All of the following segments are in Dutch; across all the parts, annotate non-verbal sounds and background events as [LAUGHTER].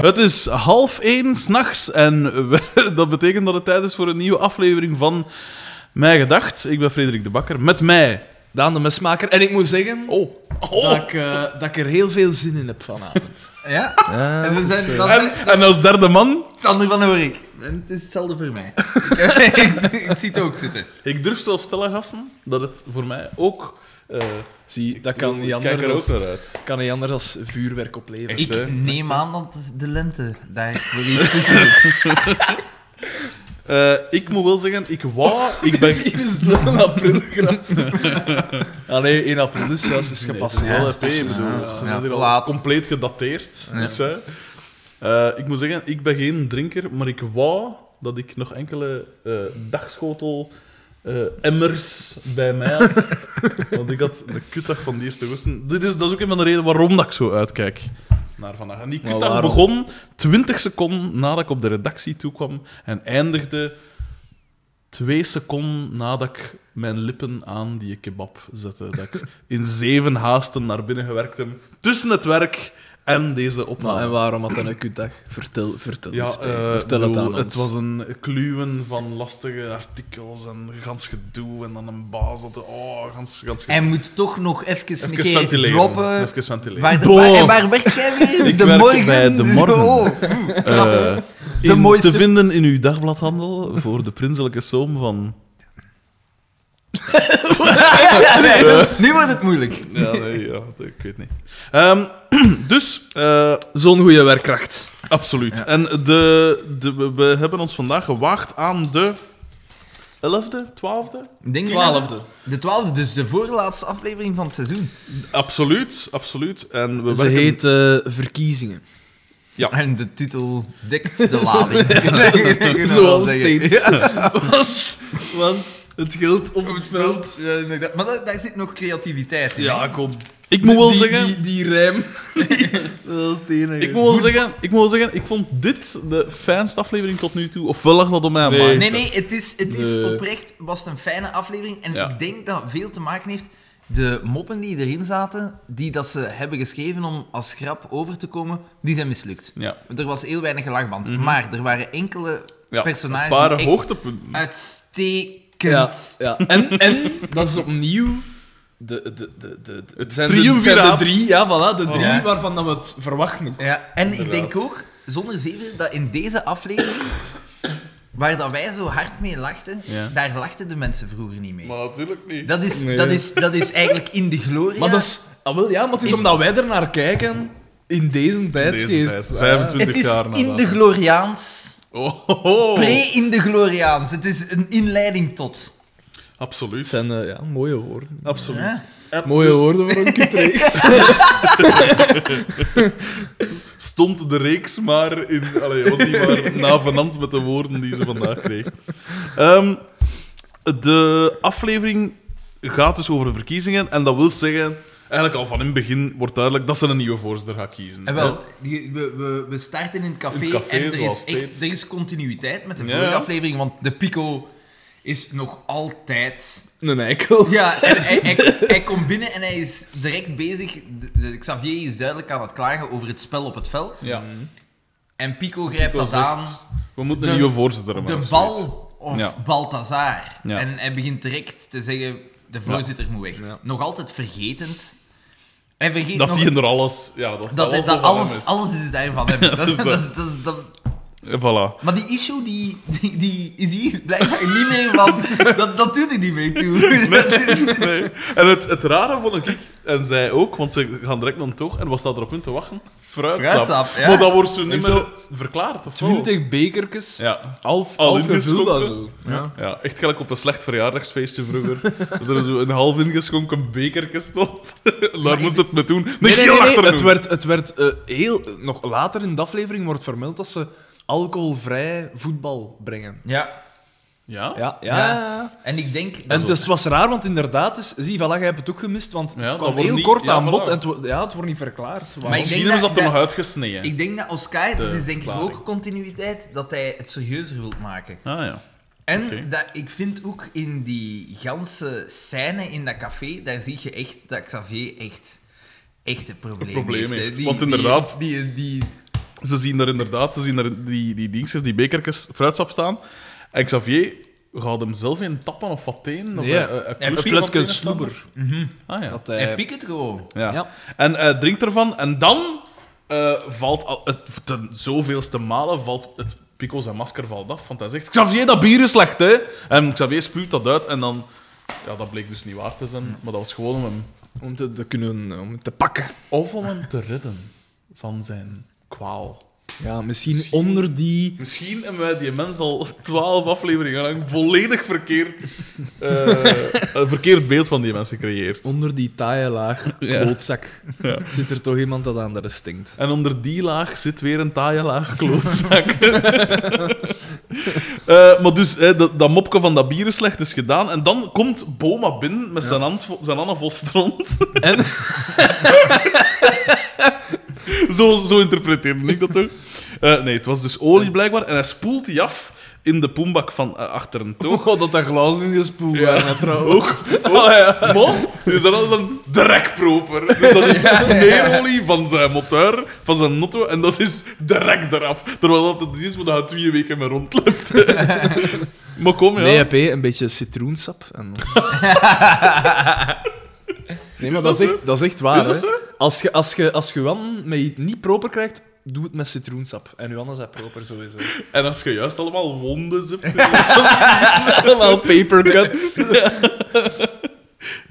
Het is half één s'nachts en we- [LAUGHS] dat betekent dat het tijd is voor een nieuwe aflevering van Mij Gedacht. Ik ben Frederik de Bakker. Met mij. Daan de mesmaker. En ik moet zeggen Oh. dat, ik, eh, dat ik er heel veel zin in heb vanavond. Ja, en we zijn [LAUGHS] dan, En, en als derde man, Sander van Horik. En het is hetzelfde voor mij. ik, [LAUGHS] ik, ik zie het ook zitten. ik durf zelfs stellen, gasten, dat het voor mij ook... eh, Zie, dat ik kan bedoel, niet, ik kijk anders er ook als, naar uit. kan niet anders als vuurwerk opleveren. Echt, hè? Ik neem aan dat de lente daar voor iets tussen zit. Eh, ik moet wel zeggen, ik wou... Ik ben... Oh, Misschien is het wel een [LAUGHS] aprilgrap. Allee, 1 april is juist is gepasseerd. Nee, Ja, het het is is wel juist, even, bedoel, ja. ja, ze zijn te hier al laat. compleet gedateerd. Ja. Dus, hè. Eh, ik moet zeggen, ik ben geen drinker, maar ik wou dat ik nog enkele eh, dagschotel eh, emmers bij mij had. [LAUGHS] Want ik had een kutdag van die eerste wisten. Dit is, dat is ook een van de redenen waarom dat ik zo uitkijk naar vandaag. En die Maar kutdag waarom? begon 20 seconden nadat ik op de redactie toekwam en eindigde twee seconden nadat ik mijn lippen aan die kebab zette. Dat ik in zeven haasten naar binnen gewerkt heb. Tussen het werk en deze Maar opname. en waarom had dat een kutdag? Vertel, vertel, ja, eens, P. eh, vertel het bedoel, aan ons. het was een kluwen van lastige artikels en gans gedoe en dan een baas dat... Oh, gans, gans Hij moet toch nog even, een Even keer ventileren. droppen. Even ventileren. Waar de- Boah. waar- en waar werk jij weer? Ik de werk morgen. bij De Morgen. [LAUGHS] Oh, Eh, De in- mooiste- te vinden in uw dagbladhandel voor de prinselijke som van... Eh. nu wordt het moeilijk. Ja, nee, ja, ik weet niet. Ehm, [CLEARS THROAT] dus, eh, Zo'n goede werkkracht. absoluut. En de, de, we- we hebben ons vandaag gewaagd aan de 11e, 12e? Ik Denk Twaalfde. dat- De twaalfde, dus de voorlaatste aflevering van het seizoen. Absoluut, absoluut. En we Ze werken... heet eh, Verkiezingen. Ja. En de titel dekt de [LAUGHS] lading. [LAUGHS] Dat kan je wel Zoals zeggen. steeds. [LAUGHS] want, want het geldt op het veld. Ja, inderdaad. Maar daar, daar zit nog creativiteit in. hè? kom. Ik moet wel die, zeggen... Die, die [LAUGHS] rijm. dat is het enige. Ik moet, wel zeggen, ik moet wel zeggen, ik vond dit de fijnste aflevering tot nu toe. Ofwel lag dat om mij aan Nee. mindset. Nee, nee, het is, het is Nee. oprecht was het een fijne aflevering. En Ja. ik denk dat veel te maken heeft de moppen die erin zaten, die dat ze hebben geschreven om als grap over te komen, die zijn mislukt. Ja, Er was heel weinig lachband. Maar er waren enkele ja. personages een paar die echt hoogtepunten. Ja, uitstekend... ja. En, en dat is opnieuw. De, de, de, de, de, het zijn de, triumviraat. Oh. zijn de drie, ja, voilà, de drie Ja. waarvan dat we het verwachten. Ja. en ik Inderdaad. denk ook, zonder zeven, dat in deze aflevering, waar dat wij zo hard mee lachten, Ja. daar lachten de mensen vroeger niet mee. Maar natuurlijk niet. Dat is, Nee. dat, is, dat is eigenlijk in de gloria. Maar dat is, ah, wel, ja, maar het is In- omdat wij er naar kijken in deze tijdsgeest. tijd, Ah, 25 Het is jaar in nadat. de gloriaans. Oh, ho, ho. Pre-in de gloriaans. Het is een inleiding tot. Absoluut. Het zijn eh, ja, mooie woorden. Absoluut. dus Hè? Mooie woorden [LAUGHS] voor een kutreeks. Stond de reeks maar in. Allee, was niet [LAUGHS] maar navenant met de woorden die ze vandaag kreeg. Ehm, de aflevering gaat dus over verkiezingen. En dat wil zeggen, eigenlijk al van in het begin wordt duidelijk dat ze een nieuwe voorzitter gaan kiezen. En wel, die- we, we, we starten in het café, In het café, en er zoals is, echt, steeds. er is continuïteit met de Ja. vorige aflevering, want de Pico is nog altijd... een eikel. Ja, en hij, hij, hij komt binnen en hij is direct bezig... De, de- Xavier is duidelijk aan het klagen over het spel op het veld. Ja. En Pico grijpt Pico dat aan. zegt, We moeten een De- nieuwe voorzitter hebben. De of zoiets. bal of Ja. Balthazar. Ja. En hij begint direct te zeggen: de voorzitter moet weg. Ja. Nog altijd vergetend. Hij vergeet Dat nog, die er alles. Ja, dat, dat, alles, is, al dat van alles, hem is. alles is daarvan. Hem. dat is is, dat. dat is, dat is, dat- En Voilà. [LAUGHS] Maar die issue die, die, die is hier blijkbaar niet meer van. Dat, dat doet hij niet meer toe. [LAUGHS] Dat is- Nee. En het, het rare vond ik, en zij ook, want ze gaan direct naar het oog en wat staat er op hun te wachten? Fruitsap. Fruitsap, ja. Maar dat wordt zo niet Is meer zo- verklaard, of wel? 20 bekertjes. Ja. Half, Al half gevuld, ingeschonken. dat zo. Ja. ja, echt gelijk op een slecht verjaardagsfeestje vroeger. [LAUGHS] dat er zo een half ingeschonken bekertje stond. [LAUGHS] Daar Maar moest ik- het mee doen. Nee, Nee, nee, geel nee, nee, achter Het doen. werd, het werd eh, heel... Nog later in de aflevering wordt vermeld dat ze alcoholvrij voetbal brengen. ja, Ja? Ja, ja. Ja. en ik denk. En het is- het was raar, want inderdaad is... Zie, voilà, jij hebt het ook gemist, want Ja, het dat kwam wordt heel niet- kort ja, aan bod voilà. en het, wo- ja, het wordt niet verklaard. Waarom? Maar ik Misschien denk hebben ze dat- dat er nog dat- uitgesneden. ik denk dat Oscar, De dat is denk ik verklaring. ook continuïteit, dat hij het serieuzer wil maken. Ah ja. En Oké. dat, ik vind ook in die ganse scène in dat café, daar zie je echt dat Xavier echt, echt een probleem, Een probleem heeft. hè. heeft, Die- want die- inderdaad. Die, die, Ze zien daar inderdaad, ze zien daar die, die dingetjes, die bekertjes, fruitsap staan. En Xavier gaat hem zelf in tappen of wat teen. Of Nee, eh, eh, een kloesje flesje van teen of sloeber. zo. Ah ja. Dat Hij hij... pikt het gewoon. Ja. Ja. En eh, drinkt ervan en dan eh, valt al, het, ten zoveelste malen valt het Pico zijn masker valt af, want hij zegt Xavier, dat bier is slecht, hè? En Xavier spuwt dat uit en dan... Ja, dat bleek dus niet waar te zijn, maar dat was gewoon om hem, Om te, te kunnen... Om te pakken. of om hem te redden van zijn kwaal. Ja, misschien, onder die... Misschien hebben wij die mens al twaalf afleveringen lang volledig verkeerd, eh, een verkeerd beeld van die mens gecreëerd. Onder die taaie [LAUGHS] laag Ja. klootzak zit er toch iemand dat aan de rest stinkt. En onder die laag zit weer een taaie laag klootzak. Eh, maar dus, hè, dat, dat mopje van dat bier is slecht is gedaan. En dan komt Boma binnen met zijn, hand vol- zijn handen vol stront. [LAUGHS] En? [LAUGHS] zo, zo interpreteerde ik dat toch? Eh, nee, het was dus olie blijkbaar. En hij spoelt die af in de poembak van eh, achter een toog. god, Oh, dat dat glas in de spoel Ja, Oh, [LAUGHS] trouwens. Ook, ook. Maar, dus dat is een drekproper. Dus dat is smeerolie van zijn motor, van zijn notto, en dat is direct eraf. Terwijl dat het is waar hij twee weken mee rondloopt. [LAUGHS] maar kom, ja. Nee, heb je een beetje citroensap. [LAUGHS] En... nee, maar Is dat, dat is zo? echt, dat is echt waar. Is dat hè. zo? Als je als je als je wan met iets niet proper krijgt, doe het met citroensap. En uw is hij proper [LAUGHS] sowieso. En als je juist allemaal wonden hebt, Allemaal papercuts.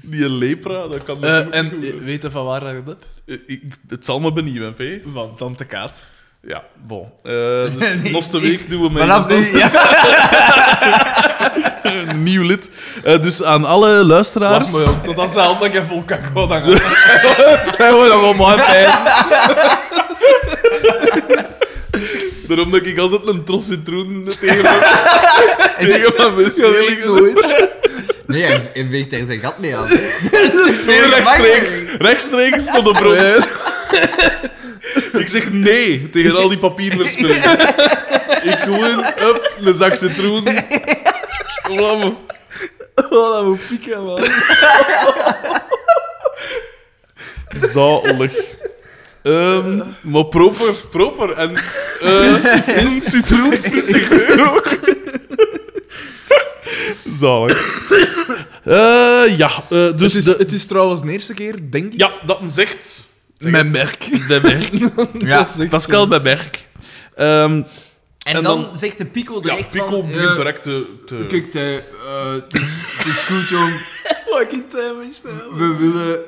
die lepra, dat kan niet [LAUGHS] Eh goed. en weet je van waar dat hebt? Eh, ik, Het zal me benieuwen, P. Van Tante Kaat. Ja, bon. [LAUGHS] Eh dus Nee, Noste nee. Week doen we mee. Vanaf nu, ja. [LAUGHS] Een nieuw lid. Eh, dus aan alle luisteraars... totdat ze handen en vol [LAUGHS] kakao dan gaan. [LAUGHS] Dat wordt nog wel mooi pijn. Daarom dat ik altijd een tros citroen tegen mijn, tegen mijn [LAUGHS] bezieling. nooit. [LAUGHS] Nee, hij, hij veegt daar zijn gat mee aan. Nee, rechtstreeks. Rechtstreeks tot de bron. [LAUGHS] Ik zeg nee tegen al die papierverspilling. Ik gewoon, up, een zak citroen. Vlam. Oh, dat moet pieken, man. Zalig. Ehm, maar proper, proper. En eh een citroen voor zich euro ook. [LAUGHS] Zalig. Eh, ja, eh, dus... Dus het is, de- het is trouwens de eerste keer, denk ik. Ja, dat een zegt... Zeg Mijn het. merk. [LAUGHS] De Berg. Ja. Pascal de Berg. Ehm, En, En dan, dan- zegt de Pico ja, direct Pico van, begint eh, direct te... te- Kijk, Thij, eh, het, is, het is goed, jong. Fucking time eh, is We willen...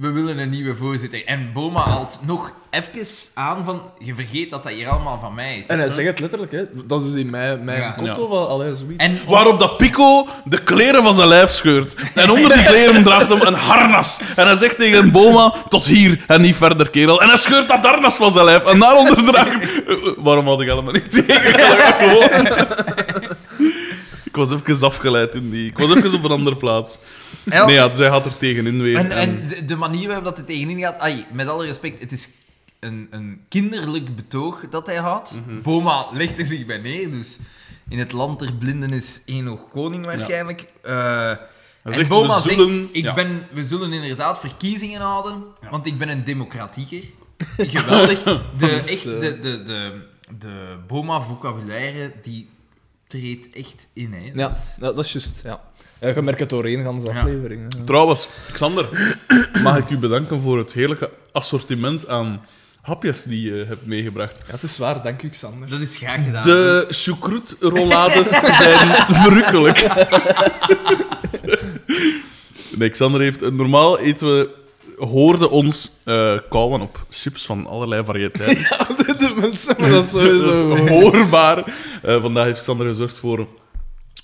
We willen een nieuwe voorzitter. En Boma haalt nog even aan van... Je vergeet dat dat hier allemaal van mij is. En hij zegt het letterlijk, hè. Dat is in mijn, mijn Ja. kotto, Ja. wel, allee, zoiets. En op- Waarop dat Pico de kleren van zijn lijf scheurt. En onder die kleren draagt hem een harnas. En hij zegt tegen Boma, tot hier en niet verder, kerel. En hij scheurt dat harnas van zijn lijf. En daaronder draagt... Eh, eh, Waarom had ik helemaal niet [LAUGHS] tegen? Gewoon. Ik was even afgeleid in die... Ik was even op een andere plaats. en- Nee, ja, zij gaat er tegenin weer. en, en- en de manier waarop dat hij tegenin gaat... Ai, met alle respect, het is een, een kinderlijk betoog dat hij houdt. Boma legt er zich bij neer, dus... In het land der blinden is één oog koning waarschijnlijk. Eh, en zegt, Boma we zullen- zegt, ik ja. ben, we zullen inderdaad verkiezingen houden, want ik ben een democratieker. Geweldig. De, Dus, echt, eh, de, de, de, de Boma-vocabulaire, die treedt echt in, hè. Ja, dat, dat is juist, ja. Ja, je merkt het doorheen, gaan de Ja. afleveringen. hè. Trouwens, Xander, mag ik u bedanken voor het heerlijke assortiment aan hapjes die je hebt meegebracht. Ja, het is waar, dank u, Xander. Dat is graag gedaan. De choucroute-rollades zijn verrukkelijk. Nee, Xander heeft... eh, Normaal eten we... Hoorde ons eh kauwen op chips van allerlei variëteiten. [LAUGHS] de mensen, maar dat [LAUGHS] is Dat sowieso... is hoorbaar. Eh, vandaag heeft Xander gezorgd voor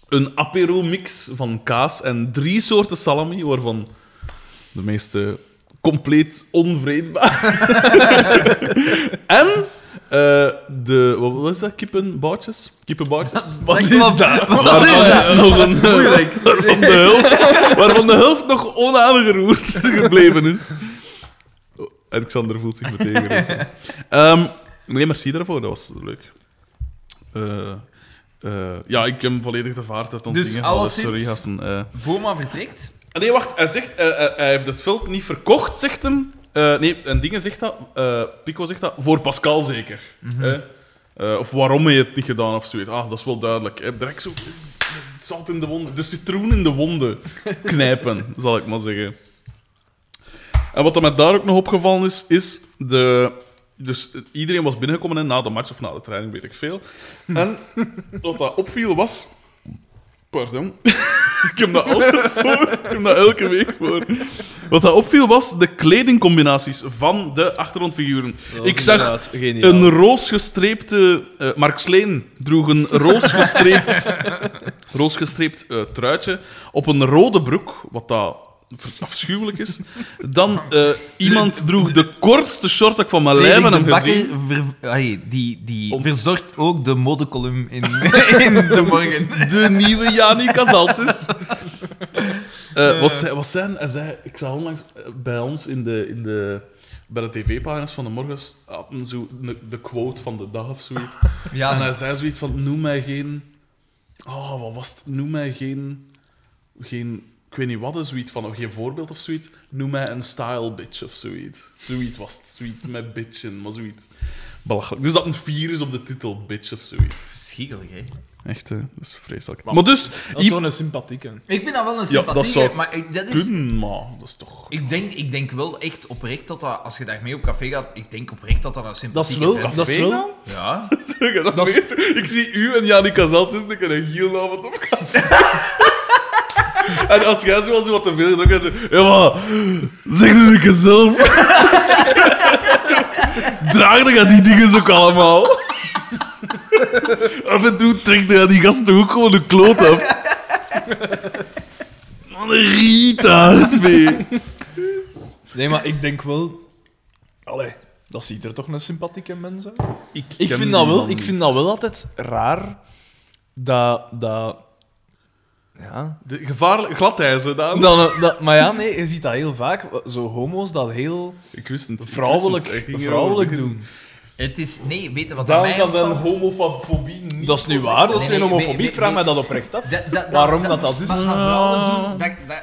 een apero-mix van kaas en drie soorten salami, waarvan de meeste compleet onvreedbaar. [LAUGHS] en eh, de... Wat was dat? Kippenboutjes? Kippenboutjes? [LAUGHS] Wat is dat? Waarvan, eh, nog een, [LAUGHS] waarvan, de helft, waarvan de helft nog onaangeroerd gebleven is. Oh, En Xander voelt zich meteen geroepen. Ehm, nee, merci daarvoor, dat was leuk. Eh, eh, ja, ik heb volledig de vaart uit ons Dus dingen gehaald, alleszins- Sorry, gasten. eh. [LAUGHS] Boma vertrekt. Ah, Nee, wacht, hij zegt... eh, eh, hij heeft het veld niet verkocht, zegt hem. Eh, nee, en Dingen zegt dat, eh, Pico zegt dat, voor Pascal zeker. Mhm. hè? Eh, of waarom heb je het niet gedaan of zoiets. Ah, dat is wel duidelijk. Hè? Direct zo, het zout in de wonden, de citroen in de wonden [LAUGHS] knijpen, zal ik maar zeggen. En wat er mij daar ook nog opgevallen is, is de... Dus iedereen was binnengekomen hè, na de match of na de training, weet ik veel. En wat dat opviel was... Pardon. [LAUGHS] ik heb dat altijd voor. Ik heb dat elke week voor. Wat dat opviel was de kledingcombinaties van de achtergrondfiguren. Ik zag Geniaal. een roosgestreepte... eh Mark Sleen droeg een roosgestreept, roosgestreept eh, truitje op een rode broek, wat dat ver- afschuwelijk is. Dan eh, iemand droeg de kortste short dat ik van mijn lijf aan de hem gezien. bakker ver- ai, die, die Om- verzorgt ook de [LAUGHS] modecolumn in, in de morgen. De nieuwe Jani Casaltjes. Eh was, zij- was zijn, hij zei, ik zag onlangs eh, bij ons in de, in de, bij de tv-pagina's van de morgen hadden zo de, de quote van de dag of zoiets. En Ja, hij zei zoiets van, noem mij geen... Oh, wat was het? Noem mij geen... geen ik weet niet wat, een zoiets van, of geen voorbeeld of zoiets. Noem mij een style bitch of zoiets. Zoiets was het, zoiets met bitchen, maar zoiets. Belachelijk. Dus dat een vier is op de titel, bitch of zoiets. verschrikkelijk, hè? Echt, eh, dat is vreselijk. Maar dus, Dat is toch een sympathieke. Ik vind dat wel een Ja, dat sympathieke, zou maar ik, dat is kunnen, maar dat is toch... Ik denk, ik denk wel echt oprecht dat dat, als je daarmee op café gaat, ik denk oprecht dat dat een Dat is sympathieke wel... vent Dat is wel... is. Ja. Dat weet je. Ik zie u en Jani Casaltjes en een gielavond op gaan. [LAUGHS] en als jij zo, zo wat te veel drukt, dan ja, maar, zeg nu ik zelf. [LAUGHS] Draag dan die dingen ook allemaal. Af en toe trekt hij aan die gasten toch ook gewoon een kloot af. Wat een rietaard mee. Nee, maar ik denk wel... Allee, dat ziet er toch een sympathieke mens uit? Ik, Ik vind, dat wel, ik vind dat wel altijd raar dat... dat ja. De gevaarlijk gladijzer, Daan. Dan, eh, dat, maar ja, nee, je ziet dat heel vaak. Zo homo's dat heel Ik wist het. ik wist vrouwelijk, het. Hij ging vrouwelijk erover. doen. Het is, nee, weet je wat aan Daarom mij kan zijn opvalt? homofobie niet... Dat is niet waar, dat is Nee, geen nee, homofobie. nee, Ik vraag nee, mij dat oprecht af. Da- da- da- Waarom dat dat is? Wat gaan vrouwen doen, dat, dat,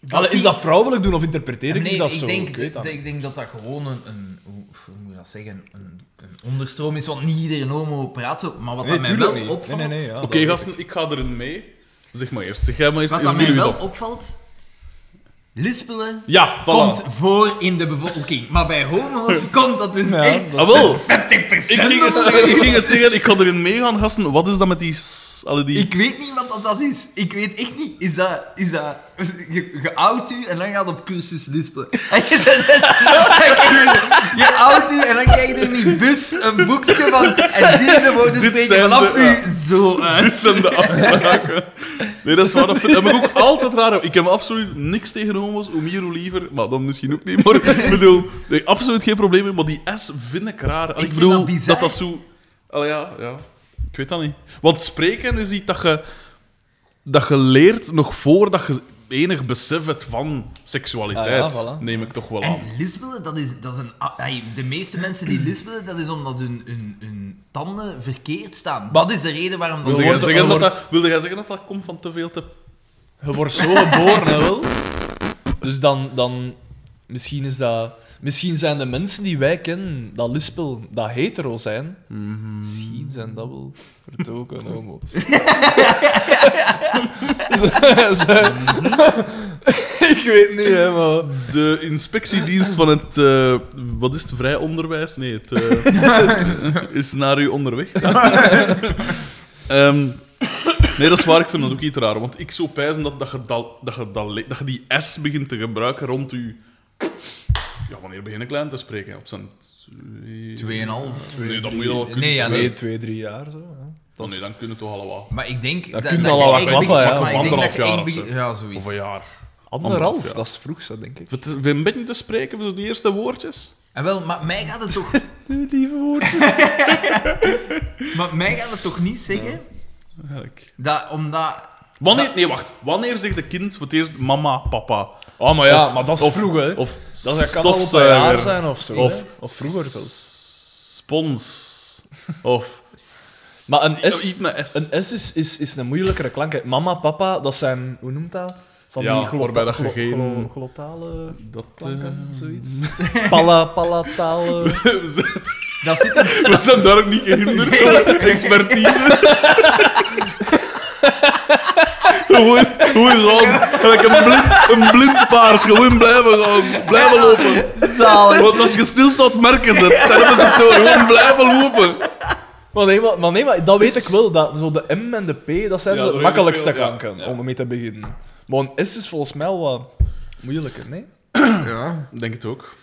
dat Allee, zie- is dat vrouwelijk doen of interpreteer ik nee, dat ik zo? Denk, ik weet dat dat- niet. ik denk dat dat gewoon een, een hoe, hoe moet je dat zeggen, een, een onderstroom is, want niet iedereen homo praat zo. Maar wat Nee, dat mij tuurlijk wel niet. opvalt, Nee, nee, nee, ja, Oké, dat weet gasten, ik ga erin mee. Zeg maar eerst. Zeg jij maar eerst. wat en dat dan mij jullie wel het op. opvalt, lispelen Ja, voilà. komt voor in de bevolking. Maar bij [LAUGHS] homo's komt dat dus Ja, echt Ah, wel. 50%. Ik ging, het zeggen, ik ging het zeggen, ik ga erin meegaan, gasten. Wat is dat met die... s- Alle die... Ik weet niet wat dat- dat is. Ik weet echt niet. Is dat... Is dat je, je oudt u en dan gaat op cursus lispelen. En je- [LAUGHS] dat is- je oudt u en dan krijg je in die bus een boekje van... En deze woorden Dit spreken zijn vanaf de- u zo uit. Dit zijn de afspraken. Nee, dat is waar. Dat vind- heb ik ook altijd raar. Ik heb absoluut niks tegen homo's. Hoe meer, hoe liever. Maar dan misschien ook niet. Maar ik bedoel, nee, absoluut geen probleem mee. Maar die S vind ik raar. Ik, vind bedoel, dat bizar. dat dat zo... Allee, ja, ja. Ik weet dat niet. Want spreken is iets dat je... Dat je leert nog voordat je enig besef hebt van seksualiteit. Ah ja, voilà. Neem ik toch wel aan. En lispelen, dat is, dat is een... a- ai, De meeste mensen die lispelen, dat is omdat hun, hun, hun tanden verkeerd staan. Dat is de reden waarom dat... Wilde wordt jij het- zeggen, dan dat dat- wilde jij zeggen dat dat komt van te veel te... Je wordt zo geboren, hè, wel. Dus dan, dan... Misschien is dat... Misschien zijn de mensen die wij kennen, dat lispel, dat hetero zijn, Mhm. misschien zijn dat wel verdoken homo's. Ze- ze- [LAUGHS] ik weet niet, hè, maar... De inspectiedienst van het... eh, wat is het? Vrij onderwijs? Nee, het... eh, is naar u onderweg. Ehm, nee, dat is waar. Ik vind dat ook iets raar. Want ik zou pijzen dat, dat, je, dat, dat, je, dat, le- dat je die S begint te gebruiken rond u... Ja, wanneer begin ik klein te spreken? Op zijn... eh, Tweeënhalf. Nee, dat moet je al kunnen. Nee, ja, twee. Nee, twee, drie jaar, zo. Hè. Oh, nee, dan kunnen we toch allemaal. Maar ik denk... Dat kun je al wat ik- klappen, ik- maar hè, op ik denk anderhalf dat je jaar echt of begin- zo. Ja, zoiets. Of een jaar. Anderhalf, Anderhalf, ja. dat is vroeg, zo, denk ik. Het is een beetje te spreken voor de eerste woordjes. En wel, maar mij gaat het [LAUGHS] toch, Lieve woordjes. [LAUGHS] maar mij gaat het toch niet zeggen Eigenlijk. dat omdat. Wanneer, nee, wacht. Wanneer zegt de kind voor het eerst mama, papa? Oh, maar ja, Of- maar dat is of- vroeg, hè. Of dat kan al een paar stofzuiger. jaar zijn of zo. Of, hè. of vroeger zelfs. s- [LAUGHS] Spons. Of Maar een iets S, met S. een S is, is, is een moeilijkere klank. hè. Mama, papa, dat zijn, hoe noemt dat? Van Ja, die glota- waarbij dat glo- gegeven- glo- glottale Dat, klanken, eh, [LAUGHS] zoiets. Pala, palatale... we zijn- Dat zit er... we zijn daar ook niet gehinderd [LAUGHS] door expertise. [LAUGHS] gewoon, gewoon gaan. Gelijk een blind, een blind paard. Gewoon blijven gaan. Blijven lopen. Zalig. Want als je stilstaat, merken ze het. Sterven ze door. Gewoon blijven lopen. Maar nee maar, maar nee, maar dat weet ik wel. Dat, zo de M en de P, dat zijn Ja, de dat makkelijkste weet ik veel, ja, klanken ja. om mee te beginnen. Maar een S is volgens mij wat moeilijker, nee? Ja. Ik denk het ook.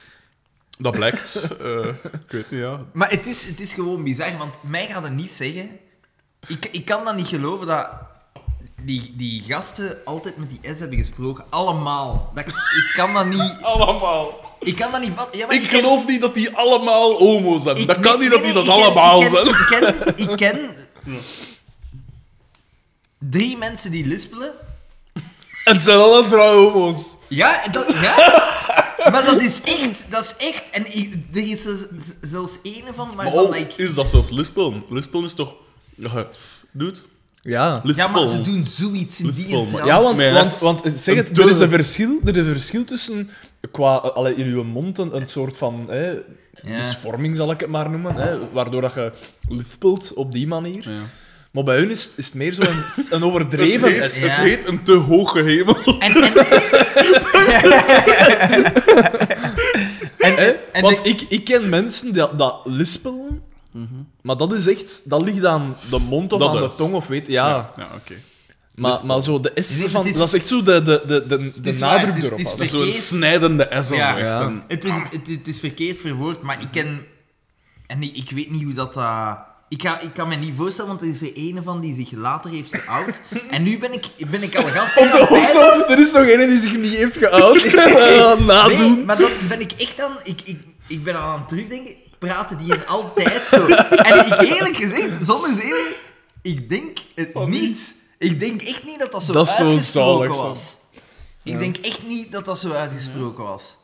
Dat [LAUGHS] blijkt. Eh, ik weet niet, ja. Maar het is, het is gewoon bizar, want mij gaat het niet zeggen. Ik, ik kan dat niet geloven dat die, die gasten altijd met die S hebben gesproken. Allemaal. Dat, ik kan dat niet... Allemaal. Ik kan dat niet vatten. Ja, maar Ik ik ken- geloof niet dat die allemaal homo zijn. Ik- dat kan nee, niet dat nee, die dat nee, ik ken- allemaal ik ken, zijn. Ik ken, ik ken drie mensen die lispelen. En het zijn alle vrouwen homo's. Ja, dat, ja. [LAUGHS] maar dat is echt, dat is echt. En ik- er is er z- zelfs ene van Maar waarvan [LAUGHS] oh, ik... is dat zelfs lispelen? Lispelen is toch... Ja, Doet. Ja. Ja, maar ze doen zoiets in die Lispel, maar- trant. Ja, want, Mijn want, S. want eh, zeg Een het, er is turn. een verschil, er is een verschil tussen qua eh, allee, in je mond een, een soort van hè, Ja. misvorming, zal ik het maar noemen, hè, waardoor dat je lispelt op die manier. Ja. Maar bij hun is, het- is het meer zo'n [LAUGHS] een, een Het, overdreven heet, S. Ja. het heet een te hoge hemel. En, [LAUGHS] en, en, Hè? en, en Want de- Mhm. ik, ik ken mensen dat, dat lispelen, maar dat is echt, dat ligt aan de mond of Dat aan is. de tong of weet, ja. ja oké. [LAUGHS] Maar, maar zo de S Nee, Dus- het van, is- dat is echt zo de, de, de, de, het de is waar, nadruk het is- erop. het is houden. Dat is zo'n Verkeerd. snijdende S als Ja. echt. Ja. een- het, is, het, het is verkeerd verwoord, maar ik ken... En ik, ik weet niet hoe dat... eh, ik, ga, ik kan me niet voorstellen, want er is er ene van die zich later heeft [LAUGHS] geout. En nu ben ik, ben ik al gans... aan het [LAUGHS] Of zo, er is nog een die zich niet heeft [LAUGHS] geout. [LAUGHS] Eh, Nee, Nadoen. maar dan ben ik echt aan... Ik, ik, ik ben aan het terugdenken. Praten die in altijd zo. En ik eerlijk gezegd, zonder zenuw, ik denk het niet. Ik denk echt niet dat dat zo Dat is zo uitgesproken zalig, zo. was. Ik denk echt niet dat dat zo uitgesproken was.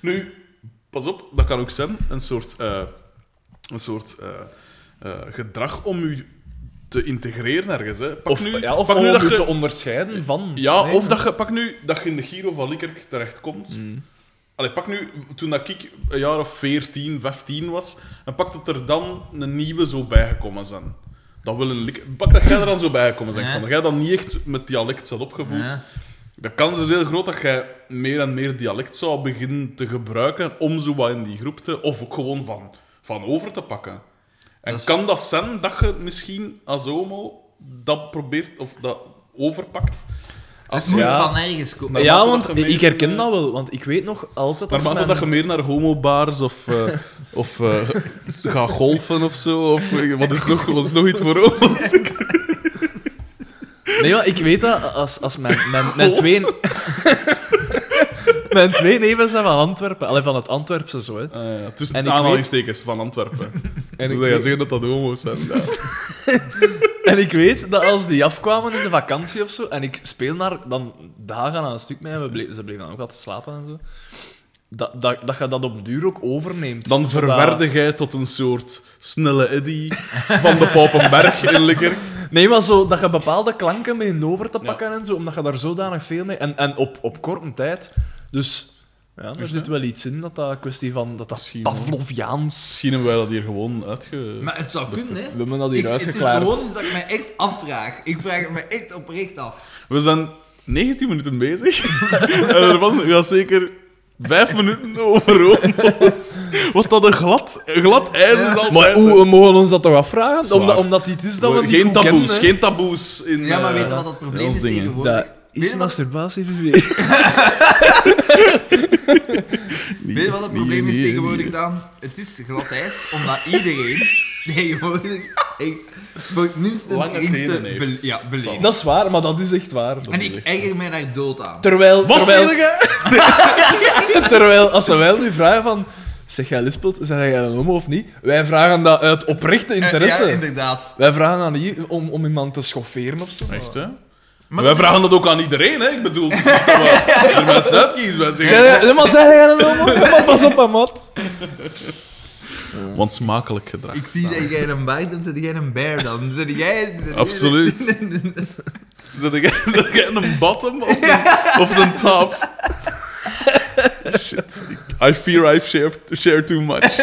Nu, pas op, dat kan ook zijn. Een soort, eh, een soort eh, eh, gedrag om u te integreren ergens. Hè. Pak Of, nu, ja, of pak om nu je dat te je, onderscheiden van. ja, Nee, of dat je, pak nu dat je in de Giro van Likkerk terechtkomt. Mm. Allee, pak nu, toen dat ik een jaar of 14, 15 was, en pak dat er dan een nieuwe zo bijgekomen zijn. Dat wil een lik- pak dat jij er dan zo bijgekomen bent, Ja. Xander. Jij dan niet echt met dialect zat opgevoed. Ja. De kans is heel groot dat jij meer en meer dialect zou beginnen te gebruiken om zo wat in die groep te... Of ook gewoon van, van over te pakken. En Dat is- kan dat zijn dat je misschien als homo dat probeert, of dat overpakt? Als Het moet Ja. van ergens komen. Maar Ja, laten we want dat gemeen, ik herken eh, dat wel, want ik weet nog altijd. als Naarmate mijn- dat je meer naar homobars of, eh, of eh, gaat golfen of zo, of eh, wat is nog, wat is nog iets voor homo's? Nee, maar ik weet dat als, als [LAUGHS] mijn, mijn, mijn twee. mijn twee neven zijn van Antwerpen, alleen van het Antwerpse zo. Hè. Eh, En tussen ik aanhalingstekens van Antwerpen. En En, ik wil jij weet, zeggen dat dat homo's zijn? Ja. en ik weet dat als die afkwamen in de vakantie of zo, en ik speel daar dan dagen aan een stuk mee, en we ble- ze bleven dan ook altijd slapen en zo. Dat, dat, dat je dat op duur ook overneemt. Dan Zodat- verwerde jij tot een soort snelle Eddy van de Paupenberg in Likker. Nee, maar zo dat je bepaalde klanken mee over te pakken en zo, omdat je daar zodanig veel mee... En, en op, op korte tijd. Dus ja, er zit wel iets in dat dat een kwestie van... Dat dat Misschien wel. Pavloviaans... Misschien hebben wij dat hier gewoon uitge... Maar het zou kunnen, hè. We hebben dat hier Ik, het is uitgeklaard. gewoon iets dat ik me echt afvraag. Ik vraag het me echt oprecht af. We zijn 19 minuten bezig. en daarvan gaat zeker 5 minuten over homo's. Wat dat een glad, een glad ijs is altijd. Maar hoe, we mogen ons dat toch afvragen? Zwaar. Omdat, omdat iets is dat we, niet geen goed taboes, kennen, hè. geen taboes. In, Ja, maar eh, weet je wat dat in probleem ons is ding, hè. tegenwoordig? Dat Weet is je wat- masturbatie [LAUGHS] verweer. Weet je wat Nee, het probleem nee, is nee, tegenwoordig nee. dan? Het is glad ijs, omdat iedereen [LAUGHS] tegenwoordig echt voor het minste Lange minste tenen heeft. bele- ja, beleefd. Dat is waar, maar dat is echt waar. En ik erger mij daar dood aan. Terwijl... Wat terwijl, zeg jij? [LAUGHS] Terwijl, als ze wel nu vragen van... Zeg jij lispelt? Zeg jij een homo of niet? Wij vragen dat uit oprechte Eh, interesse. Ja, inderdaad. Wij vragen aan die om, om iemand te schofferen of zo. Echt, hè? wij Maar dat- vragen dat ook aan iedereen, hè? Ik bedoel, het is niet dat [LAUGHS] we er mensen uitkiezen. Wij zeggen, nou, Zeg jij, maar zeg jij dat allemaal? Ja, maar pas op, hè, maat. Want smakelijk gedrag. Ik zie dat jij een baard hebt, zet jij een bear dan. Zet jij... Absoluut. Zet ik, [LAUGHS] zet ik in een bottom of een, [LAUGHS] of een top? Shit. I fear I share, share too [LAUGHS] much.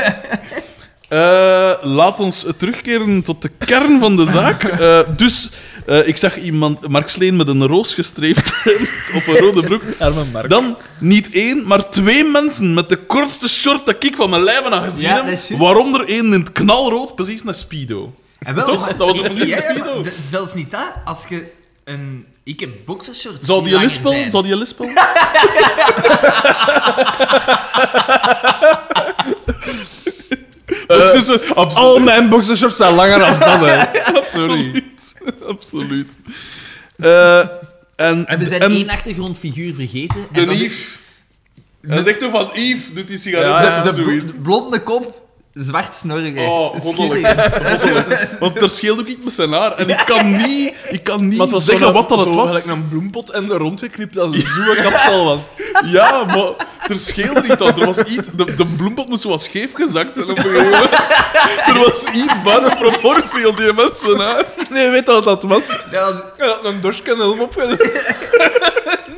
Eh, laat ons terugkeren tot de kern van de zaak. [LAUGHS] Eh, dus, eh, ik zag iemand, Mark Sleen, met een roos gestreept [LAUGHS] hemd op een rode broek. Arme Mark. Dan niet één, maar twee mensen met de kortste short dat ik van mijn lijf heb gezien Ja, heb, dat is juist. Waaronder één in het knalrood, precies naar Speedo. [LAUGHS] En wel, Toch? Dat was op zich ja, de ja, speedo. maar d- Zelfs niet dat. Als je een... Ik heb boxershorts. Zal die langer lispel? zijn. Zal die [LAUGHS] lispel? Boxers- Al mijn boxershorts zijn langer als dat, [LAUGHS] hè. Sorry. absoluut. Absoluut. Eh, en, En we zijn en één achtergrondfiguur vergeten. En de dat is- Yves. Hij zegt toch van Yves doet die sigaret Ja, ja, op de, of bl- zoiets. de blonde kop, zwart snorren. Oh, goddelijk. goddelijk. Want er scheelt ook iets met zijn haar. En ik [LAUGHS] kan niet, ik kan niet Maar het was zeggen zo'n- wat dat het zo was. gelijk een bloempot en er rondgeknipt als een zoe kapsel was. het. Ja, maar er scheelde niet aan. Er was iets... De, de bloempot moest zo wat scheef gezakt zijn op een gegeven moment. Er was iets buiten proportie op die mensen haar. [LAUGHS] Nee, weet je wat dat was? Ja, Hij had een dorsken helm opgedaan.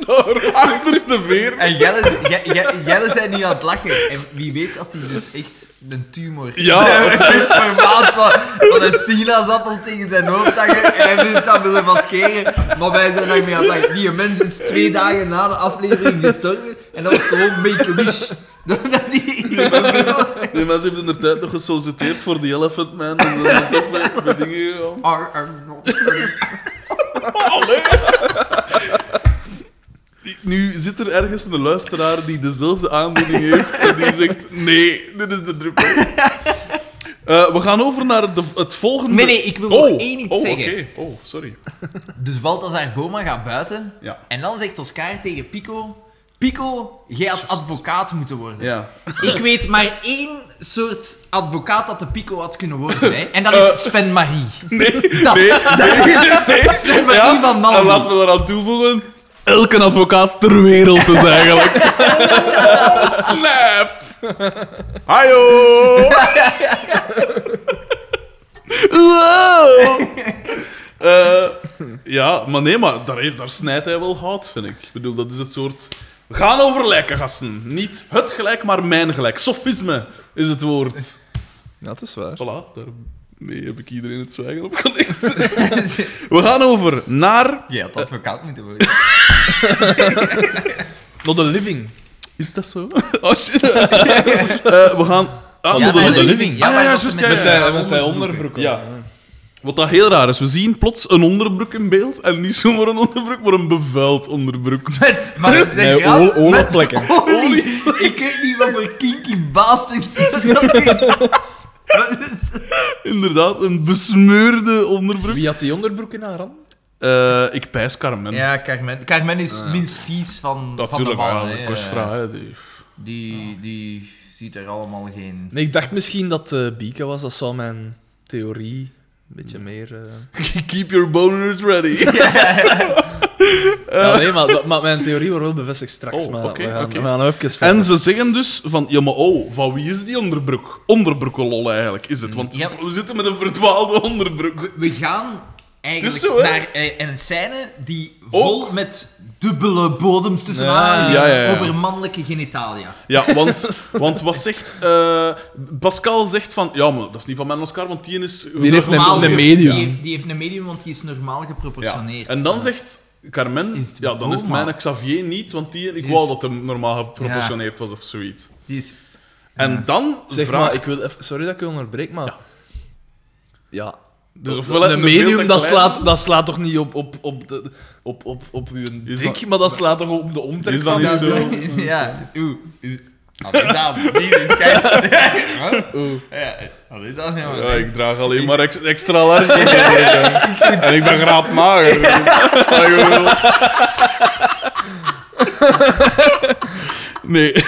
Daar. Achter is de veer. en Jelle, J- J- Jelle zijn nu aan het lachen. En wie weet dat hij dus echt een tumor Ja, Vermaat van, van een sinaasappel tegen zijn hoofd hangen en hij wil dat willen maskeren. Maar wij zijn daarmee aan het lachen. Die mens is twee dagen na de aflevering gestorven en dat was gewoon een beetje wish. [LAUGHS] Dat [LAUGHS] die... die mensen hebben inderdaad nog gesolliciteerd voor die Elephant Man. Dus dat is toch bij, bij dingen gegaan. Ar, ar, not. Nu zit er ergens een luisteraar die dezelfde aandoening heeft en die zegt, nee, dit is de druppel. Eh, we gaan over naar de, het volgende... Nee, nee, ik wil oh, nog één iets oh, zeggen. oké. Oh, sorry. Dus Balthazar Boma gaat buiten Ja. en dan zegt Oscar tegen Pico... Pico, jij had advocaat moeten worden. Ja. Ik weet maar één soort advocaat dat de Pico had kunnen worden. Hè. En dat is Sven Marie. Eh, Nee, [LAUGHS] Dat. nee, nee, nee. Sven Marie van en Malmö. laten we daaraan toevoegen... Elke advocaat ter wereld is eigenlijk. Snap! Hallo! Wow. Eh, ja, maar nee, maar daar, heeft- daar snijdt hij wel hout, vind ik. Ik bedoel, dat is het soort... We gaan over lijken, gasten. Niet het gelijk, maar mijn gelijk. Sofisme is het woord. Dat is waar. Voilà, daarmee heb ik iedereen het zwijgen opgelegd. We gaan over naar... Jij had advocaat moeten worden. Not the living. Is dat zo? [LAUGHS] Oh shit. Eh, we gaan... Ah, Ja, onder bij de de living. living. Ja, ah, ja, bij ja, dat juist, ze ja, Met ja. hij met hij onderbroek. al. Ja. Wat dat heel raar is, we zien plots een onderbroek in beeld. En niet zomaar een onderbroek, maar een bevuild onderbroek. [LAUGHS] Met, [LAUGHS] maar ik denk, Nee, ja, oor- met oorlogplekken. olie. [LAUGHS] Ik weet niet wat voor kinky bastards [LAUGHS] dat is. Dat is- Inderdaad, een besmeurde onderbroek. [LAUGHS] Wie had die onderbroek in haar hand? Eh, ik pijs Carmen. Ja, Carmen. Carmen is minst vies van, van de Natuurlijk, ja, mannen. dat hè. kost vraag, hè, die- [LAUGHS] Die, die ziet er allemaal geen... Nee, ik dacht misschien dat eh Bieke was. Dat zou mijn theorie een beetje meer... eh, Keep your boners ready. [LAUGHS] Ja, nee, maar, dat- maar mijn theorie wordt wel bevestigd straks. Eh. Oh, maar oké, we, gaan, oké. we gaan even verder. En ze zeggen dus van, ja maar oh, van wie is die onderbroek? Onderbroekelol eigenlijk is het, want Ja. we zitten met een verdwaalde onderbroek. We, we gaan eigenlijk Het is zo, hè? naar eh, een scène die vol met dubbele bodems tussen Ja. haar Ja, ja, ja. over mannelijke genitalia. Ja, want, want wat zegt... eh, Pascal zegt van, ja maar dat is niet van mijn Oscar, want die is... Die heeft normaal een- een ge- medium. Die heeft, die heeft een medium, want die is normaal Ja. geproportioneerd. En dan Ja. zegt Carmen, Is het ja dan is het Boma? mijn Xavier niet, want die, ik Is- wou dat hem normaal geproportioneerd was of zoiets. Die is... En dan Zeg vraagt... maar, ik wil even, sorry dat ik je onderbreek, maar... Ja. Ja. Dus ofwel Een hebben we veel te medium, dat klein- slaat, dat slaat toch niet op, op, op, de, op, op, op uw Is dik, dat- maar dat slaat toch op de omtrek Is dat van niet uw- zo? [LAUGHS] ja, oeh. Is- Allee dan, die is kijk. [LAUGHS] Oeh. Ja, allee dan, ja. Ja, ik draag alleen maar ex- extra large. en ik ben graadmager. Ja, ik bedoel- Nee. [LAUGHS]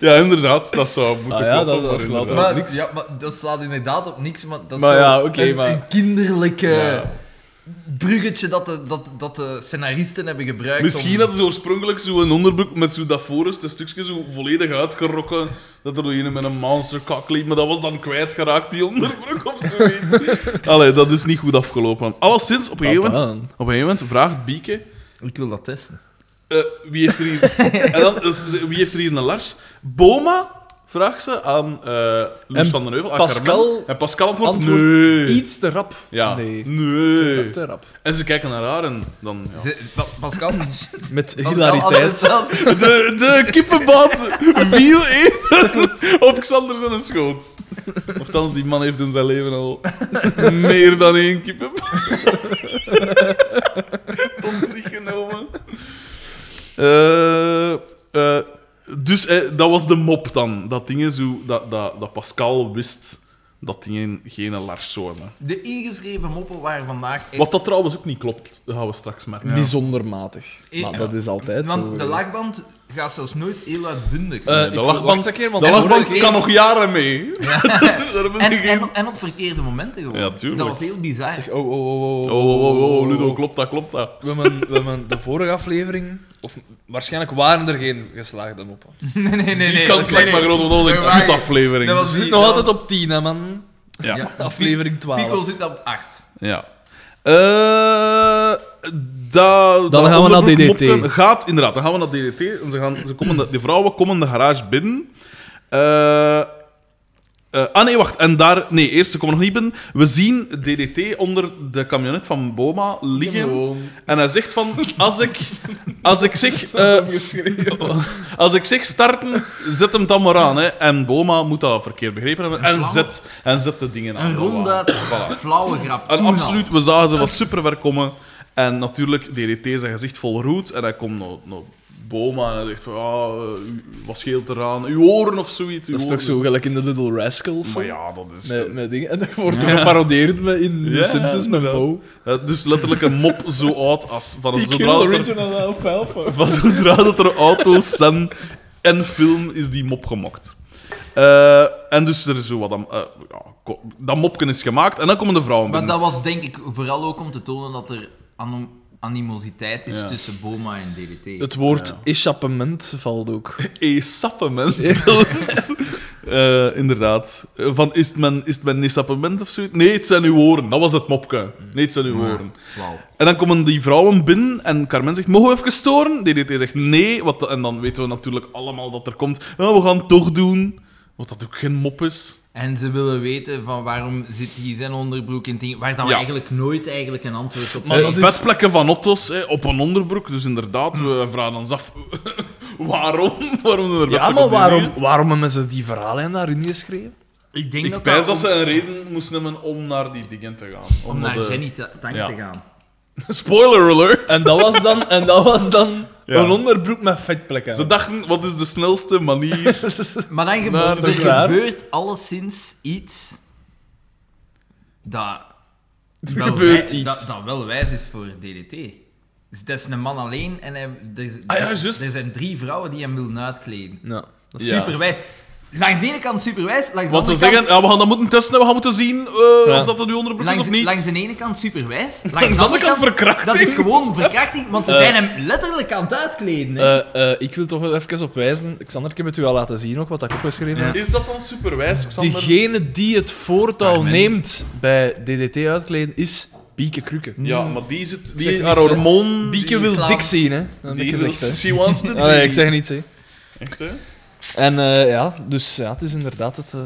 ja, inderdaad, dat zou moeten Ah ja, kloppen, dat- dat maar slaat inderdaad. wel. Maar, niks. ja, maar dat slaat inderdaad op niks, maar dat is Maar zo ja, oké, een, maar- een kinderlijke... Ja. bruggetje dat de, dat, dat de scenaristen hebben gebruikt. Misschien om- hadden ze oorspronkelijk zo'n onderbroek met zo dat voorste stukje zo volledig uitgerokken. Dat er door een met een monster kak liep, maar dat was dan kwijtgeraakt, die onderbroek of zoiets. Allee, dat is niet goed afgelopen. Alleszins, op een gegeven moment, Papa. op een gegeven moment vraagt Bieke... Ik wil dat testen. eh, wie heeft er hier... en dan, eh, ze- wie heeft er hier een Lars? Boma vraagt ze aan eh Loes En van den Heuvel. aan Pascal Carmen. En Pascal antwoordt... antwoordt nee. Iets te rap. Ja. Nee. Nee. Te rap. En ze kijken naar haar en dan... Ja. Ze- Pa- Pascal, Met Pascal had het hilariteit. zelf. De, de kippenbaat viel even op Xander zijn schoot. Nochtans, die man heeft in zijn leven al meer dan één kippenbaat. Tot zich genomen. Eh, eh, dus eh, dat was de mop dan. Dat, dingen zo, dat, dat, dat Pascal wist dat dingen geen Lars zouden. De ingeschreven moppen waren vandaag... echt- Wat dat trouwens ook niet klopt, dat gaan we straks merken. Bijzonder matig. Ja. Maar dat is altijd zo. Want de geweest. lachband gaat zelfs nooit heel uitbundig. Eh, de ik- lachband, wacht een keer, want de ik hoor lachband het kan weer. nog jaren mee. [LAUGHS] [LAUGHS] Daar hebben ze en, geen- en, en op verkeerde momenten gewoon. Ja, tuurlijk. Dat was heel bizar. Zeg, oh, oh, oh, oh, Oh, oh, oh, oh, Ludo, klopt dat, klopt dat. We hebben, we hebben de vorige aflevering, of waarschijnlijk waren er geen geslaagde moppen. nee, nee, nee. Die nee, kans lijkt me groot, want dat was Nee, een maar- kutaflevering. Dat We was die- zitten nog dat- altijd op 10, hè, man. Ja. Ja. ja. Aflevering 12. Pico zit op 8. Eh, da- Dan dat gaan we naar onderbroek DDT. mopken Gaat, inderdaad, dan gaan we naar DDT. En ze gaan, ze komen de, die vrouwen komen de garage binnen. Eh, eh, ah nee, wacht. En daar... Nee, eerst, ze komen nog niet binnen. We zien DDT onder de camionet van Boma liggen. En hij zegt van, als ik, als ik [LAUGHS] zeg... eh, als ik zeg starten, zet hem dan maar aan. Hè. En Boma moet dat verkeerd begrepen hebben. En zet, en zet de dingen aan. Een ronde flauwe grap. En Toen al. absoluut, we zagen ze van super ver komen. En natuurlijk, DDT zijn gezicht vol roet. En hij komt naar, naar Boma en hij zegt van, ah, eh, u- wat scheelt eraan? Uw oren of zoiets. uw Dat is toch oren. zo gelijk in de Little Rascals? Maar hè? ja, dat is... Met, met dingen. En dat wordt toch geparodieerd met in de Ja, Simpsons met inderdaad. Mo. Eh, Dus letterlijk een mop zo oud als... [LAUGHS] Van Die zodra kill dat er- original alfalfa. Van zodra dat er auto's zijn en film, is die mop gemokt. Eh, en dus er is zo wat... aan- eh, ja, ko- dat mopken is gemaakt en dan komen de vrouwen Maar binnen. dat was denk ik vooral ook om te tonen dat er anom- animositeit is Ja. tussen Boma en DDT. Het woord échappement valt ook. E-sappement zelfs. Eh, inderdaad. Eh, Van is het mijn, is het mijn e-sappement of zoiets? Nee, het zijn uw oren. Dat was het mopke. Nee, het zijn uw oren. Wauw. En dan komen die vrouwen binnen en Carmen zegt: Mogen we even storen? DDT zegt nee. Wat, de- en dan weten we natuurlijk allemaal dat er komt: "Ah, We gaan het toch doen. Wat dat ook geen mop is. En ze willen weten van waarom zit hij zijn onderbroek in dingen waar dan Ja. eigenlijk nooit eigenlijk een antwoord op Maar Eh, dat is- vetplekken van Otto's hè, op een onderbroek. Dus inderdaad, we vragen ons af [LAUGHS] waarom. waarom er Ja, maar waarom, waarom hebben ze die verhaallijn daarin geschreven? Ik denk Ik dat pijs dat om, ze een reden moesten hebben om naar die dingen te gaan. om naar de- Jenny te, Tang Ja. te gaan. [LAUGHS] Spoiler alert! En dat was dan, en dat was dan Ja. een onderbroek met vetplekken. Ze dachten, wat is de snelste [LAUGHS] manier? Maar dan Nou, gebeurt dat is er toch raar? gebeurt alleszins iets dat wel, gebeurt wij- iets. Dat, dat wel wijs is voor DDT. Dus dat is een man alleen en hij, er, Ah ja, er- juist. er zijn drie vrouwen die hem willen uitkleden. Ja, dat is Ja. Superwijs. Langs de ene kant superwijs, langs de Want ze andere zeggen, kant... ja, we gaan dat moeten testen, we gaan moeten zien eh, Ja. of dat het nu onderbroek is Langs, of niet. langs de ene [LAUGHS] kant superwijs, langs, de andere kant verkrachting. Dat is gewoon verkrachting, want ze Eh. zijn hem letterlijk aan het uitkleden. hè. Eh, eh, ik wil toch wel even op wijzen. Xander, ik heb het u al laten zien, ook, wat ik ook geschreven heb. Is dat dan superwijs, Xander? Degene die het voortouw Carmen. neemt bij DDT uitkleden is Bieke Krukke. Ja, maar die zit... zeg Die, haar niks, hè. hormoon... Bieke Die wil slaat- dik zien, hè? Dat heb ik Die gezegd, wil- hè. she wants to [LAUGHS] Allee, ik date. zeg niets, hè. Echt, hè? En eh, ja, dus ja, het is inderdaad het eh,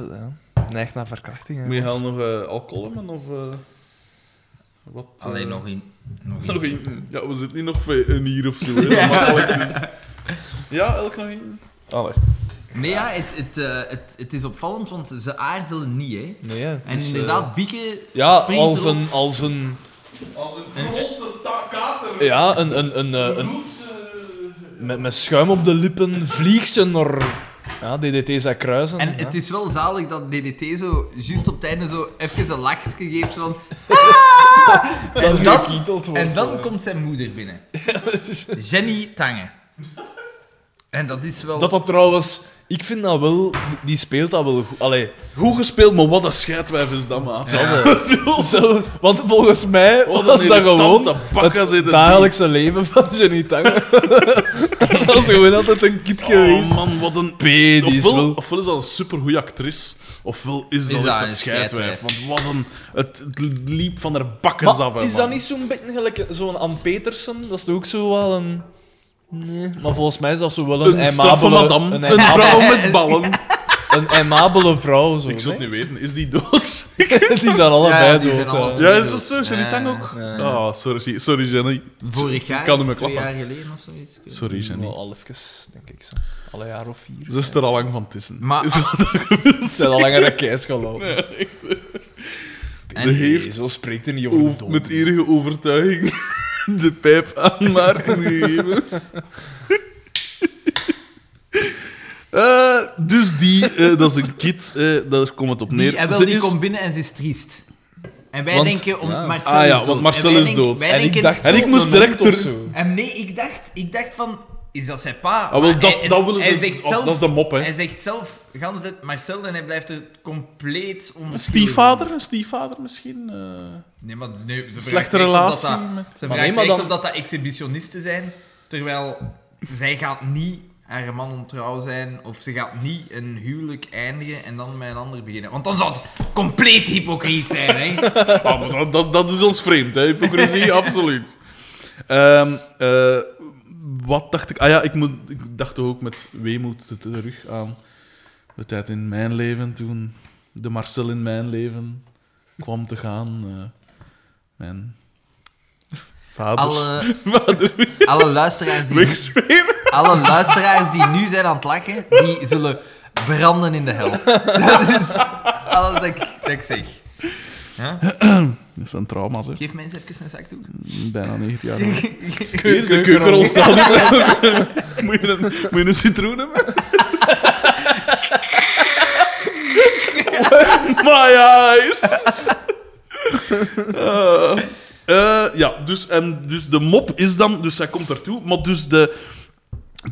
ja, neigt naar verkrachting. hè. Moet je gaan nog eh, alcohol hebben, of... eh, wat? eh, Alleen [LAUGHS] nog in. Nog nog in. één. Ja, we zitten niet nog ve- een hier of zo. hè. [LAUGHS] Dat makkelijk is. Ja, elk nog één. Allee. Nee, ja, het, het, eh, het, het is opvallend, want ze aarzelen niet, hè. Nee, hè, het En is, eh, inderdaad, Bieke ja, springt als erop. een, als een, Als een grootste kater. ja, een, een, een, eh, een met, met schuim op de lippen vliegt ze naar ja, DDT zijn kruisen. En het is wel zalig dat DDT zo, juist op het einde zo even een lachje geeft van... ja. en Dat dan- gekieteld wordt, En dan [LAUGHS] eh. komt zijn moeder binnen. Jenny Tange. En dat is wel... Dat dat trouwens... Ik vind dat wel... Die speelt dat wel goed. Allee, Goed gespeeld, maar wat een scheidwijf is dat, maat. [LAUGHS] zo, want volgens mij Wat was een dat gewoon irritante bakker het zit het dagelijkse leven van Jenny Tang. [LAUGHS] dat is gewoon altijd een kid geweest. Oh man, wat een... P, die is Ofwel, wel... ofwel is dat een supergoeie actrice, ofwel is dat dat echt een een scheidwijf. scheidwijf. Want wat een... Het, het liep van haar bakkers af, Maar hè, is dat man. niet zo'n beetje gelijk zo'n Ann Petersen? Dat is toch ook zo wel een... Nee, maar volgens mij is dat zo wel een, Een straffe aimabele... madame, een, aimabele- vrouw met ballen. een aimabele vrouw, zo. Ik zou het nee? niet weten, is die dood? [LAUGHS] die zijn allebei Ja, die zijn dood. alle hè. dood. Ja, is dat zo? Jenny Ja, Tang ook? ja, ja. Ah, sorry, sorry, Jenny. Vorig jaar, kan hem wel twee klappen. jaar geleden of zoiets. Sorry, Jenny. Wel al even, denk ik zo. Alle jaar of vier. Ze is er al lang van tissen. Maar- Is wat er [LAUGHS] Ze zijn al langer een keis gelopen. Ze heeft zo spreekt hij niet over de o- dood. met enige overtuiging [LAUGHS] de pijp aan Maarten gegeven. [LAUGHS] Eh, dus die, eh, dat is een kid, eh, daar komt het op neer. Die, en wel, Ze die is- komt binnen en ze is triest. En wij Want- denken, om, ja. Marcel Ah ja, is dood. want Marcel En wij is denken- dood. wij En ik denken- dacht En ik zo, moest een direct hond of er- [LAUGHS] zo. En nee, ik dacht, ik dacht van, is dat zijn pa? Ah, wel, Maar dat- hij- dat willen ze- hij zegt oh, zelf, dat is de mop, hè. Hij zegt zelf, gans het Marcel, en hij blijft er compleet Een onverschillig stiefvader, een stiefvader misschien? eh. over. Nee, maar nee, ze vraagt Slechte direct of relatie Dat dat, met- ze Maar vraagt nee, maar direct dan- of dat dat exhibitionisten zijn, terwijl zij gaat niet haar man ontrouw zijn, of ze gaat niet een huwelijk eindigen en dan met een ander beginnen. Want dan zou het compleet hypocriet zijn, hè. Ah, maar dat, dat, dat is ons vreemd, hè? hypocrisie, absoluut. Ehm, eh, wat dacht ik? Ah ja, ik, moet, ik dacht toch ook met weemoed te- terug aan de tijd in mijn leven, toen de Marcel in mijn leven kwam te gaan. eh, mijn vader. [LAUGHS] Alle, Vader alle luisteraars die wegspelen. Alle luisteraars die nu zijn aan het lachen, die zullen branden in de hel. [LAUGHS] Dat is alles dat ik, dat ik zeg. Dat zijn trauma's, hè? Geef mensen even een zakdoek. Bijna 19 jaar. oud. Hier, de keukenrol staat. moet, je een, moet je een citroen hebben? [LAUGHS] My eyes! Eh, eh, ja, dus, en dus de mop is dan... Dus zij komt ertoe, maar dus de...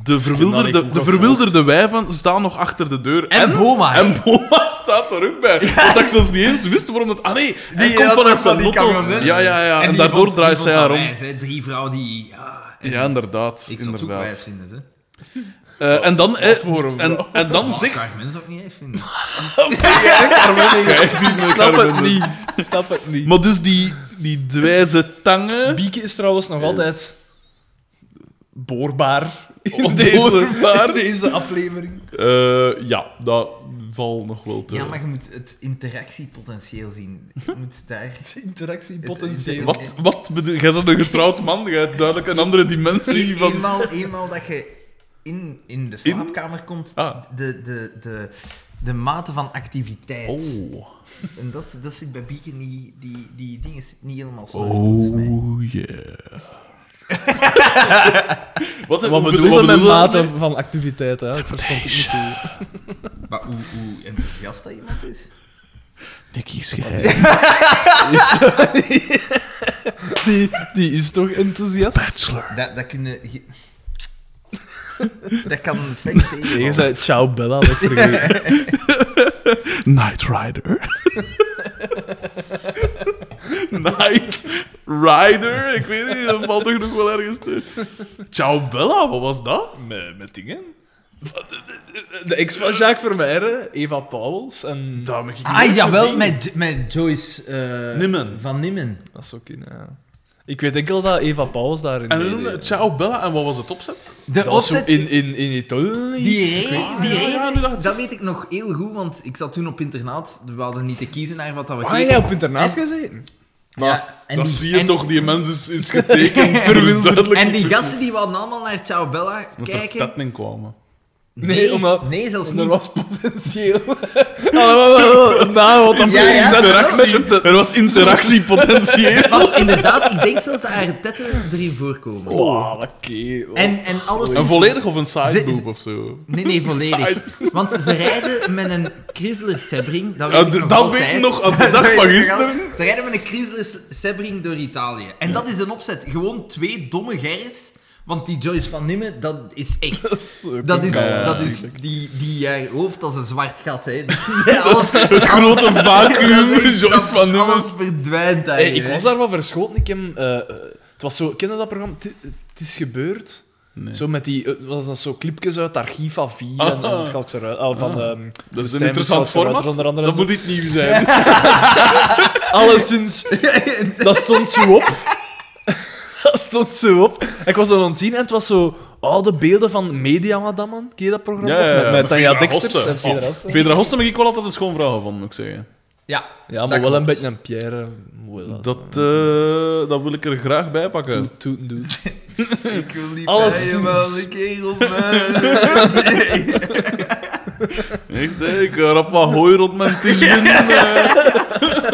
De niet verwilderde, goed de verwilderde wijven staan nog achter de deur. En Boma, hè? En Boma [LAUGHS] staat er ook bij. Want ik zelfs niet eens wist waarom dat... Ah nee, hij Die komt had vanuit dat van zijn die motto. camionet. Ja, ja, ja. En, daardoor draait zij haar om. Hè? Drie vrouwen die... Ja, en Ja, inderdaad. ik zou het ook wijs inderdaad. vinden. Ze. Eh, en dan, eh, en, en dan Maar Ik zegt... zou het Oh, mensen ook niet erg [LAUGHS] vinden. Ik snap het niet. Ik snap het niet. Maar dus die, die dwijze tangen... Bieke is trouwens nog altijd [LAUGHS] boorbaar in Boorbaar. [LAUGHS] deze, in deze aflevering. Eh, ja, dat valt nog wel te... Ja, maar je moet het interactiepotentieel zien. Je moet daar... Het interactiepotentieel. Het- Wat, wat bedoel Jij bent een getrouwd man, jij hebt duidelijk een andere dimensie van... Eenmaal, eenmaal dat je in, in de slaapkamer komt, Ah. de, de, de, de mate van activiteit... Oh, En dat, dat zit bij Beacon, die, die, die dingen zit niet helemaal zo. volgens mij. oh [LAUGHS] yeah. wat, bedoel- Wat bedoelen wat met bedoelen- mate van activiteit? Hè? Ik verstond het niet goed. Maar hoe, hoe enthousiast dat iemand is. Nicky is [LAUGHS] geheim. Die, die is toch enthousiast? Bachelor. Dat, dat kunnen... ge- [LAUGHS] dat kan perfect tegen. Je zei ciao Bella, dat vergeet Night Rider. [LAUGHS] Night Rider? Ik weet niet, dat valt toch nog wel ergens tussen. Ciao Bella, wat was dat? met, met dingen? De ex van Jacques Vermeijden, Eva Pauwels en... Daar heb ik niet Ah, jawel, gezien. met, met Joyce... eh, Nimmen. Van Nimmen. Dat is ook in, ja. Ik weet enkel dat Eva Pauwels daarin En meedeed. toen, Ciao Bella, en wat was het opzet? De Dat was zo opzet... in, in, in Italië. Die reden, niet. die Ah, ja, ja, nu reden dat dat, het weet ik nog heel goed, want ik zat toen op internaat. We hadden niet te kiezen naar wat dat we Ah, keken. jij op internaat gezeten? Ja, en Dan die- zie je en- toch, die mens is, is [LAUGHS] getekend. verwilderd. duidelijk. En die gasten die wilden allemaal naar Ciao Bella Moet er kijken. petten in kwamen. [LAUGHS] Nee, omdat... Nee, zelfs Er niet. was potentieel. nou, wat een Ja, ja. ja, Interactie, er was [LAUGHS] interactiepotentieel. Want Oh, inderdaad, ik denk zelfs dat haar tetten erin voorkomen. Wow, oké. En, en alles... Oh. Een volledig of een sideboob Ze- of zo. Nee, nee, volledig. Want ze rijden met een Chrysler Sebring. Dat Ja, weet ik Eh, d- nog dat altijd. weet ik nog als de dag weet van [LAUGHS] ik nog gisteren. altijd. Ze rijden met een Chrysler Sebring door Italië. En dat is een opzet. Gewoon twee domme gerris Want die Joyce van Nimmen, dat is [LAUGHS] echt... Dat is, ook Dat is, een- Ja, dat is die, die haar hoofd als een zwart gat. Hè. [LAUGHS] Ja, alles, Het grote [LAUGHS] vacuüm, dat is- Joyce van Nummers. alles verdwijnt Hey, eigenlijk. ik was daarvan verschoten. Ik heb, eh, eh, het was zo, ken je dat programma? Het i- Het is gebeurd. Nee. Zo met die, eh, was dat zo clipjes uit het archief van V en, en Ah. Schalkse Ru- ah, van, Ah. ehm, Dat is een Stijn interessant Schalkse Ruiter format. onder andere en Dat zo. moet niet nieuw zijn. Alleszins, dat stond zo op. [LAUGHS] Dat stond zo op. Ik was dat aan het zien en het was zo oude beelden van Media Madammen. Ken je dat programma? Ja, ja, ja. Met, met Tanja Fedra Deksters Hoste. en Fedra Oh, Hoste. Fedra Hosten mag ik wel altijd een schoonvrouw van, moet ik zeggen. Ja, Ja, maar Dat wel een klopt. beetje een Pierre. Moeilijk. Dat, eh, dat wil ik er graag bij pakken. Toet- toeten [LAUGHS] doet. ik wil niet Alleszins. bij je wel een keer op mij. Echt, hè? ik rap wat hooi rond mijn tisch [LAUGHS] binnen. eh.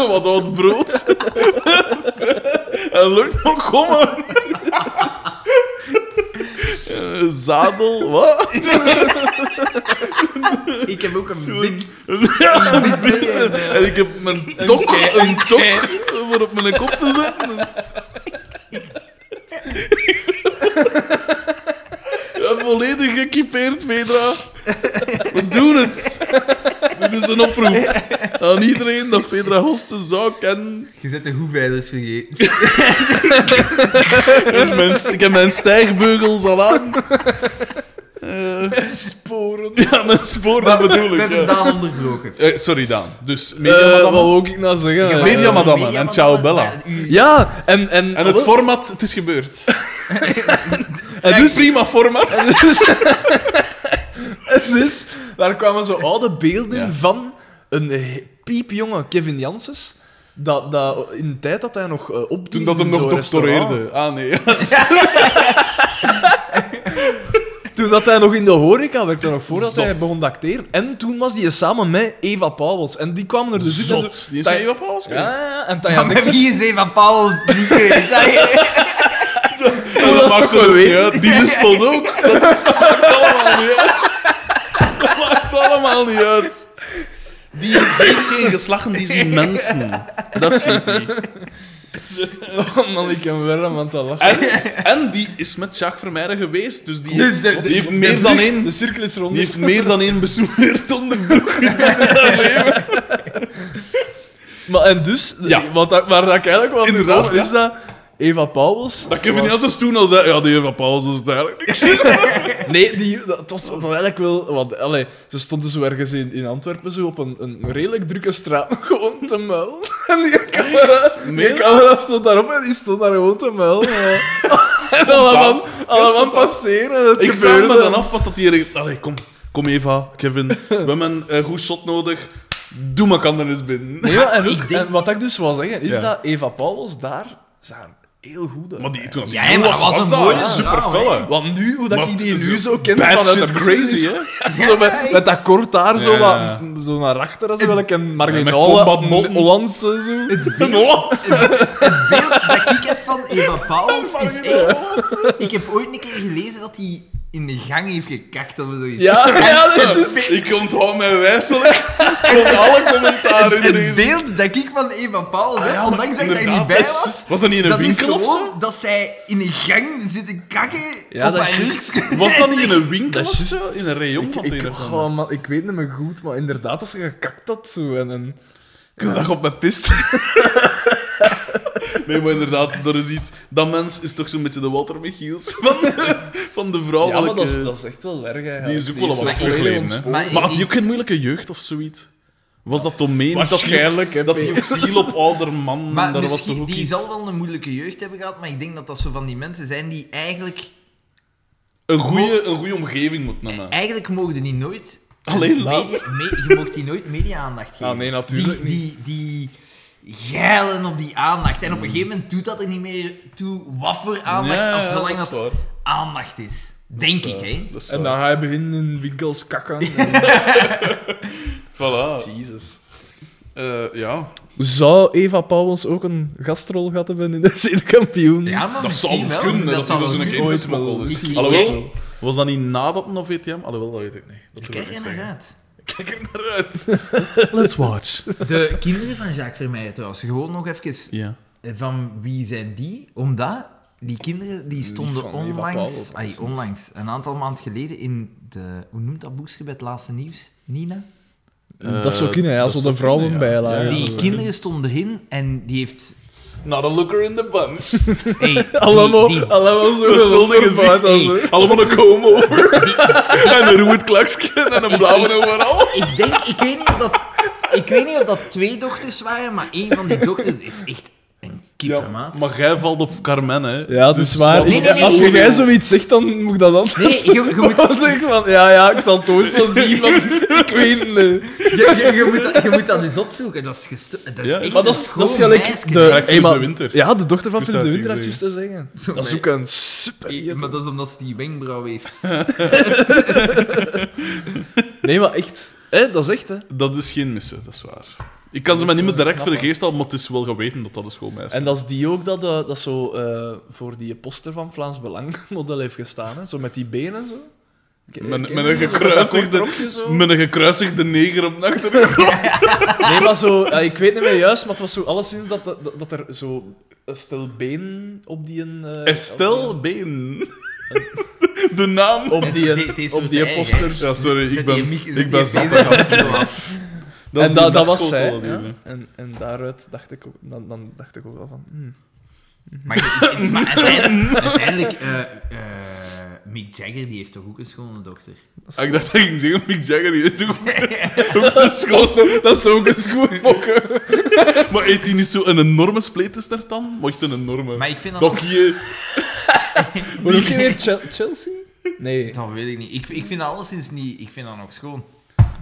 [LAUGHS] wat oud brood. [LAUGHS] en lukt nog komen. [LAUGHS] Eh, Zadel, wat? [LAUGHS] Ik heb ook een bit. [LAUGHS] Ja, Een bit mee, mensen. eh, en ik heb mijn tok, een tok voor op mijn kop te zetten. Ja, volledig gekipeerd, Fedra. We doen het. Dit is een oproep aan iedereen dat Fedra Hosten zou kennen. Je zet de hoeveiders vergeten. Ik heb mijn, ik heb mijn stijgbeugels al aan. Eh, Sporen. ja, mijn spoor, dat bedoel We ik. hebben ja. Daan onderbroken. Eh, sorry, Daan. Dus, media, Eh, wat madame. wou ik nou zeggen? Media Eh, Madammen Media en Ciao Madammen, Bella. daar- u- Ja, en... En, Oh, En het format, het is gebeurd. en Dus dus, prima format. en dus, [LAUGHS] en dus, daar kwamen zo oude beelden Ja. van een he- piepjonge Kevin Janssens. Dat, dat in de tijd dat hij nog eh opdiende Toen dat hem in nog zo'n restaurant. doctoreerde. Ah, nee. [LAUGHS] Toen dat hij nog in de horeca werkte, nog voordat Zot. hij begon te acteren. En toen was hij samen met Eva Pauwels. En die kwamen er dus in. Zot. en de- Die is Tij- met Eva Pauwels Ja, geweest. ja, ja. En Tanja Maar met Dexters- wie is Eva Pauwels niet geweest? Ja, dat is toch het ook wel niet weten? uit. Die speelt ook. Dat is toch allemaal niet uit. Dat maakt allemaal niet uit. Die ziet geen geslachten, die ziet mensen. Dat ziet hij. [LAUGHS] Oh man, ik kan weer aan het lachen. En, en die is met Jacques Vermeijden geweest, dus die, Dus de- de- die heeft meer dan één... De cirkel is rond. Die heeft meer dan één [LAUGHS] besmeurd onderbroek gezien in haar leven. Maar en dus, Ja. wat, dat- waar dat ik eigenlijk wel Inderdaad, Inderdaad, is dat Eva Pauwels... Dat Kevin was- Janssens toen al zei, ja, die Eva Pauwels is het eigenlijk niks. Nee, die, dat was dat was eigenlijk wel... Want, allee, ze stonden zo ergens in, in Antwerpen zo op een, een redelijk drukke straat [LAUGHS] nog gewoon te muilen. En die camera, Nee. die camera stond daarop en die stond daar gewoon te muilen. [LAUGHS] ja. En allemaal, allemaal spontaan. passeren en het Ik vraag gebeurde. me dan af wat dat hier... Allee, kom, kom Eva, Kevin. We hebben een eh, goed shot nodig. Doe maar kan er eens binnen. Nee, maar en, ook- en wat ik dus wil zeggen, is Ja. dat Eva Pauwels daar zijn heel goed uit. Maar die, toen dat die Ja, jong maar was, dat was was een dat mooie een vrouw, super [LAUGHS] felle. Want nu, hoe dat Maar ik die het is nu zo zo ken bad vanuit shit de crazy, crazy, hè? Zo [LAUGHS] met, met dat kort haar zo, Ja. wat, zo naar achteren, zo En- welke een met marginale combat botten. Hollandse zo. Een Holland. Het beeld dat ik heb van Eva Pauwels is echt... Ik heb ooit een keer gelezen dat hij in de gang heeft gekakt of zoiets. Ja, [LAUGHS] ja, dat is [LAUGHS] dus... Ik onthoud mij wijselijk van alle [LAUGHS] Het, commentaren in het deze. Dus beeld dat ik van Eva Pauwels heb, Ah Ja, maar ondanks dat ik daar inderdaad, niet bij dat is was, juist. Was dat niet in een dat is winkel of gewoon zo? dat zij in een gang zitten kakken Ja, op dat haar is rugzak. [LAUGHS] Was dat niet in een winkel Dat of is juist. zo? In een rayon van het Ik, een of ander? oh, man, ik weet niet meer goed, maar inderdaad, als ze gekakt had zo en... en Ik heb dat op mijn pist. [LAUGHS] Nee, maar inderdaad, dat is iets. Dat mens is toch zo'n beetje de Walter Michiels [LAUGHS] van de, van de ja, vrouwelijke. maar dat is, dat is echt wel erg, hè. Oh, Die is ook wel wat zo teruggeleden, volledig hè. ontspoord. Maar, Maar had hij ook geen moeilijke jeugd of zoiets? Was dat domein? Waarschijnlijk, hè, Dat hij ook Peter. viel op ouder man. Maar daar was misschien- toch ook die iets- zal wel een moeilijke jeugd hebben gehad, maar ik denk dat dat zo van die mensen zijn die eigenlijk... Een goede een goeie omgeving moet naar mij. Eigenlijk mogen die nooit... Alleen laat. media, me- je mocht die nooit media-aandacht geven. Ah, nee, natuurlijk Die, die, die geilen op die aandacht. En op een gegeven moment doet dat er niet meer toe wat voor aandacht, Ja, als zolang dat dat, is waar. aandacht is. Denk Dat ik, is, hè. eh, dat is En waar. dan ga je beginnen in winkels kakken. Voilà. Jezus. Eh, ja. Zou Eva Pauwels ook een gastrol gehad hebben in de Zeekampioen? Ja, maar Dat zou misschien wel. kunnen, dat zal is dus wel een nu- keer ooit gesmokkeld wel. is. Ik- ik- Alhoewel, was dat niet nadat een VTM? Alhoewel, dat weet ik niet. Dat durf Kijk ik er niet naar zeggen. uit. Kijk er naar uit. Let's [LAUGHS] watch. De kinderen van Jacques Vermeijden trouwens, gewoon nog even... Ja. Van wie zijn die? Omdat die kinderen die Lief stonden van Eva onlangs, Paul, ai, onlangs, een aantal maanden geleden in de, hoe noemt dat boekje bij het laatste nieuws? Nina? dat zou kunnen, ja, Eh, dat als er zou de vrouwen kunnen, ja. bij lagen. Ja, zo. dat die is- kinderen stonden erin en die [LAUGHS] heeft... Not a looker in the bunch. Hey, die- Allemaal, die- allemaal zo Gezonde gezond eruit als- gezicht. Allemaal een comb-over. en een rood klaksken en een blauwe overal. Ik denk, ik weet niet of dat, ik weet niet of dat twee dochters waren, maar één van die dochters is echt een kippenmaat. maar jij valt op Carmen, hè. Ja, dat is waar. wat- Nee, nee, nee, Dus als nee, jij nee. zoiets zegt, dan moet ik dat anders. Nee, je, je moet, [LAUGHS] Dan zeg ik van, ja, ja, ik zal het ooit wel zien, want [LAUGHS] ik weet het niet. je, je, je moet, dat- je moet dat eens opzoeken. Dat is, gesto- dat is Ja, maar echt Maar een dat is, dat is schoon gelijk meisje, de, hè. Gelijk Philip maar- de Winter. Ja, de dochter van Moest Philip de dat Winter had tegen juist te zeggen. Dat is nee. ook een super... Ja, Maar dat is omdat ze die wenkbrauw [LAUGHS] heeft. Nee, maar echt. Hè, dat is echt, hè. Dat is geen missen, dat is waar. Ik kan ze me niet meer direct voor de geest halen, maar het is wel geweten dat dat een schoolmeisje En dat is die ook dat, eh, dat zo eh, voor die poster van Vlaams Belang model heeft gestaan, hè. Zo met die benen en zo. Ken- is. Met, ken met je een dat? Zo dat kort gekruisigde... rokje zo. Met een gekruisigde neger op de achtergrond. Nee, maar zo, ja, ik weet niet meer juist, maar het was zo alleszins dat, dat, dat er zo een stel benen op die een. eh, Estelle Been. De naam. Op die, Het- het op is die, zo op die erg, poster. Ja, sorry, ik Zet die ben, mic- zet ik die ben zat. deze te gast. gasten af. Dat is en die dat dat was dagschool zij. van die ja. jongen. En, en daaruit dacht ik ook, dan, dan dacht ik ook wel van. hmm. Maar, ik- ik- maar uiteindelijk, uiteindelijk, eh, eh, Mick Jagger die heeft toch ook een schone dochter? Ah, Ik dacht dat ik ging zeggen, Mick Jagger, die heeft ook ook een school. Dat is ook een schoenmokken. Maar heeft die niet zo een enorme spleet is er dan? Mocht een enorme. Maar ik vind dat... Dokje. Hoe noemt die weer? Chel- Chelsea? Nee. Dat weet ik niet. Ik, ik vind dat alleszins niet... Ik vind dat nog schoon.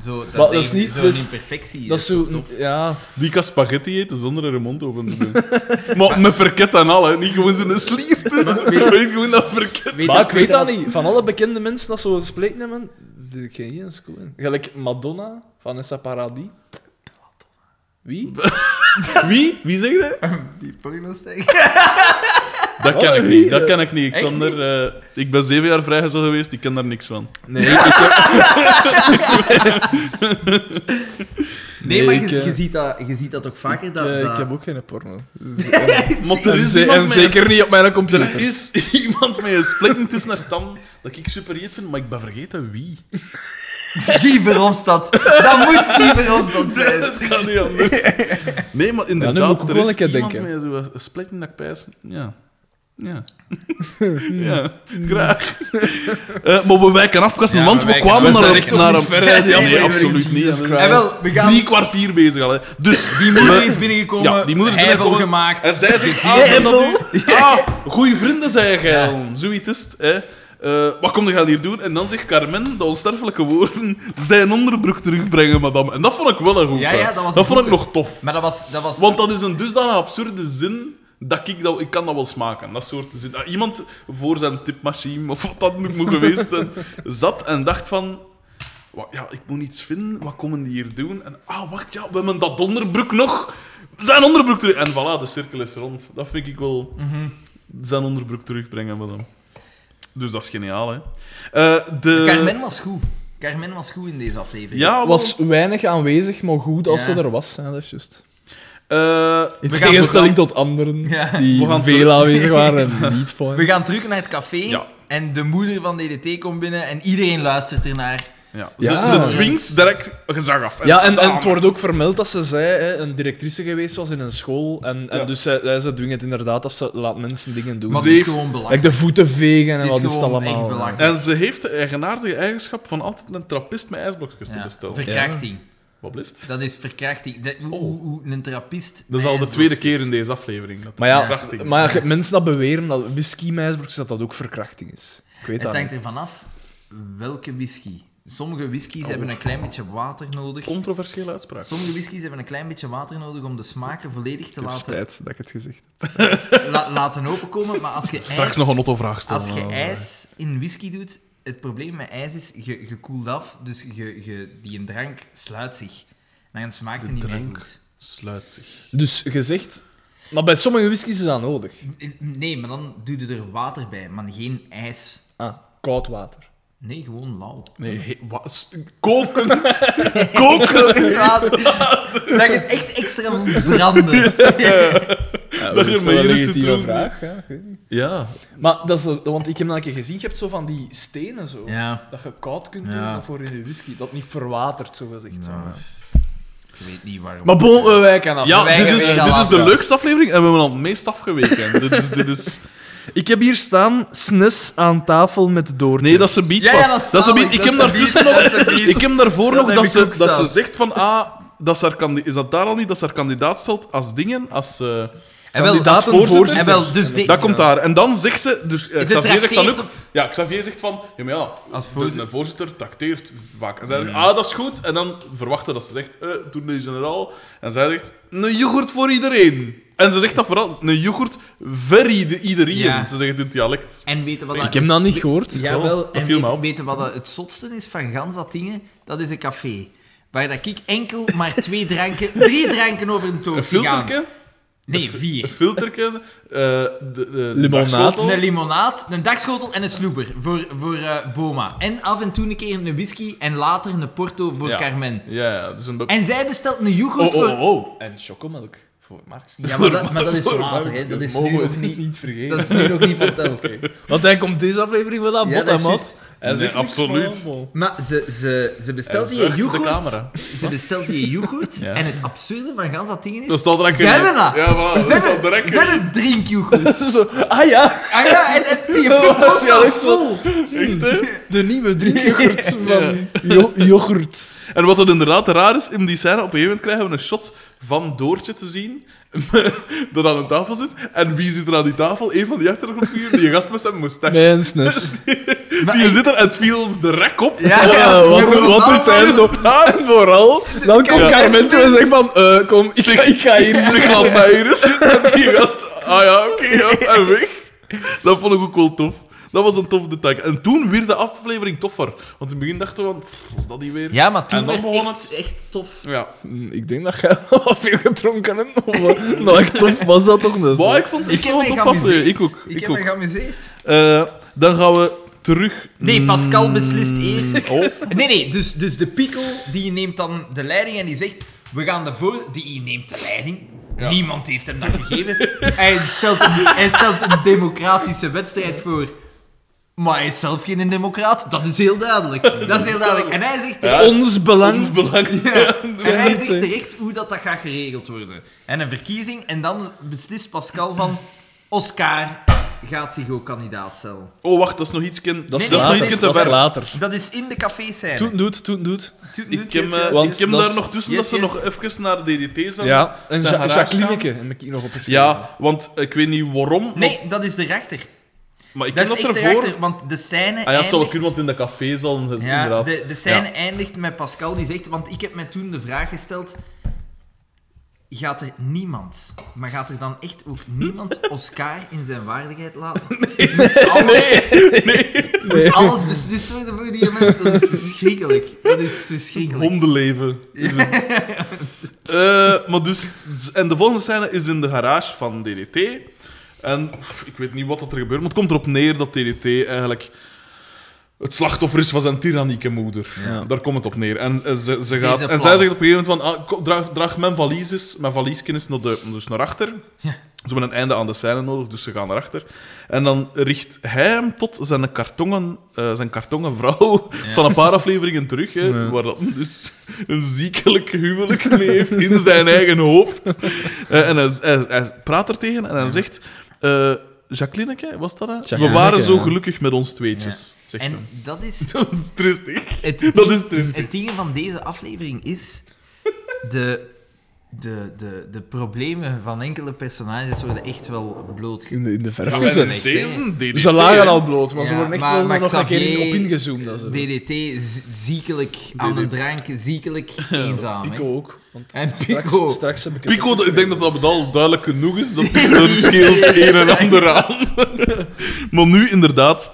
Zo, dat, Maar dat is even- niet- Zo'n dus- imperfectie. Dat is zo. Ja. Die kan spaghetti eten zonder een mond open te doen. [LAUGHS] maar met verket en al, hè. Niet gewoon zo'n slier tussen. Weet gewoon dat verket. Weet Maar dat- ik weet dat niet. Van alle bekende mensen dat zo'n spleet nemen, doe ik geen school in. Gelijk Madonna, Vanessa Paradis. Wie? Wie? Wie zegt dat? [LAUGHS] Die Dat ken Oh, ik wie? niet. Dat ken ik niet. Echt Xander, eh, ik ben zeven jaar vrijgezel geweest, ik ken daar niks van. Nee, ik heb... Nee, maar ik, je, eh, je ziet dat, je ziet dat toch vaker? dat, eh, dat- ik [LAUGHS] heb ook geen porno. Maar er en is ze- iemand en met zeker een- niet op mijn computer. Er is [LAUGHS] iemand met een splitting tussen haar tanden dat ik super heet vind, maar ik ben vergeten wie. Guy Verhofstadt. Dat moet Guy [LAUGHS] Verhofstadt [LAUGHS] zijn. Dat kan niet anders. Nee, maar Ja, nu moet inderdaad, ik ook er wel is een keer iemand denken. met zo'n splitting dat ik pijs... Ja. [LAUGHS] Ja. ja, graag. [LAUGHS] Eh, maar we wijken af, gasten, Ja, want we we wijken kwamen af. We naar, zijn een- echt nog naar niet een... ver, hè, die nee, aflevering. absoluut niet. Jesus hè. Christ. En Eh, wel, we gaan... Drie kwartier bezig al, hè. Dus... Die moeder is binnengekomen. Ja, die moeder is hij heeft binnengekomen. al gemaakt. En zij zegt, Gezien. ah, zijn dat nu? Ah, goeie vrienden, zei jij. Zoiets is het, hè. Eh, wat kom je hier doen? En dan zegt Carmen de onsterfelijke woorden: zijn onderbroek terugbrengen, madame. En dat vond ik wel een goed. Ja, ja, dat was een vond ik goeie. nog tof. Maar dat was... Dat was Want dat is een dusdanig absurde zin dat ik dat ik kan dat wel smaken. Dat soort zin. Dat iemand voor zijn tipmachine of wat dat nu moet geweest zijn zat en dacht van "Wa- ja, ik moet iets vinden. Wat komen die hier doen? En ah, wacht, ja, we hebben dat onderbroek nog. Zijn onderbroek terug. En voilà, de cirkel is rond. Dat vind ik wel. Zijn onderbroek terugbrengen van hem. Dus dat is geniaal, hè? Eh, de... Carmen was goed. Carmen was goed in deze aflevering. Ja, was weinig aanwezig, maar goed als Ja. ze er was. Ja, dat is juist. eh, In We gaan- tegenstelling tot anderen Ja. die We gaan veel terug. aanwezig waren en niet van. We gaan terug naar het café. Ja. En de moeder van DDT komt binnen en iedereen luistert ernaar. ja. Ja. Ze, ze dwingt direct gezag af. Ja, en, en Ah, het wordt ook vermeld dat ze zei, hè, een directrice geweest was in een school. En, en Ja. dus zij, zij- ze dwingen het inderdaad af, ze laat mensen dingen doen. Maar Ze het is heeft- dus gewoon Like belangrijk. de voeten vegen en Het wat is is het gewoon echt allemaal. belangrijk. En ze heeft de eigenaardige eigenschap van altijd een trappist met ijsblokjes te Ja. bestellen. Verkrachting. Wat blijft? Dat is verkrachting. Dat, hoe, hoe- hoe een therapist... Oh. Dat is al de tweede keer in deze aflevering. Dat Maar ja, verkrachting. maar ja, je- mensen dat beweren dat whisky meisbroeks dat dat ook verkrachting is. Ik weet Het dat hangt niet. ervan af welke whisky. Sommige Oh. whiskies hebben een klein beetje water nodig. Controversiële uitspraak. Sommige whiskies hebben een klein beetje water nodig om de smaken volledig te Ik heb laten, spijt dat ik het gezegd heb. la- laten openkomen. Maar als je [LAUGHS] Straks ijs, nog een Otto-vraag stellen. eh, als je ijs in whisky doet, het probleem met ijs is, je, je koelt af, dus je, je, die een drank sluit zich. En dan smaakt het niet drank. meer goed. Sluit zich. Dus gezegd, maar bij sommige whiskies is dat nodig. Nee, maar dan doe je er water bij, maar geen ijs. Ah, koud water. Nee, [LAUGHS] gewoon lauw. Nee, he- wat? St- [LAUGHS] Kokend! Kokend! Water. Dat je het echt extra moet branden. [LAUGHS] Ja, Dat is er wel maar een hier is legitieme het vraag. vraag. Ja, ik weet niet. Ja, Maar dat is, want ik heb dat een keer gezien, je hebt zo van die stenen zo. Ja. Dat je koud kunt doen Ja. voor in je whisky. Dat niet verwatert, zo gezegd. zo. Ik weet niet waarom. Maar eh, bon, we wijken af. ja wij dit, is, weten dit al is af, de ja. leukste aflevering en we hebben al het meest afgeweken. dit is, dit [LAUGHS] is... Ik heb hier staan SNES aan tafel met Doortje. Nee, dat is een beat Ja, pas. ja, dat dat is is een beat. zalig, Ik dat heb is een daartussen beat, nog... dat is een beat. Ik heb daarvoor nog Dat heb dat ik ze, ook dat ze staan. zegt van... Ah, dat ze haar kandi- is dat daar al niet? Dat ze haar kandidaat stelt als dingen, als... eh, En wel, kandidaat als voorzitter. en wel, dus dit- Dat komt daar. En dan zegt ze... Dus, eh, het Xavier zegt dan ook... trakteert Ja, Xavier zegt van... Ja, maar ja, Als de- voorzitter. Hmm. de voorzitter trakteert vaak. En zij zegt... Ah, dat is goed. En dan verwachten dat ze zegt... Eh, toen de generaal... En zij zegt... Een yoghurt voor iedereen. En ze zegt dat vooral... Een yoghurt ver ieder- iedereen. Ja. Ze zegt in het dialect. En weten wat dat Ik heb dat niet gehoord. wel, Ja, wel. dat En viel me weet, op. weten wat dat het zotste is van gans dat dingen? Dat is een café. Waar dat ik enkel maar twee [LAUGHS] dranken, drie dranken over een Een toog zie gaan. filterke... Nee, Een vier. filterken, eh, de, de Limonaat. dagschotel. Een limonaad, een dakschotel en een sloeber voor, voor eh, Boma. En af en toe een keer een whisky en later een porto voor Ja. Carmen. Ja, ja, dus een be- En zij bestelt een yoghurt Oh, voor... oh, oh. En chocomelk voor Marx. Ja, [LAUGHS] maar dat, maar dat is later, hè. Dat is nu nog niet, niet... niet vergeten. Dat is nu nog [LAUGHS] niet verteld. Want hij komt deze aflevering wel aan Ja, bod dat aan is mat. juist. Hij Nee, zegt niks, absoluut. maar [LAUGHS] bon. Maar ze, ze, ze Hij bestelt die zuigt Eh, de yoghurt. camera. Ze bestelt die yoghurt. Ja. En het absurde van gans dat ding is... Dat staat er eigenlijk Zijn we in. dat? Ja, voilà, dat Zet staat er het, eigenlijk zet in. het drinkyoghurt. Zo, ah ja, Ah ja, en, [LAUGHS] en je Zo, [LAUGHS] pint was ja, al echt zo. vol. de nieuwe [LAUGHS] drinkyoghurt van jo- yoghurt. En wat het inderdaad raar is, in die scène, op een gegeven moment krijgen we een shot van Doortje te zien, [LAUGHS] dat aan een tafel zit. En wie zit er aan die tafel? Een van die achtergrondfiguren, die gast met zijn moustache. Mijn SNES. Maar Die ik- zit er en het viel ons de rek op. [LAUGHS] Ja, Ja, je Eh, wat moet wat wel doet hij vallen. nog aan vooral? Dan komt Ja. Carmen toe en zegt van, eh, kom, ik, ga- ik ga hier Ze gaat bij hier zitten en die gast... Ah ja, oké, [LAUGHS] ja, en weg. Dat vond ik ook wel tof. Dat was een tof detail. En toen weer de aflevering toffer. Want in het begin dachten we, van, "Pff, was dat die weer? Ja, maar En toen dan werd begon echt, het. echt tof. Ja. Mm, Ik denk dat jij [LAUGHS] al veel gedronken hebt. of wat? Nou, echt tof was dat toch dus. net. Maar ik vond het Ik echt heb wel mij een tof geamuseerd. aflevering. Ik ook. Ik, Ik heb ook. me geamuseerd. Eh, dan gaan we terug... Nee, Pascal Mm, beslist [LAUGHS] eerst. Oh. Nee, nee, dus, dus de Pico die neemt dan de leiding en die zegt: We gaan de voor. Die E neemt de leiding. Niemand heeft hem dat [LAUGHS] gegeven. hij, stelt een, hij stelt een democratische wedstrijd voor. Maar hij is zelf geen democraat. Dat is heel [LAUGHS] duidelijk. Dat is heel duidelijk. En hij zegt terecht, Ons belang. Ons belang. en hij niet, zegt hè. terecht hoe dat, dat gaat geregeld worden. En een verkiezing. En dan beslist Pascal van: Oscar gaat zich ook kandidaat stellen. Oh, wacht, dat is nog iets ken- dat is, dat nee, is nog dat iets is- te ver. later. Dat is in de café scène. Toen doet, toen doet. Ik heb, eh, Want ik heb dat daar is- nog tussen yes, dat ze yes. nog even naar DDT zijn. Ja, en zijn ja, garage Jacquelineke heb ik hier nog opgeschreven. Ja, want ik weet niet waarom, maar- Nee, dat is de rechter. maar ik dat ken is dat echt de ervoor. rechter, want de scène Ah ja, het zou ook eindigt... iemand in de café zal zijn, ja, inderdaad. de, de scène Ja. eindigt met Pascal die zegt... Want ik heb mij toen de vraag gesteld... Gaat er niemand, maar gaat er dan echt ook [LAUGHS] niemand Oscar in zijn waardigheid laten? Moet alles, Nee. alles beslist worden voor die mensen, dat is verschrikkelijk. Dat is verschrikkelijk. Hondenleven is het. [LAUGHS] Eh, maar dus, en de volgende scène is in de garage van DDT. En oef, ik weet niet wat dat er gebeurt, maar het komt erop neer dat DDT eigenlijk het slachtoffer is van zijn tyrannieke moeder. Daar komt het op neer. En, eh, ze, ze gaat, een en zij plan. zegt op een gegeven moment van, ah, ko- draag, draag mijn valiezes, mijn valieskennis naar, de, dus naar achter. Ze hebben een einde aan de scène nodig, dus ze gaan erachter. En dan richt hij hem tot zijn kartongen, eh, zijn kartongen [LAUGHS] vrouw van een paar afleveringen terug, hè, waar dat dus een ziekelijk huwelijk mee heeft in zijn eigen hoofd. Eh, en hij, hij, hij praat er tegen en hij zegt... eh Jacquelineke, was dat? hè? We Jacquelineke, waren zo ja. gelukkig met ons tweetjes, zegt hij. En dat [LAUGHS] is Dat is tristig. Het, Dat is tristig. Het ding van deze aflevering is... De, de, de, de problemen van enkele personages worden echt wel blootgelegd. In de, in de verf Ja, en gezet. nee. deze DDT, Ze lagen hè. al bloot, maar ze Ja, worden echt maar- wel maar nog een keer in- Xavier- op ingezoomd. Dat ze. DDT, z- ziekelijk aan een drank, [LAUGHS] ziekelijk eenzaam. hè. Pico ook. Want En straks, Pico. straks heb ik het Pico, ook ik denk dat dat al duidelijk genoeg is. Dat [LAUGHS] er scheelt een en ander aan. [LAUGHS] maar nu inderdaad,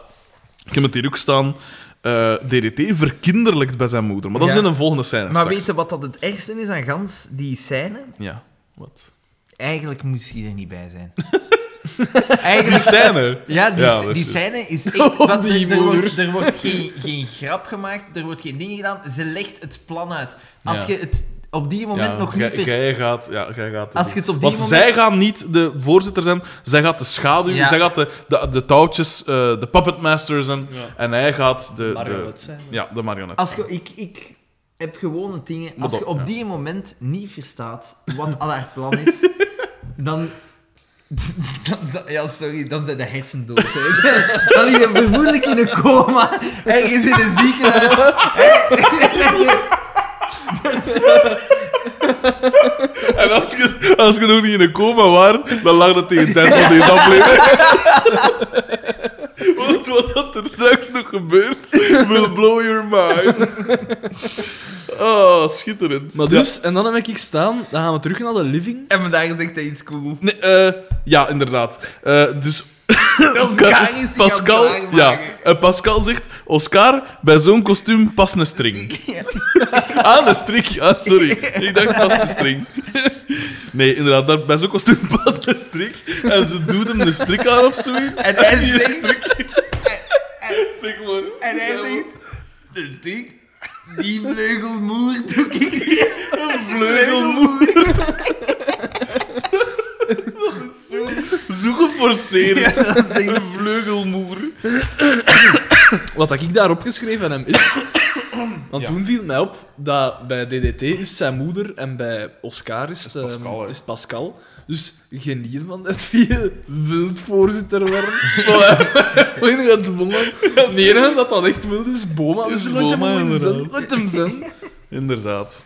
ik heb het hier ook staan. eh, DDT verkinderlijkt bij zijn moeder. Maar dat is Ja. in een volgende scène. Maar straks. weet je wat dat het ergste is aan gans die scène? Ja, wat? Eigenlijk moest hij er niet bij [LAUGHS] zijn. Die Eigenlijk... [LAUGHS] scène. Ja, die, Ja, dat is die juist. scène [LAUGHS] is echt... want Oh, die er, er wordt, moeder. er wordt geen, geen grap gemaakt, er wordt geen ding gedaan. Ze legt het plan uit. Als Ja. je het... op die moment nog niet gij- vers- Jij gaat, ja, jij gaat Als je het op die Want moment- zij gaan niet de voorzitter zijn, zij gaat de schaduw, Ja. zij gaat de, de, de touwtjes, eh, de puppetmaster zijn. Ja. En hij gaat de... Marionet de zijn. ja, de marionet. Als je, ik, ik heb gewone dingen. Als dat- je op ja. die moment niet verstaat [LAUGHS] wat al haar plan is, dan. dan- dan- ja, sorry, dan zijn de hersen dood. hè. [LAUGHS] Dan lig je vermoedelijk in een coma, ergens in een ziekenhuis. [LAUGHS] En als je, als je nog niet in een coma waart, dan lag dat tegen het eind van deze aflevering. [LAUGHS] Want wat dat er straks nog gebeurt, will blow your mind. Oh, schitterend. Maar dus, en dan heb ik staan, dan gaan we terug naar de living. En vandaag dacht ik iets cool. Ja, nee, eh, ja inderdaad. Eh, dus Oscar is zich Pascal, aan het ja, klaarmaken. en Pascal zegt: Oscar, bij zo'n kostuum pas een string. Aan een strik, ah, sorry. Ik dacht pas een string. Nee, inderdaad, daar, bij zo'n kostuum [LAUGHS] past een strik. En ze doet hem een strik aan of zoiets. En [LAUGHS] hij Die zegt. Zeg maar. En hij zegt. Dus die, die vleugelmoer doe ik niet. Een vleugelmoer. Dat is zo, zo geforceerd. Een vleugelmoer. Wat dat ik daar opgeschreven aan hem [COUGHS] is... Want Ja. toen viel het mij op dat bij DDT is het zijn moeder en bij Oscar is het, ehm, Pascal, hè. is het Pascal. Dus geen van dat [LAUGHS] wie wilt voorzitter worden. [LAUGHS] Maar Hoe je [LAUGHS] gedwongen. De enige dat dat echt wil is Boma. Dus Is laat hem Boma, gewoon zijn. inderdaad. Laat hem [LAUGHS] zijn. Inderdaad.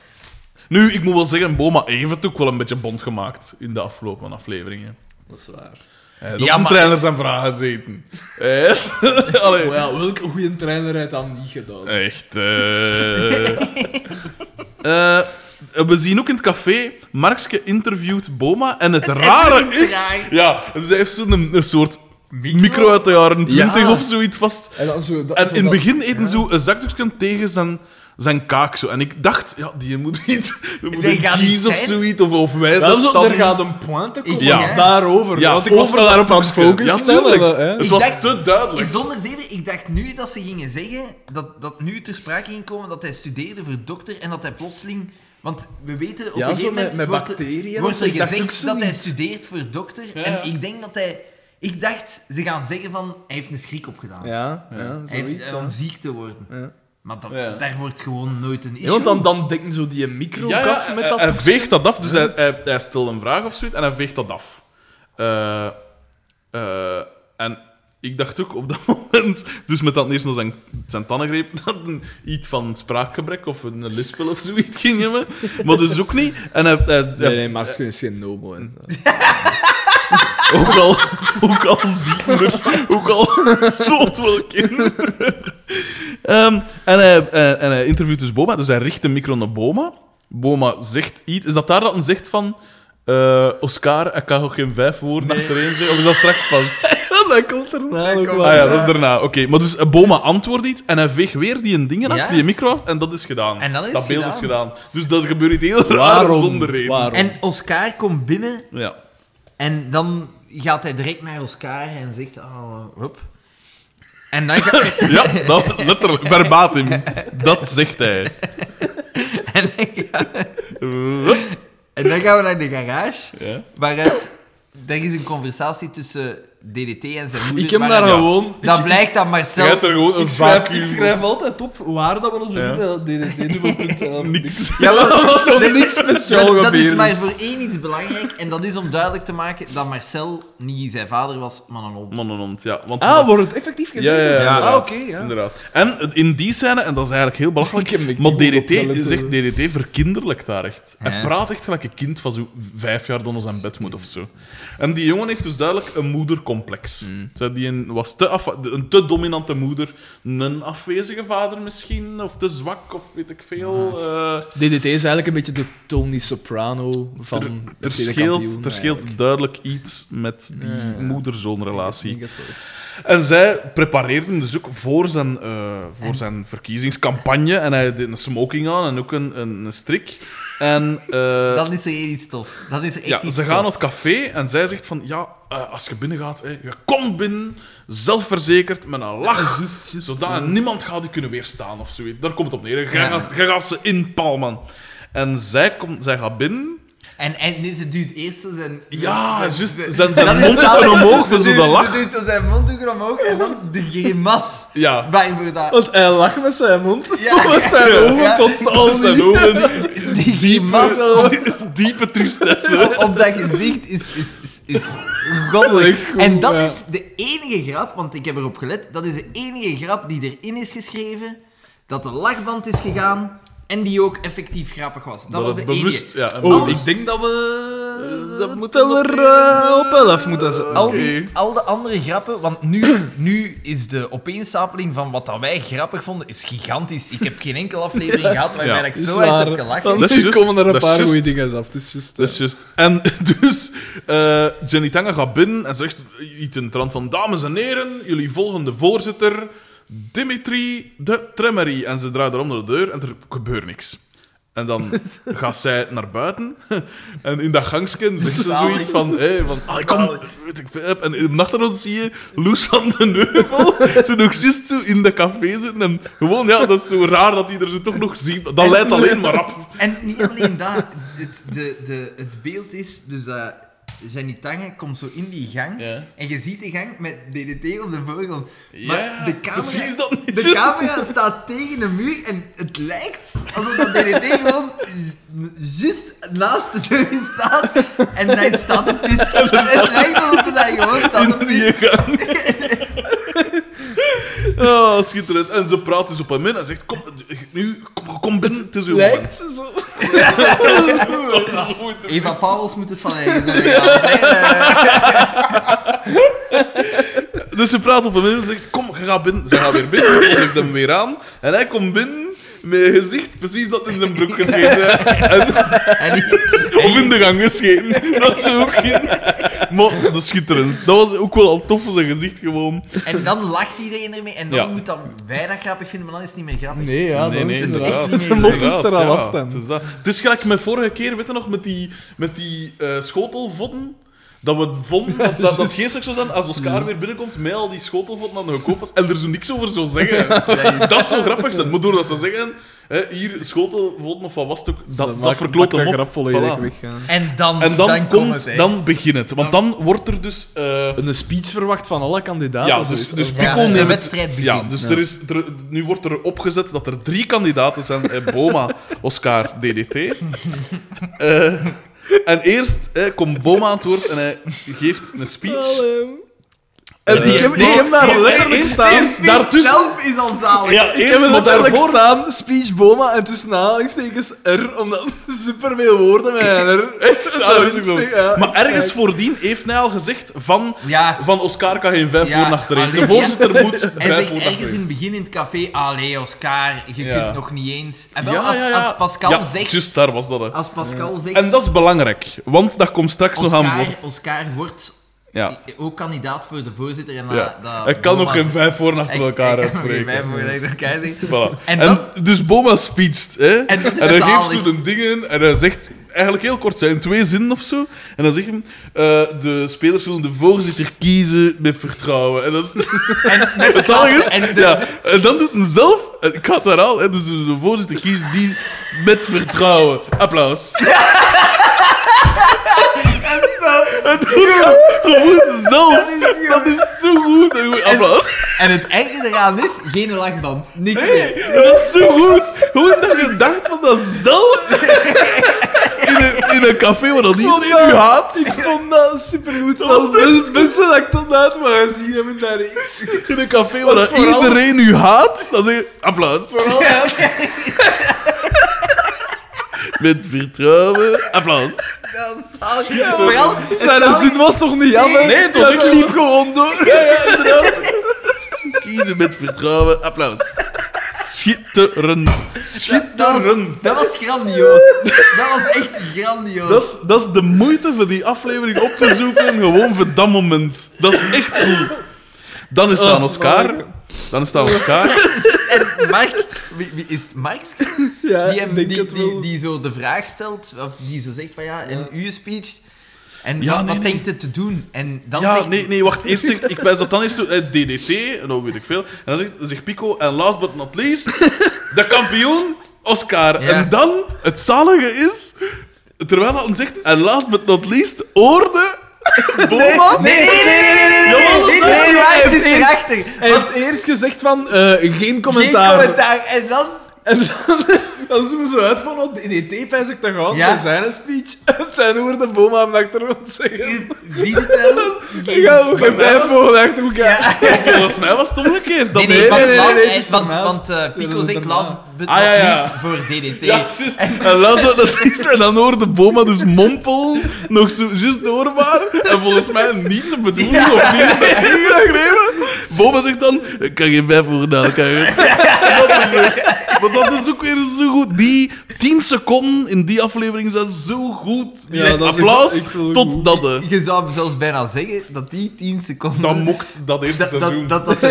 Nu, ik moet wel zeggen, Boma heeft het ook wel een beetje bond gemaakt in de afgelopen afleveringen. Dat is waar. Hij heeft Ja, ook een maar- trainer zijn vragen gezeten. Echt? [LAUGHS] Allee. Maar ja, welke goede trainer heeft dat niet gedaan? Echt. eh. [LAUGHS] Eh, we zien ook in het café, Markske interviewt Boma en het rare is is... raar. Ja, zij heeft zo'n een soort micro uit de jaren 20 Ja. of zoiets vast. En, dan zo, dat, En zo in het dat- begin eten ze een zakdoekje tegen zijn, zijn kaak. Zo. En ik dacht, ja, die moet niet die moet Die een gaat kies niet of zijn. zoiets. Of, of wij Wel zo, er zelfstandig. gaat een pointe komen Ja. daarover. Ja, want ik was over wel dat daarop aan het doekje. focussen. Ja, tuurlijk. maar, hè. Het Ik was dacht- te duidelijk. Zonder zeven, ik dacht nu dat ze gingen zeggen dat, dat nu ter sprake ging komen dat hij studeerde voor dokter en dat hij plotseling. Want we weten op Ja, een zo gegeven met- moment met wordt er- bacteriën wordt en er zo, ik dacht ook gezegd zo dat hij niet. studeert voor dokter. Ja. En ik denk dat hij. Ik dacht, ze gaan zeggen van hij heeft een schrik opgedaan. Ja, ja, hij heeft, zoiets. eh, ja. om ziek te worden. Ja. Maar dat, Ja. daar wordt gewoon nooit een issue. Ja, want dan, dan denken zo die micro Ja, ja, af met hij, dat. hij veegt dat af. Dus hij, hij, hij stelt een vraag of zoiets en hij veegt dat af. Eh, eh, en ik dacht ook op dat [LAUGHS] moment, dus met dat eerst nog zijn, zijn tandengreep, [LAUGHS] dat een, iets van spraakgebrek of een lispel of zoiets ging hebben. Maar dus ook niet. En hij, hij, hij- nee, Marsken is geen nobo. hè. Ook al, ook al zieker, ook al zot wel kinderen. Ehm, en, hij, eh, en hij interviewt dus Boma, dus hij richt de micro naar Boma. Boma zegt iets. Is dat daar dat een zegt van. eh, Oscar, ik kan nog geen vijf woorden achtereen zeggen, of is dat straks pas? Ja, dat komt erna ook wel. Ah ja, dat is daarna. Oké, maar dus eh, Boma antwoordt iets en hij veegt weer die dingen af, Ja. die micro af, en dat is gedaan. En dat is beeld gedaan. is gedaan. Dus dat gebeurt niet heel raar Waarom? zonder reden. Waarom? En Oscar komt binnen Ja. en dan gaat hij direct naar Oscar en zegt: ah, hup. En dan gaat. ja, dat, letterlijk, verbatim. Dat zegt hij. [LAUGHS] en dan gaat- Wup. En dan gaan we naar de garage, Ja. waaruit... Er is een conversatie tussen DDT en zijn moeder. Ik heb waaruit- daar ja. gewoon. Dat blijkt dat Je hebt Marcel... er gewoon een Ik schrijf, vacuüm ik [LAUGHS] schrijf altijd op waar dat we ons bevinden. op. DDT-nummer.nl. Niks. Ja, eh, [LAUGHS] [LAUGHS] dat is niks speciaal dat, dat is gebeurd. maar voor één iets belangrijk, en dat is om duidelijk te maken dat Marcel niet zijn vader was, maar een hond. Mannenhond, ja. Want Ah, wordt het effectief gezegd? ja, ja, ja, Ah, inderdaad. oké. ja. Inderdaad. En in die scène, en dat is eigenlijk heel [LAUGHS] Ik heb belachelijk, me maar niet DDT, opgelet, eh. zegt DDT verkinderlijk daar echt. Hij Ja. praat echt gelijk een kind van zo vijf jaar dat ons aan bed moet of zo. En die jongen heeft dus duidelijk een moedercomplex. Mm. Zij Die een, was te af, een te dominante moeder, een afwezige vader misschien, of te zwak, of weet ik veel. eh, DDT is eigenlijk een beetje de Tony Soprano van er, de er tweede scheelt, kampioen, er scheelt eigenlijk. duidelijk iets met die Ja. moeder-zoon-relatie. Ik denk het wel. En zij prepareerden dus ook voor zijn, eh, voor zijn verkiezingscampagne. En hij deed een smoking aan en ook een, een, een strik. En eh, Dan is er iets tof. Dan is er echt ja, iets ze gaan naar het tof. café en zij zegt van... Ja, eh, als je binnen gaat, hè, je komt binnen, zelfverzekerd, met een lach. zodat niemand gaat die kunnen weerstaan of zoiets. Daar komt het op neer. Jij Ja. gaat, jij gaat ze inpalmen. En zij, komt, zij gaat binnen. En, en dit het duwt eerst zo zijn... Ja, juist. zijn- Zijn, Dat zijn is mond het gaat wel. omhoog voor zo Ze dat doet- lach. Ze doet zo zijn monddoek omhoog en dan de grimas. Ja. Waarvoor dat... Want hij lacht met zijn mond. Ja. [LAUGHS] met zijn Ja. ogen Ja. tot Als als zijn ogen. Die grimas [LAUGHS] op, Diepe, diepe tristesse. op dat gezicht is, is, is, is goddelijk. Echt goed, en dat ja. is de enige grap, want ik heb erop gelet, dat is de enige grap die erin is geschreven, dat de lachband is gegaan en die ook effectief grappig was. Dat, was de het bewust. enige. Ja, en Oh, bewust. ik denk dat we... Eh, dat Dat moet moet teller eh, op 11 moeten ze. Al, Al die, Oké. al de andere grappen, want nu, nu is de opeenstapeling van wat dat wij grappig vonden, is gigantisch. Ik heb geen enkele aflevering gehad waarbij Ja. ik is zo hard heb waar. gelachen. Dat is Nu juist, komen er dat een is paar juist. goede dingen af. Het is juist, eh, Dat is juist. En [LAUGHS] dus, eh, Jenny Tange gaat binnen en zegt iets in de trant van... Dames en heren, jullie volgende voorzitter, Dimitri de Tremery. En ze draait er om naar de deur en er gebeurt niks. En [LAUGHS] dan gaat zij naar buiten. [LAUGHS] En in dat gangsken zegt ze Zalig. zoiets van... Hé, van ah, kom, weet ik veel. En in de achtergrond zie je Loes van de Neuvel. Ze nog juist [LAUGHS] zo in dat café zitten. En gewoon, ja, dat is zo raar dat die er zo toch nog ziet. Dat leidt alleen maar af. En niet alleen dat, het, de, de, het beeld is dus dat Jenny Tange komt zo in die gang Ja. en je ziet de gang met DDT op de voorgrond. Maar Ja, de camera, precies dat niet, de juist. camera staat tegen een muur en het lijkt alsof dat DDT gewoon juist naast de deur staat en hij staat op pis. Het lijkt alsof hij gewoon staat op in pis. die gang. Ah, schitterend. En ze praat dus op hem in en zegt: Kom, nu, kom, kom binnen, het is uw Lijkt ze zo. moment." Dat is goed. Eva Pauwels moet het van eigen zijn. ja. Eh, Dus ze praat op hem in en ze zegt: Kom, je gaat binnen. Ze gaat weer binnen, ze trekt hem weer aan. En hij komt binnen met een gezicht precies dat in zijn broek gescheten heeft. En- En die- Of in de gang gescheten. [LAUGHS] Dat is ook geen. Maar dat is schitterend. Dat was ook wel al tof voor zijn gezicht gewoon. En dan lacht iedereen ermee en dan Ja. moet dat wij dat grappig vinden, maar dan is het niet meer grappig. Nee, ja, nee, dat nee, is inderdaad. inderdaad. De mop is er [LAUGHS] Inderdaad, al ja, af Het dan. is, dat. het is gelijk met vorige keer, weet je nog, met die, met die eh, schotelvotten. Dat we vonden dat, dat, dat het geestelijk zou zijn als Oscar weer binnenkomt met al die schotelvotten aan de gekoop was en er zo niks over zou [LAUGHS] zeggen. Dat zou grappig zijn, maar doordat ze zeggen, hè, hier schotelvotten of wat was het ook, dat, dat, maakt- verkloot hem maakt dat op. grap volledig Voilà. weg. ja. En dan, En dan, komt komt, dan begint het. Want dan wordt er dus... eh, Een speech verwacht van alle kandidaten. ja, dus, zoiets. dus Ja, Pico de neemt... wedstrijd begint. Ja, dus Er is, er, nu wordt er opgezet dat er drie kandidaten zijn. Eh, Boma, [LAUGHS] Oscar, DDT. Eh, en eerst eh, komt Boma aan het woord en hij geeft een speech. Eh, En Ik heb- ik heb daar letterlijk staan. Daartussen... zelf is al zalig. Ja, Ik eerst, heb maar letterlijk daarvoor... staan, speech Boma en tussen aanhalingstekens R, omdat [LAUGHS] superveel woorden met een R. Ja, [LAUGHS] dat is ook zo. Ja, maar ergens kijk. voordien heeft hij al gezegd van... Ja. Van Oscar kan geen vijf Ja, voor achterin. De alleen- voorzitter moet Hij vijf zegt voor ergens in achterin. het begin in het café, allee Oscar, je Ja. kunt nog niet eens... En wel, als, als Pascal Ja, zegt... juist, daar was dat. Hè. Als Pascal zegt... En dat is belangrijk, want dat komt straks nog aan Oscar, bod. Oscar wordt Ja. ook kandidaat voor de voorzitter. En dat- Ja. dat Hij kan nog Boma- geen vijf voor achter Hij- [LAUGHS] elkaar hij kan nog geen vijf uitspreken. voor achter elkaar zeggen. [LAUGHS] Voilà. En En dan- dus Boma speecht, hè? En, dat is hij geeft zalig. zo de dingen en hij zegt eigenlijk heel kort, zijn twee zinnen of zo. En dan zegt hij: eh, De spelers zullen de voorzitter kiezen met vertrouwen. En dan, En [LAUGHS] met het zalige is, en de- ja, en dan doet hij zelf, en ik ga het herhalen, hè, dus de voorzitter kiezen die met vertrouwen. [LAUGHS] Applaus. En doet hij gewoon zelf. Dat is Dat is zo goed. En gewoon applaus. En het einde eraan is, geen lachband. Niks meer. En dat is zo goed. Gewoon dat je denkt van dat zelf. In een, in een café waar dat iedereen u haat. Ik vond dat supergoed. Dat was het beste dat ik tot nu toe maar gezien heb in dat reeks. In een café waar Want dat vooral- iedereen u haat. Dan zeg je applaus. Met vertrouwen. Applaus. Dat is zalig. Vooral, het Zijn zalige- zin was toch niet jammer? Nee, toch Dat niet? liep gewoon door. Ja, ja, inderdaad. Kiezen met vertrouwen. Applaus. Schitterend. Dat was, Schitterend. dat was grandioos. Dat was echt grandioos. Dat is, dat is de moeite voor die aflevering op te zoeken, gewoon voor dat moment. Dat is echt goed. Dan is het aan Oscar. Dan is het aan Oscar. En Mark, wie, wie is het? Marx? Ja, die, hem, ik denk die, het wel. die, die zo de vraag stelt, of die zo zegt van ja, en u speecht. En Ja, wat, nee, wat nee. denkt het te doen? En dan Ja, zegt nee, nee, wacht. Eerst zegt, ik wijs dat dan eerst toe. eh, [LAUGHS] DDT, en dan weet ik veel. En dan zegt, zegt Pico, en last but not least, de kampioen, Oscar. Ja. En dan, het zalige is, terwijl dat zegt, en last but not least, oorde Oh, Boma. Nee, nee, nee, nee, nee, nee, nee, Jawel, nee, nee, dat is waar. nee, maar het Hij is heeft erachter. Hij heeft eerst gezegd van, eh, geen Geen commentaar. commentaar. En dan... En dan, dan [LAUGHS] zoomen ze uit van, oh, in die tape hij zegt dat gaat, Ja. ja. zijn speech. [LAUGHS] En zijn hoorde Boma hem de achtergrond zeggen. Wie het [LAUGHS] wel? Ik ga ook geen Maar dat vijf was- mogen achter elkaar. Volgens mij was het omgekeerd. Dat Nee, hij- nee, want- nee, nee, want- nee, het is want, ernaast. want eh, Ja, Pico dat is zegt ernaast. last but Ah, ja, not ja. least voor DDT. Ja, juist. En las dat dat is, en dan hoorde Boma dus mompel, nog zo juist hoorbaar. En volgens mij niet te bedoelen of niet te ingegrepen. Boma zegt dan, ik kan geen vijf voor na elkaar. Dat is ook- Maar dat is ook weer zo goed. Die 10 seconden in die aflevering zijn zo goed. Die Ja, dat is applaus echt wel tot goed. dat. hè. Je zou hem zelfs bijna zeggen dat die 10 seconden... Dat mokt dat eerste Dus dat, seizoen. dat, dat, [LAUGHS] dat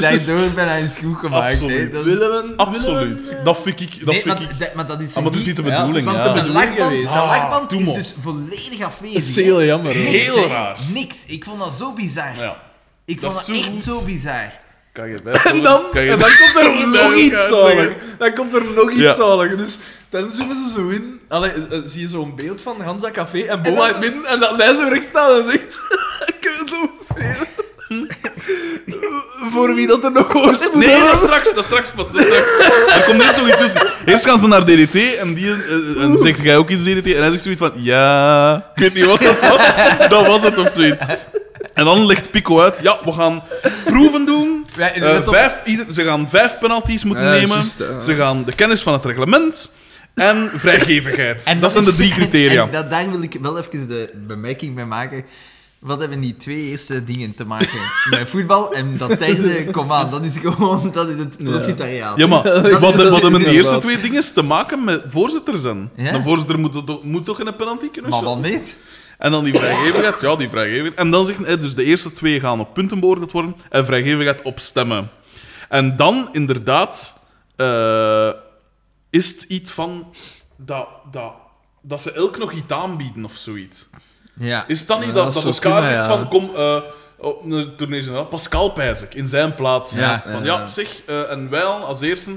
seizoen daardoor bijna is goed gemaakt. Absoluut. Hè. Dat is- Absoluut. Dat vind ik... Dat Nee, vind maar, ik. dat- maar dat is, Ah, maar het is niet de bedoeling. want dat ja. de de bedoeling lakband, de geweest. Ah, lakband doe is maar. dus volledig afwezig. Dat is heel hè. jammer. hoor. Niks, Heel hè. raar. Niks. Ik vond dat zo bizar. Ja. Ik Dat vond dat, is zo echt goed. zo bizar. Kan [LAUGHS] je vijf En dan, kan je en dan komt [LAUGHS] er nog iets elkaar zalig. Dan komt er nog iets Ja. zalig. Dus dan zoomen ze zo in. Allee, eh, eh, zie je zo'n beeld van Hans dat café en Boma in het midden. En dat hij zo rechts staat en zegt... [LAUGHS] Ik wil het nog eens zeggen." [LAUGHS] Voor wie dat er nog hoort. moet Nee, hebben. dat is straks, dat is straks pas. Dat is straks. Er komt eerst nog iets tussen. Eerst gaan ze naar DDT en, die, eh, en zegt jij ook iets DDT? En hij zegt zoiets van, ja, ik weet niet wat dat was. [LAUGHS] Dat was het of zoiets. En dan legt Pico uit, ja, we gaan proeven doen. Ja, en Eh, let op- vijf, ieder- ze gaan vijf penalties moeten Ja, nemen. juist, ja. Ze gaan de kennis van het reglement en vrijgevigheid. [LAUGHS] En dat zijn de drie criteria. En dat, daar wil ik wel even de bemerking bij maken. Wat hebben die twee eerste dingen te [LAUGHS] maken met voetbal? En dat derde, kom aan, dat is gewoon dat is het profitariaat. Ja, maar is- wat, dat is wat hebben die eerste inderdaad. twee dingen te maken met voorzitter zijn? Ja? De voorzitter moet, toch- moet toch een penalty kunnen Maar shotten? wat niet? En dan die vrijgevigheid, ja, die vrijgevigheid. En dan zeggen, eh, dus de eerste twee gaan op punten beoordeeld worden en vrijgevigheid op stemmen. En dan inderdaad eh, is het iets van dat, dat, dat ze elk nog iets aanbieden of zoiets. Ja. Is het dan niet Ja, dat, dat dat zou Oscar kunnen, zegt ja. van, kom, eh op een tournee Pascal Pijzik in zijn plaats. Ja, van, ja, ja, ja. zeg, eh, en wij dan als eerste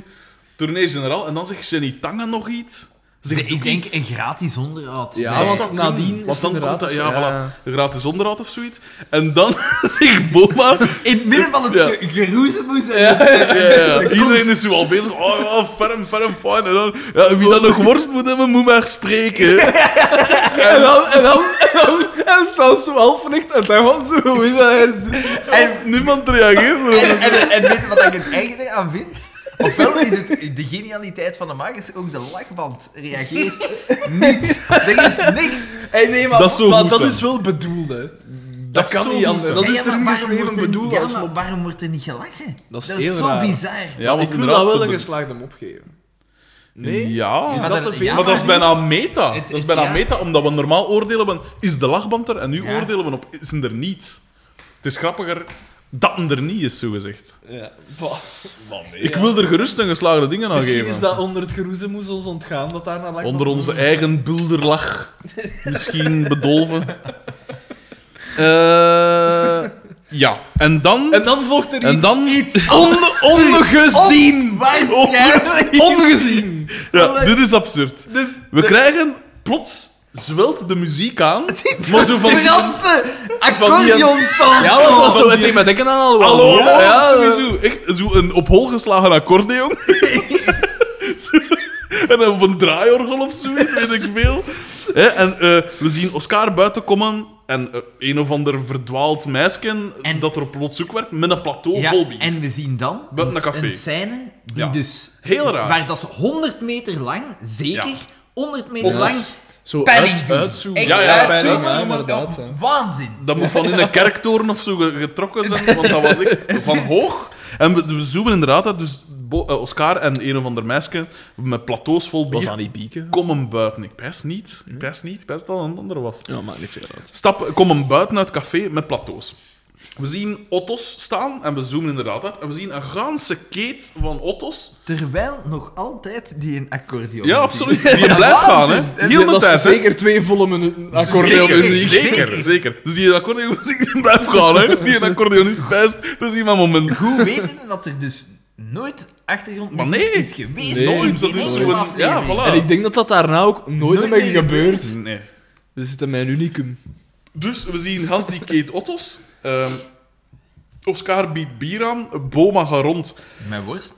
tournee-generaal. En dan zegt Jenny Tangen nog iets. Zeg, Nee, doe ik denk iets. een gratis onderhoud. Ja, Dat Nee. want zou nadien kunnen. is Ah, Want dan het komt dat, ja, gratis, ja. voilà, gratis onderhoud of zoiets. En dan [LAUGHS] zegt [LAUGHS] Boma... In het midden van het Ja. ge- geroezemoes en Ja, ja, Iedereen is zo al bezig. Oh, ja, ferm, ferm, fijn. En dan, ja, wie dat nog worst moet hebben, moet maar [LAUGHS] spreken. En dan, en dan, en dan, en staan ze zo half recht en dan gaan ze gewoon in dat hij zo- En niemand reageert erop. [LAUGHS] En, en, en weet je wat ik het eigen aan vind? Ofwel is het de genialiteit van de makers, ook de lachband reageert niet. Er is niks. Hey, nee, maar Dat zou maar goed dat zijn. is wel bedoeld, hè. Dat, kan zou niet goed anders. zijn. Dat Nee, is maar er waarom niet geschreven wordt er- bedoeld ja, als maar mop. waarom wordt er niet gelachen? Dat is Dat heel is zo raar. bizar. Ja, want Ik wil dat wel ze een be- geslaagde mop geven. Nee? Ja. Is Maar dat dat- te veel? ja, maar dat is maar bijna meta. Het- dat is bijna ja. meta, omdat we normaal oordelen van is de lachband er en nu Ja. oordelen we op is hem er niet. Het is grappiger dat hem er niet is, zogezegd. Ja. Bah. Ik wil er gerust een geslaagde dingen aan Misschien geven. is dat onder het geroezemoes ons ontgaan dat daar naar Onder onze eigen bulderlach. Misschien bedolven. Eh, ja, en dan... En dan volgt er iets. en dan- [LAUGHS] onge- ongezien! Waarschijnlijk. Ongezien! Ja, dit is absurd. Dus We krijgen plots... Zwelt de muziek [LAUGHS] aan, maar zo van... Franse accordeonstand. Ja, want het was Van zo die- het ding met dekken aan al Hallo, Ja, ja, sowieso. Echt zo'n op hol geslagen accordeon. [LAUGHS] Zo. en dan van een draaiorgel of zoiets, weet ik veel. Hè, en eh, we zien Oscar buiten komen en eh, een of ander verdwaald meisje En- dat er plots ook werkt met een plateau Ja, vol bier. en we zien dan dus Buiten een, een café. een scène die Ja. dus... Heel raar. Waar dat ze 100 meter lang, zeker, Ja. 100 meter Op lang, Zo Panic uit, doen. uitzoomen. echt Ja, ja, uitzoomen. pijnlijk, ja, inderdaad, ja. Waanzin. Dat moet van in een kerktoren of zo ge- getrokken zijn, want dat was echt van hoog. En we, we zoomen inderdaad uit, dus Bo- eh, Oscar en een of ander meisje met plateaus vol bier Was dat niet bieken? komen buiten. Ik pijs niet, ik pijs niet, ik pijs dat het een ander was. Ja, maakt niet veel uit. Stap, komen buiten uit het café met plateaus. We zien auto's staan en we zoomen inderdaad uit. En we zien een ganse keet van auto's. Terwijl nog altijd die een accordeon. Ja, absoluut. Die blijft gaan, hè. Heel de dat tijd, is hè. zeker twee volle minuten Zeker, accordeonmuziek. zeker, zeker. Dus die accordeonmuziek die blijft gaan, hè. Die accordeonist pijst. Dat is iemand moment. Goed weten dat er dus nooit achtergrond Maar nee. is geweest. Nee, in dat geen is enkele gewoon- ja, aflevering. voilà. En ik denk dat dat daarna ook nooit, Nooit meer meer gebeurt. Nee. We zitten met een unicum. Dus we zien Hans die Kate Ottos. ehm Oscar biedt bier aan. Boma gaat rond Mijn worst.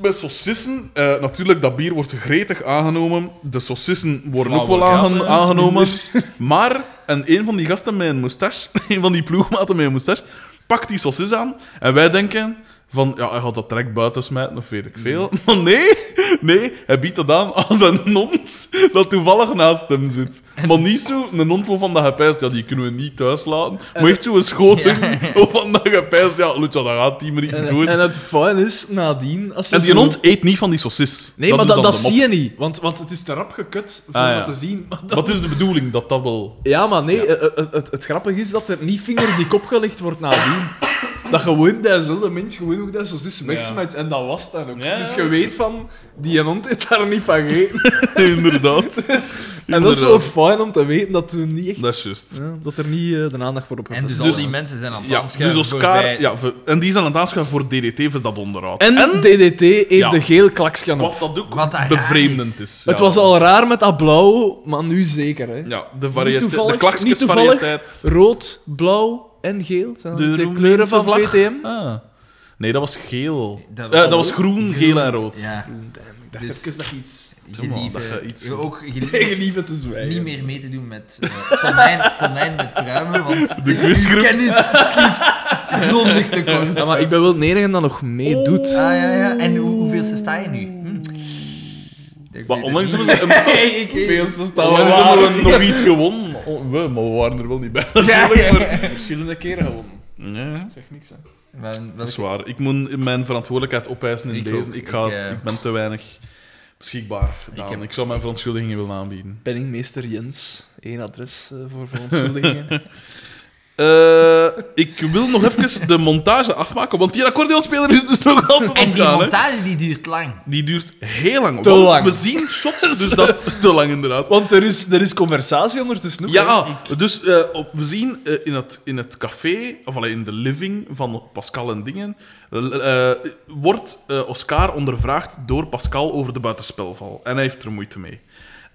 met saucissen. Eh, natuurlijk, dat bier wordt gretig aangenomen. De saucissen worden ook wel Flauwe aange- kassen, aangenomen. [LAUGHS] Maar en een van die gasten met een moustache, [LAUGHS] een van die ploegmaten met een moustache, pakt die saucis aan. En wij denken van, ja, hij gaat dat trek buiten smijten of weet ik veel. Mm. [LAUGHS] Maar nee, nee, hij biedt dat aan als een nond dat toevallig naast hem zit. Maar niet zo, een nond waarvan dat gepijst, ja, die kunnen we niet thuis laten. Maar echt zo'n [LAUGHS] schoting waarvan dat gepijst, ja, Lucha, dat gaat die maar niet doen. En het fijn is nadien. Als ze En die zo- hond eet niet van die saucis. Nee, maar is dat, dan dat de mop. zie je niet. Want, want het is te rap gekut om Ah, ja. dat te zien. Maar dat- Wat is de bedoeling dat dat wel... Ja, maar nee, eh, eh, eh, Het, het, grappige is dat er niet vinger die kop gelegd wordt nadien. Dat gewoon dezelfde mens gewoon ook dat zo is wegsmet. En dat was dan ook. Ja, dus ja, je weet van, die hond heeft daar niet van [LAUGHS] gegeten. Inderdaad. En dat is wel fijn om te weten dat toen niet echt... Dat is juist. Ja, dat er niet eh, de aandacht voor op En dus, gevestigd al Dus- die mensen zijn aan het Ja, dansen. dus Oscar... Ja, voor- en die is aan het aanschuiven voor DDT voor dat onderhoud. En, DDT heeft Ja. de geel klakskan op. wat dat ook Wat dat raar bevreemdend is. is. Het Ja. was al raar met dat blauw, maar nu zeker. Hè. Ja, de variëteit. toevallig, De niet toevallig. klakskesvariëteit. Rood, blauw en geel. zijn De De, kleuren Roemeense van vlag. VTM. Ah. Nee, dat was geel. Eh, Dat Dat was was, groen, geel en rood. Ja, Ik dacht Dus- even dat je iets Tjonge, dat gaat iets- Gelieve. Ook [LAUGHS] gelieve [LAUGHS] tegen lieve te zwijgen. niet meer mee te doen met eh, tonijn, tonijn met pruimen, want [LAUGHS] De uw quizgroep. kennis schiet grondig tekort. Ja, maar ik ben wel de enige dat nog meedoet. Ah ja, ja. En hoe, hoeveel sta je nu? Hm. Ik Maar weet onlangs het hebben ze een- [LAUGHS] niet. Ik- ik- Veelste staan onlangs hebben [LAUGHS] we nog iets gewonnen. Oh, we, maar we waren er wel niet bij. natuurlijk, maar- verschillende keren gewonnen. Ja, Zeg niks aan. Maar welke- dat is waar. Ik moet mijn verantwoordelijkheid opeisen in Ik deze. ook. Ik, ga, Ik, eh, ik ben te weinig beschikbaar. Daan. Ik, heb- zou mijn verontschuldigingen willen aanbieden. Penningmeester Jens. Eén adres eh, voor verontschuldigingen. Eh, ik wil nog even [LAUGHS] de montage afmaken, want die accordeonspeler is dus nog altijd En die ontgaan, hè. montage die duurt lang. Die duurt heel lang. Te want lang. we zien shots, dus dat... [LAUGHS] Te lang, inderdaad. [LAUGHS] Want er is, er is conversatie ondertussen ook. hè. Ja, dus eh, op, we zien eh, in, het, in het café, of allee, in de living van Pascal en Dingen, eh, eh, wordt eh, Oscar ondervraagd door Pascal over de buitenspelval. En hij heeft er moeite mee.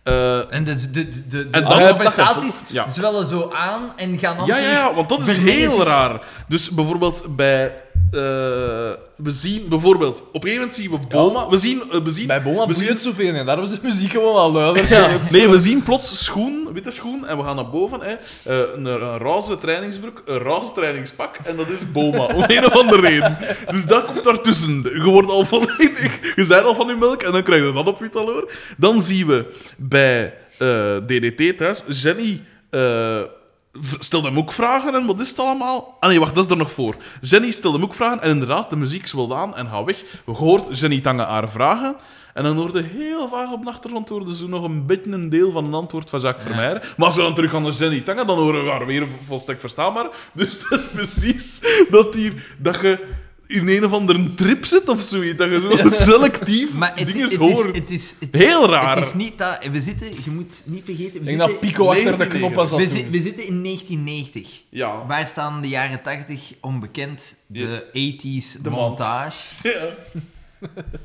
Eh, En de, de, de, de, dan- de conversaties Ah, dat- ja. zwellen zo aan en gaan dan ja, ja, ja, terug want dat is vermengen heel zich. raar. Dus bijvoorbeeld bij... eh, we zien bijvoorbeeld... Op een gegeven moment zien we Boma... We zien... eh, we zien Bij Boma we boeit zien, het zoveel en daar was de muziek gewoon al [LAUGHS] luider. Ja. Nee, we zien plots schoen, witte schoen, en we gaan naar boven. Hè. Eh, een, een roze trainingsbroek, een roze trainingspak, en dat is Boma, om een of andere reden. Dus dat komt daartussen. Je wordt al volledig... Je bent al van je melk, en dan krijg je dat op je taloor. Dan zien we bij eh, DDT thuis, Jenny... eh, v- stelde hem ook vragen en wat is het allemaal? Ah nee, wacht, dat is er nog voor. Jenny stelde hem ook vragen en inderdaad, de muziek zwelt aan en gaat weg. We hoort Jenny Tange haar vragen en dan hoorde heel vaag op de achtergrond hoorde ze nog een beetje een deel van een antwoord van Jacques Vermeer. Maar als we dan terug gaan naar Jenny Tange, dan horen we haar weer volstrekt verstaanbaar. Dus dat is precies dat, hier, dat je in een of andere trip zit of zoiets. Dat je zo selectief Maar het, dingen het is, hoort. het is, het is- Heel raar. Het is niet dat... We zitten... Je moet niet vergeten... We Ik denk zitten, dat Pico achter de 99. knop was we, dat zi- toen. we zitten in 1990. Ja. Waar staan de jaren 80 onbekend? De 80s De man. montage. Ja.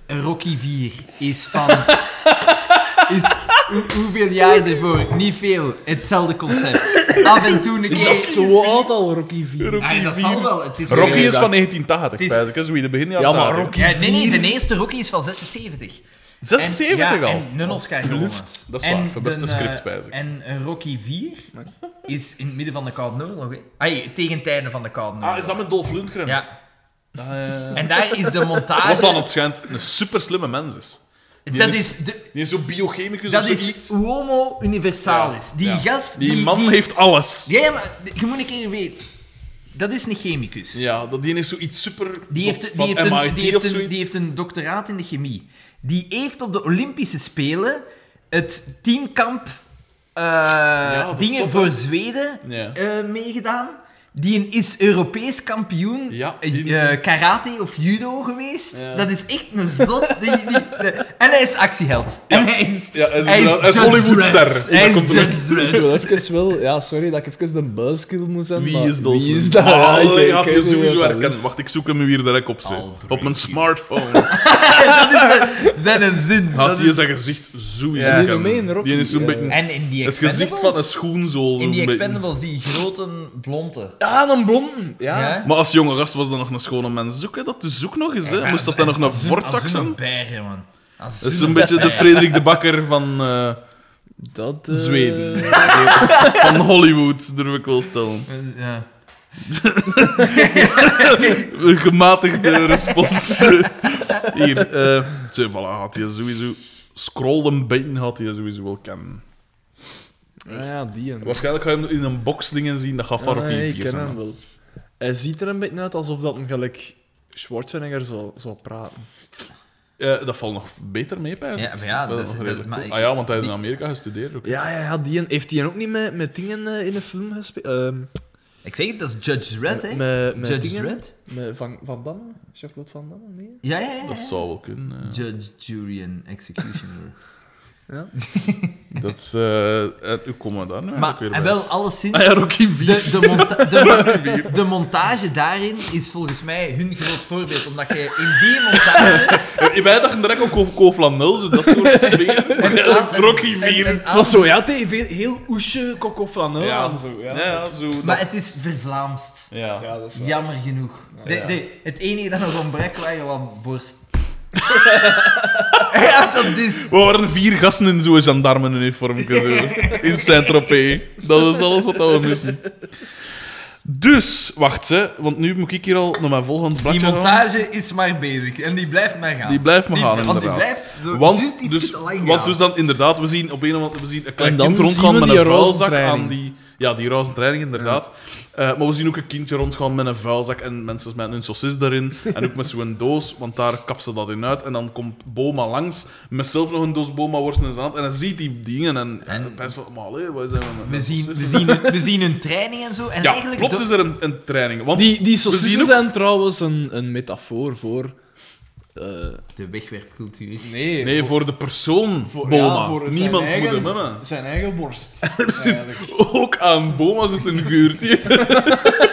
Rocky 4 is van... is hoe- hoeveel jaar ervoor? Niet veel. Hetzelfde concept. Af en toe een Is dat keer... zo oud al, Rocky 4? Ah, dat zal wel. Het is Rocky is dat- van 1980, Het is- is... ik. hè, Zo in de begin Ja, maar Rocky Ja, nee, nee, de eerste Rocky is van 76. En- 76 ja, al. En een Oscar gewonnen. Dat is waar, voor beste de, script, eh, spijs ik. En eh, Rocky [LAUGHS] 4 is in het midden van de Koude Oorlog. hè. Ai, tegen het einde van de Koude Oorlog. Ah, is dat met Dolph Lundgren? Ja. Eh, En daar is de montage... wat dan het schijnt een super slimme mens is. Die dat is- is, de, Die is zo biochemicus dat of is zoiets. Uomo Universalis. Die Ja. gast... Die man die- heeft alles. Ja, ja, maar je moet een keer weten. Dat is een chemicus. Ja, dat die is zoiets super. Die heeft, die, van heeft een, MIT die, heeft of een, zoiets. die heeft een doctoraat in de chemie. Die heeft op de Olympische Spelen het teamkamp eh, dat is dingen zot, voor hè? Zweden Ja. eh, meegedaan. Die is Europees kampioen Ja, eh, die eh, moet- karate of judo geweest. Dat is echt een [LAUGHS] zot. Die, die, de- en hij is actieheld. En hij is, Ja, hij is hij inderdaad- hij is Judge Hollywoodster. Dredd. Ja, Hij komt is er Judge Dredd. Ik wil even wel... Ja, sorry dat ik even de buzzkill moest hebben, Wie maar is dat? Wie is dat? Ah, Ja, ik- Allee, ik had je weet niet sowieso wat dat herkennen. is. Wacht, ik zoek hem nu hier direct op. ze. Op mijn smartphone. [LAUGHS] Dat is zijn- zijn een zin. Had Dat je is- zijn gezicht sowieso Ja, die herkennen. meen erop Die is zo'n niet, beetje... [LAUGHS] En in die Het gezicht van een Expendables? schoenzool. In die een beetje. Expendables, die grote blonde. Ah, een blonden. Ja. Ja. Maar als jonge gast was dat nog een schone mens. Zoek hè, dat dus ook nog eens. Hè. Moest dat dan nog een voortzak zijn? Bergen, man. Dat is een beetje de Frederik de Bakker van eh, Dat... eh, Zweden. [LAUGHS] van Hollywood, durf ik wel stellen. Ja. Een gematigde respons. Hier, eh tja, voilà, had je sowieso... Scroll de been had je sowieso wel kennen. Ah, ja, die een. Waarschijnlijk ga je hem in een box dingen zien, dat gaat Ja, vaak op nee, je Ah, ik vier ken hem zijn. wel. Hij ziet er een beetje uit alsof dat een gelijk Schwarzenegger zou, zou praten. Eh, dat valt nog beter mee, pijs. ik. Ja, maar ja, Wel dat is- nog dat- redelijk maar cool. ik- Ah ja, want hij heeft in die- Amerika gestudeerd ook. Ja, ja, ja die een, heeft hij ook niet met, met dingen eh, in een film gespeeld? Ehm, Ik zeg het, dat is Judge Red, hè? met, met Judge dingen? Dredd? Met Van, van Damme? Charlotte Van Damme? Nee? Ja, ja, ja. ja. Dat zou wel kunnen. eh. ja. Judge, jury en [LAUGHS] executioner. Dat is... eh, eh, Hoe komen we daar nu maar eigenlijk weer en bij? wel alleszins... Ah ja, Rocky IV. de, de, [LAUGHS] monta- de, de montage daarin is volgens mij hun groot voorbeeld. Omdat jij in die [LAUGHS] montage... Eh, Wij dachten direct ook over Kooflandel, zo dat [LAUGHS] soort sfeer. Maar eigenlijk Rocky en- IV. en Het was Ah, zo, ja, tegen veel, heel oesje kokofan Ja. aan zo. Ja. Ja, ja, zo. dat- Maar het is vervlaamst. ja. Ja, dat is waar. Jammer genoeg. De, de, het enige dat nog ontbrak waren [LAUGHS] wat borst. ja, dat is... We waren vier gasten in zo'n gendarmenuniform. [LAUGHS] In Saint-Tropez. Dat is alles wat we missen. Dus, wacht, hè, want nu moet ik hier al naar mijn volgende Die bladje gaan. montage is maar bezig. En die blijft maar gaan. Die blijft maar gaan, Want die inderdaad. blijft zo juist Want iets dus, te lang want gaan. dus dan inderdaad, we zien op een of andere we zien een klein En dan kind zien rondgaan we met die een vuilzak rozentraining. aan die... Ja, die rozentraining, inderdaad. Eh, maar we zien ook een kindje rondgaan met een vuilzak en mensen met hun saucis daarin. en ook met zo'n doos, want daar kapt ze dat in uit. En dan komt Boma langs met zelf nog een doos Boma worst in zijn hand. En hij ziet die dingen en, en, En- hij is van, maar allee, wat is dat met We met [LAUGHS] zien, saucissen?" we, zien, we zien een training en zo. En Ja, eigenlijk plots do- is er een, een training. Want Die, die we zien saucissen ook- zijn trouwens een, een metafoor voor... eh, dus- de wegwerpcultuur. nee, Nee, voor de persoon voor- Boma. ja, voor zijn Niemand eigen- moet hem hebben. Zijn eigen [LAUGHS] borst. Ook aan Boma zit een geurtje.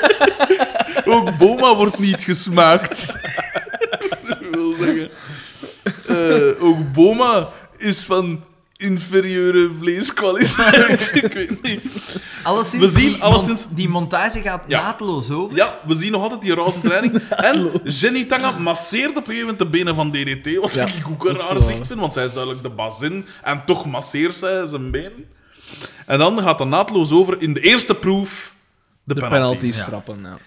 [LAUGHS] Ook Boma wordt niet gesmaakt. [LAUGHS] Dat wil zeggen. eh, ook Boma is van inferieure vleeskwaliteit. [LAUGHS] Ik weet niet. Alleszins, We zien die, alleszins- mon- die montage gaat Ja. naadloos over. Ja, we zien nog altijd die razende [LAUGHS] training. En Jenny Tanga masseert op een gegeven moment de benen van DDT. Wat Ja, ik ook een dat is raar wel. zicht vind, want zij is duidelijk de bazin. En toch masseert zij zijn benen. En dan gaat dat naadloos over in de eerste proef de, De penalties. penalties trappen, ja.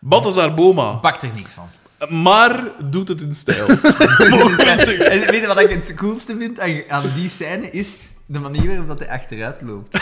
Balthazar Boma. Pakt er niks van. Maar doet het in stijl. [LAUGHS] Mogen we zeggen. En weet je wat ik het coolste vind aan, aan die scène? Is de manier waarop dat hij achteruit loopt.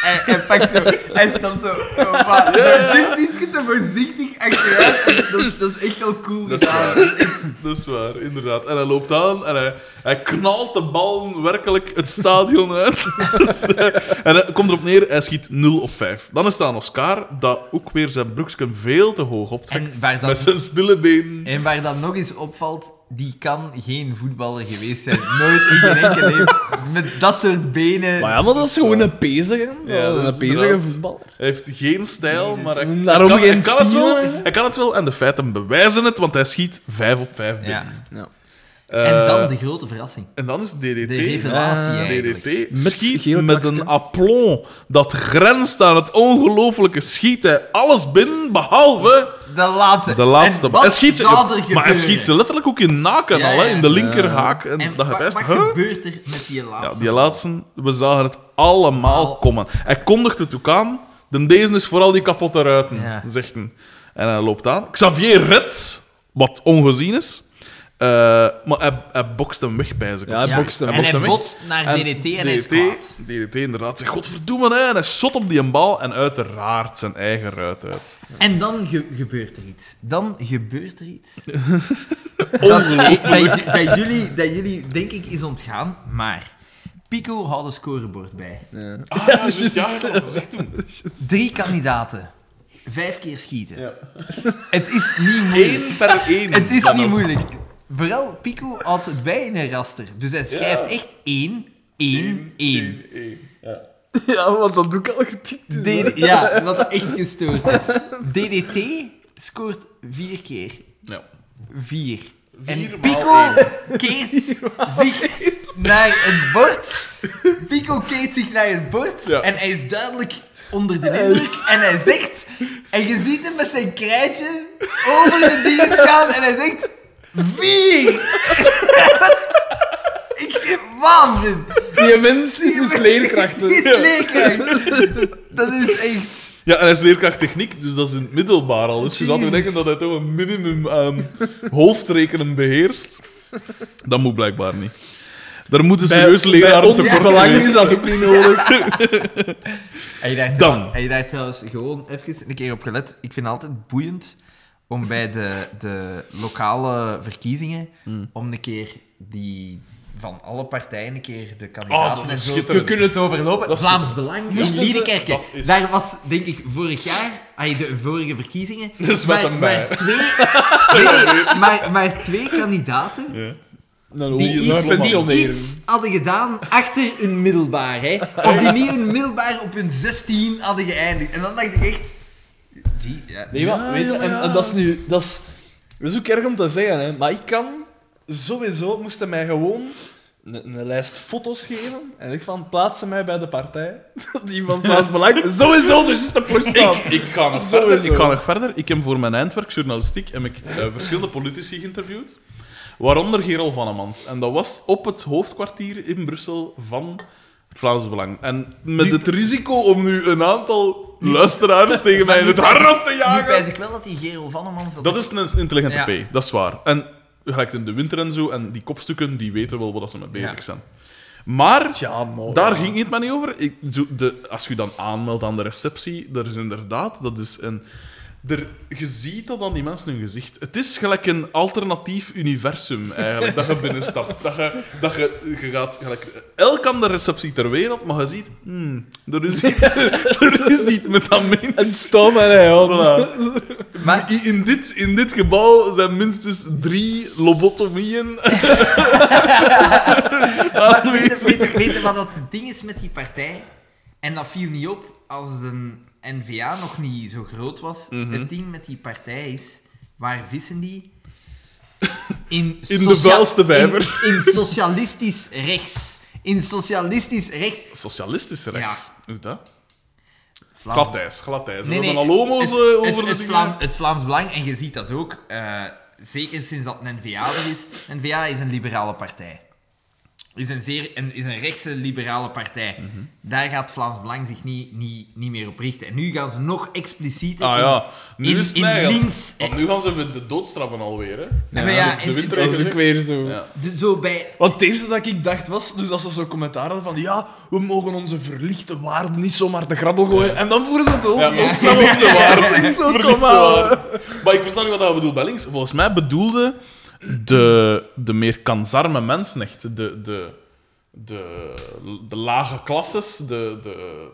Hij, hij pakt zo... Hij stapt zo... Oh, maar, Juist iets te voorzichtig achteruit. En Dat is, dat is echt wel cool Dat is gedaan. waar. Dat is waar, inderdaad. En hij loopt aan en hij, hij knalt de bal werkelijk het stadion uit. [LAUGHS] Dus, eh, en hij komt erop neer, hij schiet 0 op 5. Dan is daar een Oscar, dat ook weer zijn broeksken veel te hoog optrekt. En waar, Met dat, zijn spillebeen. en waar dat nog eens opvalt, die kan geen voetballer geweest zijn. Nooit in geen enkel leven. Met dat soort benen. Maar ja, maar dat is gewoon een pezige. Ja, dat is een pezige inderdaad. voetballer. Hij heeft geen stijl, maar hij, Daarom hij kan, geen hij kan het wel, spieren. hij kan het wel. En de feiten bewijzen het, want hij schiet 5 op 5 binnen. Ja. Ja. Eh, En dan de grote verrassing. en dan is DDT. De revelatie Ah, eigenlijk. DDT Met schiet geel met plakje. een aplomb dat grenst aan het ongelofelijke schieten. Alles binnen, behalve De laatste. de laatste. En wat Hij schiet zou er ze, maar hij gebeuren? schiet ze letterlijk ook in naken, Ja, al, hè, ja. in de linkerhaak. En, En dat wat, gewijst, wat huh? gebeurt er met die Ja, laatste? die laatste, we zagen het allemaal Al- komen. Hij kondigt het ook aan. De deze is vooral die kapotte ruiten, Ja. zegt hij. En hij loopt aan. Xavier redt, wat ongezien is. Eh, maar hij, hij bokst hem weg bij zich. Ja, hij Ja. bokst hem. En Hij bokst hij hem weg. botst naar DDT en hij is DDT, kwaad. DDT inderdaad. Zegt, Godverdomme, hè. En hij shot op die bal en uiteraard zijn eigen ruit uit. En dan ge- gebeurt er iets. Dan gebeurt er iets. [LAUGHS] Ongelooflijk. dat, dat, jullie, dat jullie, denk ik, is ontgaan. Maar Pico houdt een scorebord bij. Ah, ja, juist, ja, ik had het gezegd toen. Drie kandidaten. vijf keer schieten. Ja. [LAUGHS] Het is niet moeilijk. Eén per één. Het is Dan niet nog. moeilijk. Vooral Pico had het bij in een raster. Dus hij schrijft Ja. echt één, één, één. Eén, één. Ja. Ja, want dat doe ik al getikt. is, hè. DD ja, wat dat echt gestoord is. DDT scoort vier keer. Ja. Vier. Vier maal en Pico keert zich naar het bord. Pico keert zich naar het bord. Ja. En hij is duidelijk onder de indruk. En hij zegt... En je ziet hem met zijn krijtje over de dienst gaan. En hij zegt... Vier! Ik... Waanzin! Die mens is dus leerkrachten. Die is leerkracht. Dat is echt... ja, en hij is leerkracht techniek, dus dat is in het middelbaar al. Dus je zou toch Jezus. denken dat hij toch een minimum aan hoofdrekenen beheerst. Dat moet blijkbaar niet. Daar moet een serieus leraar op te ons kort belang geweest is dat ook niet [LAUGHS] nodig. Heb je, daar Dan. trouw- heb je daar trouwens gewoon even een keer op gelet? Ik vind het altijd boeiend om bij de, de lokale verkiezingen om een keer die van alle partijen een keer de Oh, kandidaten dat en is zo te schitterend. kunnen het overlopen. Dat is Vlaams Belang Moesten in ze- Liedekerke. dat is- Daar was, denk ik, vorig jaar, ay, de vorige [LAUGHS] verkiezingen, Dus wat maar, een bij. [LAUGHS] maar, twee, twee- maar, maar twee kandidaten Ja. Dan die iets, die pensioneren. iets hadden gedaan achter hun middelbaar. Hè? Of die niet hun middelbaar op hun 16 hadden geëindigd. En dan dacht ik echt... Gee, ja. Nee, maar, Ja, weet je, ja, en, ja, en dat is dat nu... Dat is, dat is ook erg om te zeggen, hè. Maar ik kan... Sowieso moesten mij gewoon een, een lijst foto's geven. En ik van, plaatsen mij bij de partij. [LAUGHS] Die van Vlaams Belang. Sowieso, dus is de plus Ik, ik kan nog Sowieso. verder. Ik kan nog verder. Ik heb voor mijn eindwerk journalistiek heb ik, eh, verschillende politici geïnterviewd, waaronder Gerald Vannemans. En dat was op het hoofdkwartier in Brussel van het Vlaams Belang. En met het risico om nu een aantal luisteraars tegen mij in het harnas te Nu wijs jagen. ik wel dat die Gerel Vannemans... Dat, Dat is een intelligente Ja. P, dat is waar. En gelijk in de winter en zo, en die kopstukken, die weten wel wat ze mee bezig Ja. zijn. Maar Ja, mooi. daar Oh. ging het maar niet over. Ik, zo, de, als je dan aanmeldt aan de receptie, dat is inderdaad, dat is een. Er, je ziet dat aan die mensen hun gezicht. Het is gelijk een alternatief universum, eigenlijk, dat je binnenstapt. Dat je, dat je, je gaat gelijk elk aan de receptie ter wereld, maar je ziet, hmm, er, is iets, [LAUGHS] er is iets met dat En mens. stom en hij houden. Voilà. Maar I- In dit, in dit gebouw zijn minstens drie lobotomieën maar weet, aanwezig. je- weet, je- weet je wat dat ding is met die partij? En dat viel niet op als de N-VA nog niet zo groot was. Mhm. Het ding met die partij is... Waar vissen die? [LAUGHS] In, de socia- vuilste vijver. In, in socialistisch rechts. In socialistisch rechts. Socialistisch rechts. Hoe dat? Vlaams Gladijs, gladijs. We hebben al homo's eh, over het, de het, dingen. Vlaam- het Vlaams Belang, en je ziet dat ook, eh, zeker sinds dat een N-VA er is. N-VA is een liberale partij. Is een, zeer, een, is een rechtse liberale partij. Mhm. Daar gaat Vlaams Belang zich niet, niet, niet meer op richten. En nu gaan ze nog explicieter. Ah in- ja, nu in- is het in nijgend. links- Want nu gaan ze weer de doodstraffen alweer, hè. Ja, maar ja, Dus en- de winter Dat is ook gezegd. weer zo. Ja. de- zo bij, Want het eerste dat ik dacht was, dus als ze zo commentaar hadden van ja, we mogen onze verlichte waarden niet zomaar te grabbel gooien. En dan voeren ze het ons. Ja, Ja. ons dan op de [LAUGHS] waarde. Zo, Verliefd kom maar. waren. Maar ik versta niet wat dat bedoelt bij links. Volgens mij bedoelde de, de meer kansarme mensen echt. De, de, de, de lage klasses, de... de...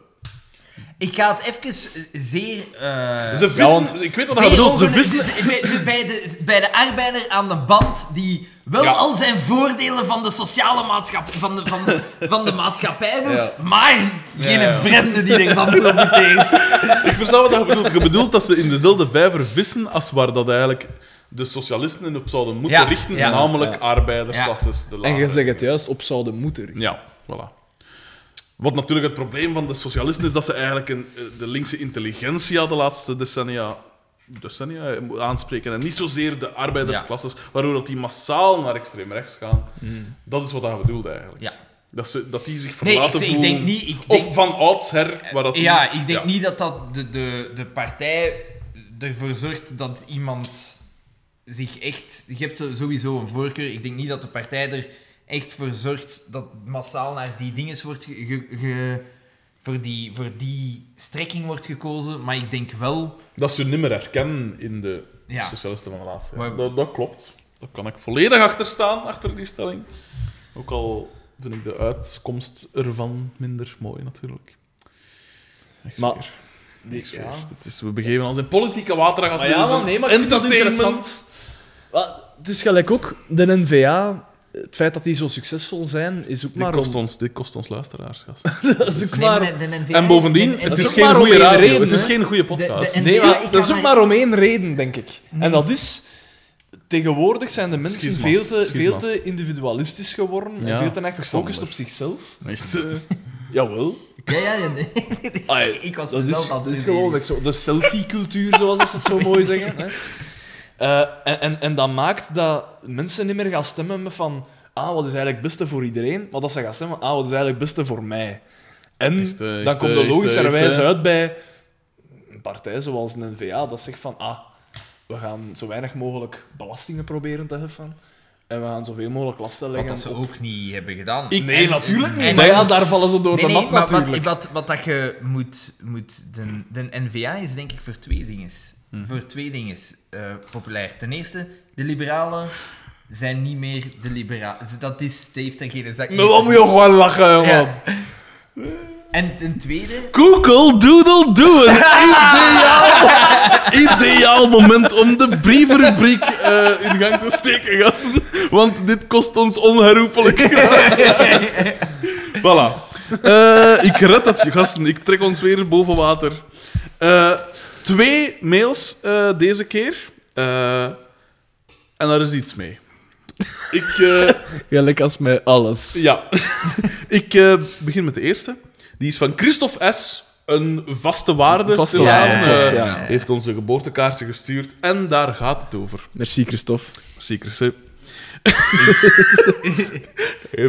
ik ga het even eh, zeer... eh, Ze vissen... Ik weet wat hij Zeer bedoelt. Ze ongeluk- vissen... ze- dus- Bij, de- bij, de, bij de arbeider aan de band, die wel Ja. al zijn voordelen van de sociale maatschappij, van de, van de, van de maatschappij wil, Ja. maar geen ja. vreemde die [LAUGHS] ervan profiteert. [LAUGHS] Ik versta wat je bedoelt. Je bedoelt dat ze in dezelfde vijver vissen als waar dat eigenlijk de socialisten in op zouden moeten Ja, richten, ja. namelijk Ja. arbeidersklasses. De En lagere je zegt het mensen. juist, op zouden moeten. Ja, voilà. Wat natuurlijk het probleem van de socialisten is dat ze eigenlijk een, eh, de linkse intelligentsia de laatste decennia, decennia eh, aanspreken. En niet zozeer de arbeidersklasses, waardoor dat die massaal naar extreem rechts gaan. Dat is wat hij bedoelde eigenlijk. Mm. Ja. Dat, ze, dat die zich Nee, ik- verlaten ik voelen. denk niet- ik Of denk- van oudsher. Waar dat die- Ja, ik denk ja. niet dat, dat de, de, de partij ervoor zorgt dat iemand zich echt... Je hebt sowieso een voorkeur. Ik denk niet dat de partij er echt voor zorgt dat massaal naar die dingen wordt ge, ge- ge- voor, die, voor die strekking wordt gekozen. Maar ik denk wel... Dat ze hun nimmer herkennen in de Ja. socialisten van de laatste. Maar- jaren. Dat, dat klopt. Daar kan ik volledig achter staan, achter die stelling. Ook al vind ik de uitkomst ervan minder mooi, natuurlijk. Echt Maar- waar. Die, Ja. Het is, we begeven ons in politieke wateren als Maar ja, dit is man, een nee, maar ik vind het dus entertainment. Wel, het is gelijk ook, de NVA, het feit dat die zo succesvol zijn, is ook Dit maar kost, om... ons, dit kost ons luisteraars, gast. Dat [LAUGHS] is ook maar... Nee, de NVA En bovendien, en- het is is ook maar geen om goede één radio, reden, het is hè? geen goede de- podcast. en- Nee, Ja, ik maar kan dat is ook mij- maar om één reden, denk ik. En dat is... Tegenwoordig zijn de mensen Schismas, veel te, schismas. veel te individualistisch geworden Ja, en veel te erg gefocust Xander. op zichzelf. Echt, eh, [LAUGHS] Jawel. Ja, ja, ja. nee. Ik was dat mezelf aan het is, dat is verdedigen. gewoon weg zo. De selfie-cultuur, zoals ze het [LAUGHS] zo mooi zeggen. Hè. Eh, en, en, en dat maakt dat mensen niet meer gaan stemmen met van... Ah, wat is eigenlijk het beste voor iedereen? Maar dat ze gaan stemmen, ah, wat is eigenlijk het beste voor mij? En Echt, eh, echt, dan komt eh, echt, er eh, echt, logischerwijs eh. uit bij een partij zoals een N-VA, dat zegt van... Ah, we gaan zo weinig mogelijk belastingen proberen te heffen. En we gaan zoveel mogelijk lasten Wat leggen. dat ze op- ook niet hebben gedaan. Nee, natuurlijk niet. en- maar ja, daar vallen ze door Nee, de nee, mat maar wat, natuurlijk. wat, wat dat je moet... moet de, de NVA is denk ik voor twee dingen. Mhm. Voor twee dingen eh, populair. Ten eerste, de liberalen zijn niet meer de liberalen. Dat is, dat heeft er geen zak Nou, dan moet je gewoon lachen, man. Ja. En ten tweede... Google Doodle Doe. Een ideaal, ideaal moment om de brievenrubriek eh, in gang te steken, gasten. Want dit kost ons onherroepelijk. voilà. Eh, ik red het, gasten. Ik trek ons weer boven water. Eh, twee mails eh, deze keer. Eh, en daar is iets mee. Ik... eh, Gelijk als met alles. ja. [LAUGHS] ik eh, begin met de eerste. Die is van Christophe S. Een vaste waarde. Vaste stilaan, waarde, eh, klopt, ja. Heeft ons een geboortekaartje gestuurd. En daar gaat het over. Merci, Christophe. Zeker, hè.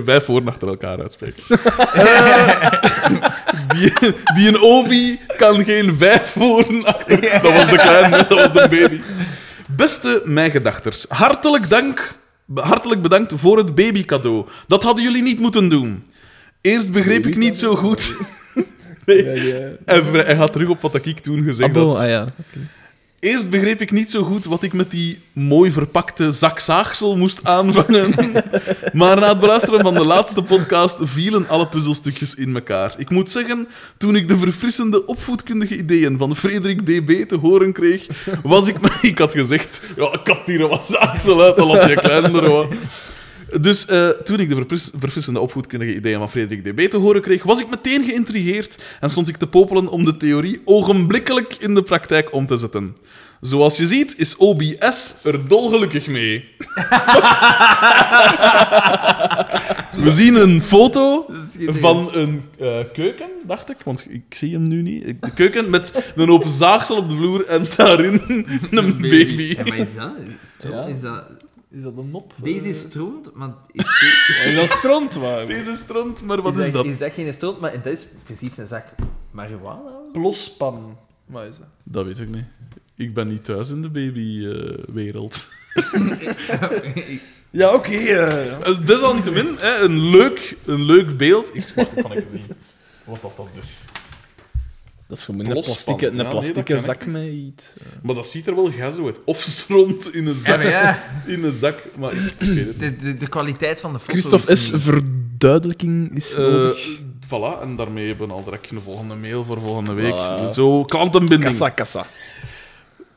Wij voor en achter elkaar uitspreken. Eh, die, die een obi kan geen vijf voor achter. Dat was de kleine, dat was de baby. Beste mijn gedachters, hartelijk dank. Hartelijk bedankt voor het babycadeau. Dat hadden jullie niet moeten doen. Eerst begreep ik niet zo goed. [LAUGHS] Nee. En vrij- hij gaat terug op wat ik toen gezegd had. Ah, ja. Eerst begreep ik niet zo goed wat ik met die mooi verpakte zak zaagsel moest aanvangen. [LAUGHS] maar na het beluisteren van de laatste podcast vielen alle puzzelstukjes in elkaar. Ik moet zeggen, toen ik de verfrissende opvoedkundige ideeën van Frederik DB te horen kreeg, was ik... [LAUGHS] Ik had gezegd, ja, ik had hier wat zaagsel uit, dan had je kleiner hoor. Dus eh, toen ik de verpris- verfrissende opvoedkundige ideeën van Frederik DB te horen kreeg, was ik meteen geïntrigeerd en stond ik te popelen om de theorie ogenblikkelijk in de praktijk om te zetten. Zoals je ziet is OBS er dolgelukkig mee. [LAUGHS] We zien een foto van een eh, keuken, dacht ik, want ik zie hem nu niet. De keuken met een open zaagsel op de vloer en daarin een baby. Ja, maar is dat... Is dat, Ja. is dat Is dat een mop? deze is stront, [LAUGHS] maar... Is dit- Is dat stront, waar? Deze strand, maar wat is dat- dat? Is dat geen stront, maar dat is precies een zak marihuana? Plospan. Wat is dat? Dat weet ik niet. Ik ben niet thuis in de babywereld. [LAUGHS] Ja, oké. eh, ja. Desalniettemin, hè, een, leuk, een leuk beeld. Ik wacht, ik kan even zien wat dat, dat is. Dat is gewoon Plospan. een plastieke, Ja, een nee, dat plastieke ken ik zak met iets. Maar dat ziet er wel gez uit. Of stront in een Ja, zak. maar ja. In een zak. Maar ik weet het niet. De, de, de kwaliteit van de foto Christophe is S. Verduidelijking is nodig. Eh, voilà, en daarmee hebben we al direct een volgende mail voor volgende week. Voilà. Zo, klantenbinding. Kassa, kassa.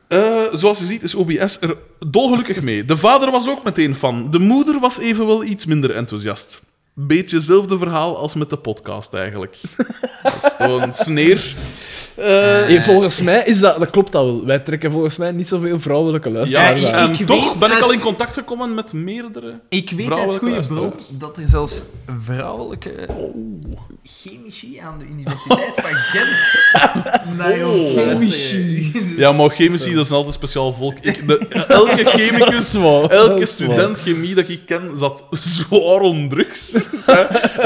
Eh, zoals je ziet is OBS er dolgelukkig mee. De vader was ook meteen fan. De moeder was evenwel iets minder enthousiast. Beetje hetzelfde verhaal als met de podcast [LAUGHS] eigenlijk. dat is toch een sneer. Eh, Eh, volgens mij is dat, dat klopt dat wel. Wij trekken volgens mij niet zoveel vrouwelijke ja, luisteraars aan. en ik toch weet ben ik uit- al in contact gekomen met meerdere. Ik weet uit Vrouwelijke goede bron luisteraars. dat er zelfs vrouwelijke Oh, chemici aan de Universiteit van [LAUGHS] Gent naar ons Oh. luisteren. Ja, [LAUGHS] maar chemici, dat is altijd speciaal volk. Ik, de- elke chemicus, elke student chemie dat ik ken, zat zwaar onder drugs. [LAUGHS] hè.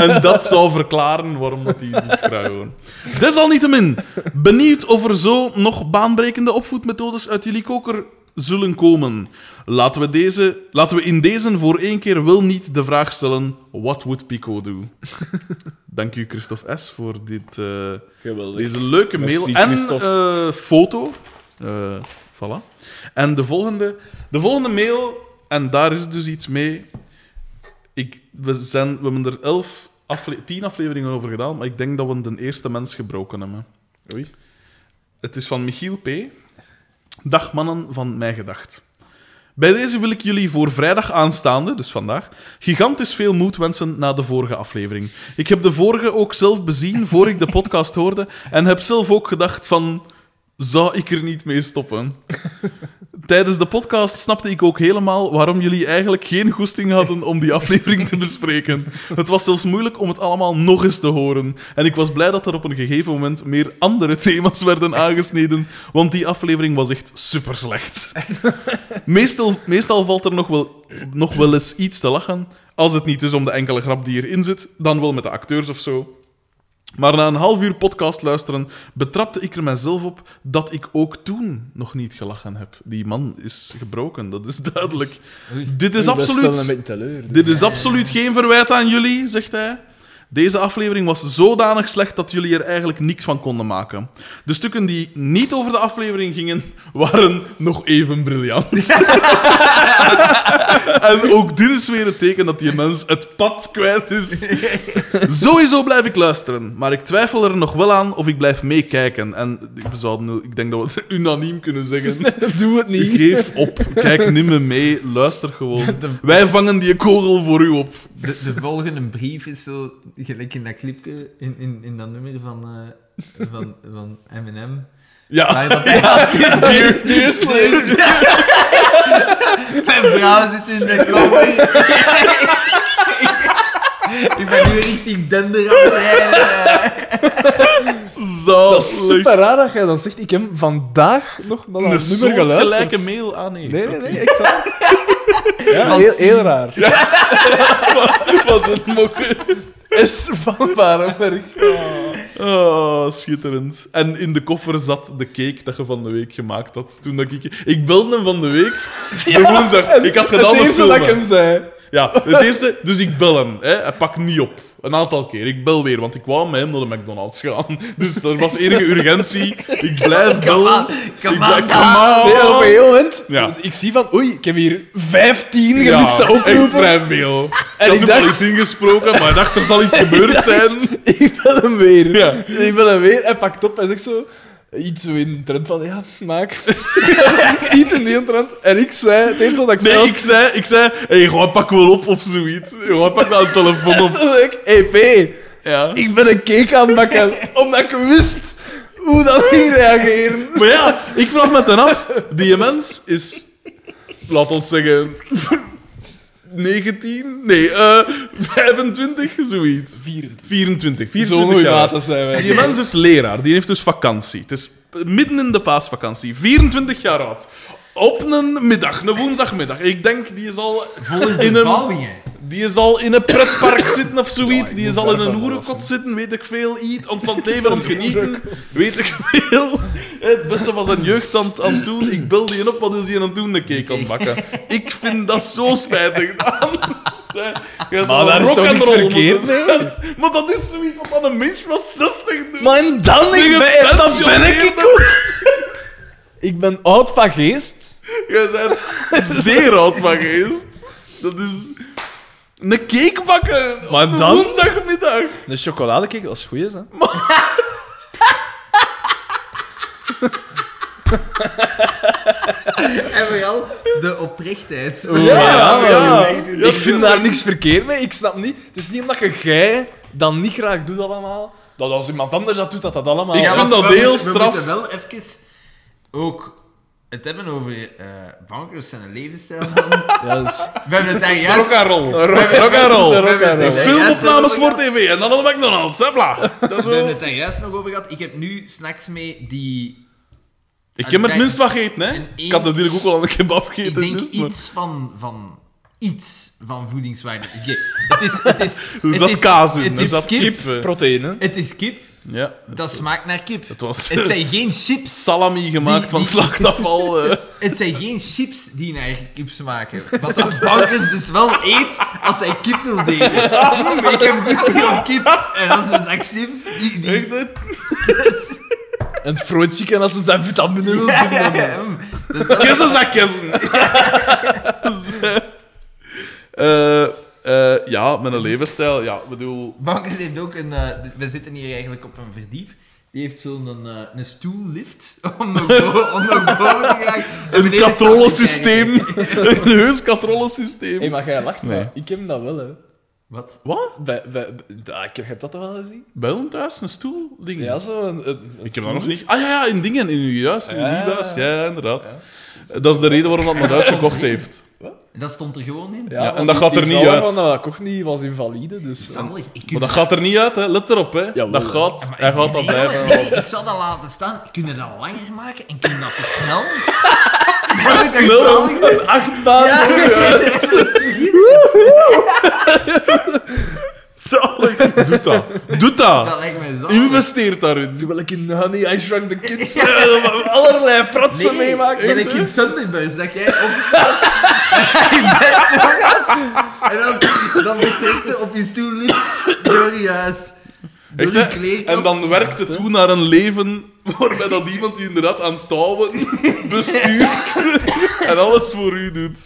en dat zou verklaren waarom dat hij dit graag gewoon. Desalniettemin, benieuwd of er zo nog baanbrekende opvoedmethodes uit jullie koker zullen komen. Laten we, deze, laten we in deze voor één keer wel niet de vraag stellen: what would Pico do? Dank u, Christophe S., voor dit. eh, Geweldig. deze leuke Merci, mail en Christophe. eh, foto. Eh, voilà. En de volgende, de volgende mail, en daar is dus iets mee. Ik, we, zijn, we hebben er elf afle tien afleveringen over gedaan, maar ik denk dat we de eerste mens gebroken hebben. Oei. Het is van Michiel P. Dag mannen van Mij Gedacht. Bij deze wil ik jullie voor vrijdag aanstaande, dus vandaag, gigantisch veel moed wensen na de vorige aflevering. Ik heb de vorige ook zelf bezien voor ik de podcast hoorde en heb zelf ook gedacht van, zou ik er niet mee stoppen? Tijdens de podcast snapte ik ook helemaal waarom jullie eigenlijk geen goesting hadden om die aflevering te bespreken. Het was zelfs moeilijk om het allemaal nog eens te horen. En ik was blij dat er op een gegeven moment meer andere thema's werden aangesneden, want die aflevering was echt super slecht. Meestal, meestal valt er nog wel, nog wel eens iets te lachen. Als het niet is om de enkele grap die erin zit, dan wel met de acteurs of zo. Maar na een half uur podcast luisteren betrapte ik er mezelf op dat ik ook toen nog niet gelachen heb. Die man is gebroken, dat is duidelijk. Dit is absoluut. Dit is absoluut geen verwijt aan jullie, zegt hij. Deze aflevering was zodanig slecht dat jullie er eigenlijk niks van konden maken. De stukken die niet over de aflevering gingen, waren nog even Dus- briljant. en ook dit is weer het teken dat die mens het pad kwijt [LAUGHS] is. Sowieso blijf ik luisteren, maar ik twijfel er nog wel aan of ik blijf meekijken. En we zouden, ik denk dat we het [LAUGHS] unaniem kunnen zeggen. [LAUGHS] Doe het niet. Geef op. Kijk niet meer mee. Luister gewoon. Wij vangen die kogel voor u op. De, de volgende brief is zo, gelijk in dat clipje, in, in, in dat nummer van, eh, van, van M&M. Ah. Ja. Waar dat hij [LAUGHS] Dear, [LAUGHS] Mijn vrouw zit in de koffie. [LAUGHS] Ik ben nu richting Denver aan het rijden. Dat is super raar dat jij dan zegt, ik heb vandaag nog naar Een dat nummer geluisterd. soortgelijke mail. Ah, nee. Nee, nee, nee, echt [LAUGHS] waar. Ja, heel, heel raar. Was het mokken. Is van Barenberg. Oh, schitterend. En in de koffer zat de cake dat je van de week gemaakt had. Toen dat ik... Ik belde hem van de week. [LAUGHS] de woensdag. Ik had gedaan Het met eerste dat ik filmen. hem zei. Ja, het eerste, dus ik bel hem. Hè. Hij pakt niet op. Een aantal keer. Ik bel weer, want ik wou met hem naar de McDonald's gaan. [LAUGHS] Dus er was enige urgentie. Ik blijf bellen. Ik Come ben Oh. on, Nee, op een come on. gegeven moment, Ja. ik zie van, oei, ik heb hier 15 Ja, gemiste echt oproepen. [LAUGHS] vrij veel. En ik had hem ik al dacht- iets ingesproken, maar ik dacht, er zal iets [LAUGHS] gebeurd zijn. Ik wil hem weer. Ja. Ik wil hem weer. Hij pakt op en zegt zo... Iets zo in de trend van, ja, [LAUGHS] maak. Iets in die trend. En ik zei, het eerste dat ik Nee, zei... ik zei, ik zei hey, gewoon pak wel op of zoiets. Gewoon pak wel een telefoon op. was- ik, hey, P, Ja. ik ben een cake aan het [LAUGHS] bakken. omdat ik wist hoe dat ging reageren. Maar ja, ik vraag me ten af, die mens is, laat ons zeggen, 19? Nee, eh, 25, zoiets. 24. 24, 24 Zo'n goeie jaar. maten zijn wij. Die mens is leraar, die heeft dus vakantie. Het is midden in de paasvakantie, 24 jaar oud. Op een middag, een woensdagmiddag. Ik denk, die is al in een Bouwingen. die zal in een pretpark zitten of zoiets. ik die moet zal in een daarvan hoerenkot zitten, weet ik veel. Eat, om van het leven [LAUGHS] aan het genieten, weet ik veel. Eh, Het beste was zijn jeugd aan, het- aan het doen. Ik belde je op, wat is die aan het doen? De cake aan het bakken. Ik vind dat zo spijtig. [LAUGHS] Maar daar is toch niks verkeerd [LAUGHS] Maar dat is zoiets wat aan een mens van 60 doet. Maar en dan, ik ben, dat ben ik Gepensioneerde. ook. Ik ben oud van geest. Jij bent zeer oud van geest. Dat is... Een cake bakken Maar op een dan- woensdagmiddag. De chocoladecake was goed, hè? En vooral de oprechtheid. Ja, ja, ja. ja. Ik vind daar niks verkeerd mee. Ik snap niet. Het is niet omdat je jij dan niet graag doet allemaal. Dat als iemand anders dat doet, dat dat allemaal. Ik Ja, vind want dat we heel moeten- straf. We moeten wel even ook het hebben over eh bankers en een levensstijl. [LAUGHS] we Ja, dat is- hebben het daar juist... Rock and roll. Rock- Rock and roll. dat is rock and Nee, roll. nee. Filmopnames voor tv en dan de McDonald's, hè, bla. Dat is We hebben wel... het daar juist nog over gehad. Ik heb nu snacks mee die... Ik heb er minst van gegeten, hè. Ik had natuurlijk ook al een kebab Ik gegeten. denk juist, maar- iets van... van iets van voedingswaarde. Ik- Het is... Het is, [LAUGHS] Er het zat is- kaas in, het er is zat kip. kip. eh. proteïne. Het is kip. Ja, Dat smaakt naar kip. het was Het zijn geen [LAUGHS] chips. salami Die- gemaakt van die- [LAUGHS] slachtafval. eh. Het zijn geen chips die naar kip smaken. Wat als bankers dus wel eet als hij kip wil delen. Mm, ik heb goesting op kip. En als een zak chips... Die, die... Echt, hè? En fried chicken als ze zijn vitamine wil. Ja, ja, ja, mm. Kissen zak [LAUGHS] kissen. [LAUGHS] Eh, eh, ja, met een levensstijl. Ja, ik bedoel... Bankers heeft ook een... eh, we zitten hier eigenlijk op een verdiep. Die heeft zo'n eh, een stoellift om naar [LAUGHS] boven, om naar boven te gaan. en Een beneden katrollensysteem. [LAUGHS] een heus katrollensysteem. Hé, maar jij lacht, Nee. maar ik heb dat wel, hè. Wat? Wat? Bij, bij, ah, ik heb, heb dat toch wel gezien? Bij hem thuis een stoel? Ding. Ja, zo. Een, een- een ik heb dat nog stoel. niet. Ah ja, ja, in dingen, in uw juist, in uw Ja. huis. Ja, ja, inderdaad. Dat is de reden waarom dat naar huis gekocht [LAUGHS] heeft. Dat stond er gewoon in. Ja, en want dat die- gaat er die niet vrouw uit. Van, dat kocht niet, was invalide, dus... Sander, ik Maar kun... dat gaat er niet uit, hè. let erop. Hè. dat gaat, hij gaat dat Nee, blijven. nee, ik zal dat laten staan. Kun je dat langer maken en kun je dat [LAUGHS] versnellen? dat is Snel. Een achtbaan! Ja. Zalig. Doet dat. Doet Dat dat. lijkt mij zo. Investeert daarin. Terwijl ik in Honey, I Shrunk the Kids eh, allerlei fratsen Nee, meemaken. en ik in Thunderbus, dat jij [LAUGHS] op in bed zo gaat. En dan, dan betrekt je op je stoel licht door je huis. Door Echt, je hè? kleerkast. En dan werkt het toe naar een leven waarbij dat iemand u inderdaad aan touwen [LAUGHS] bestuurt [LAUGHS] en alles voor u doet.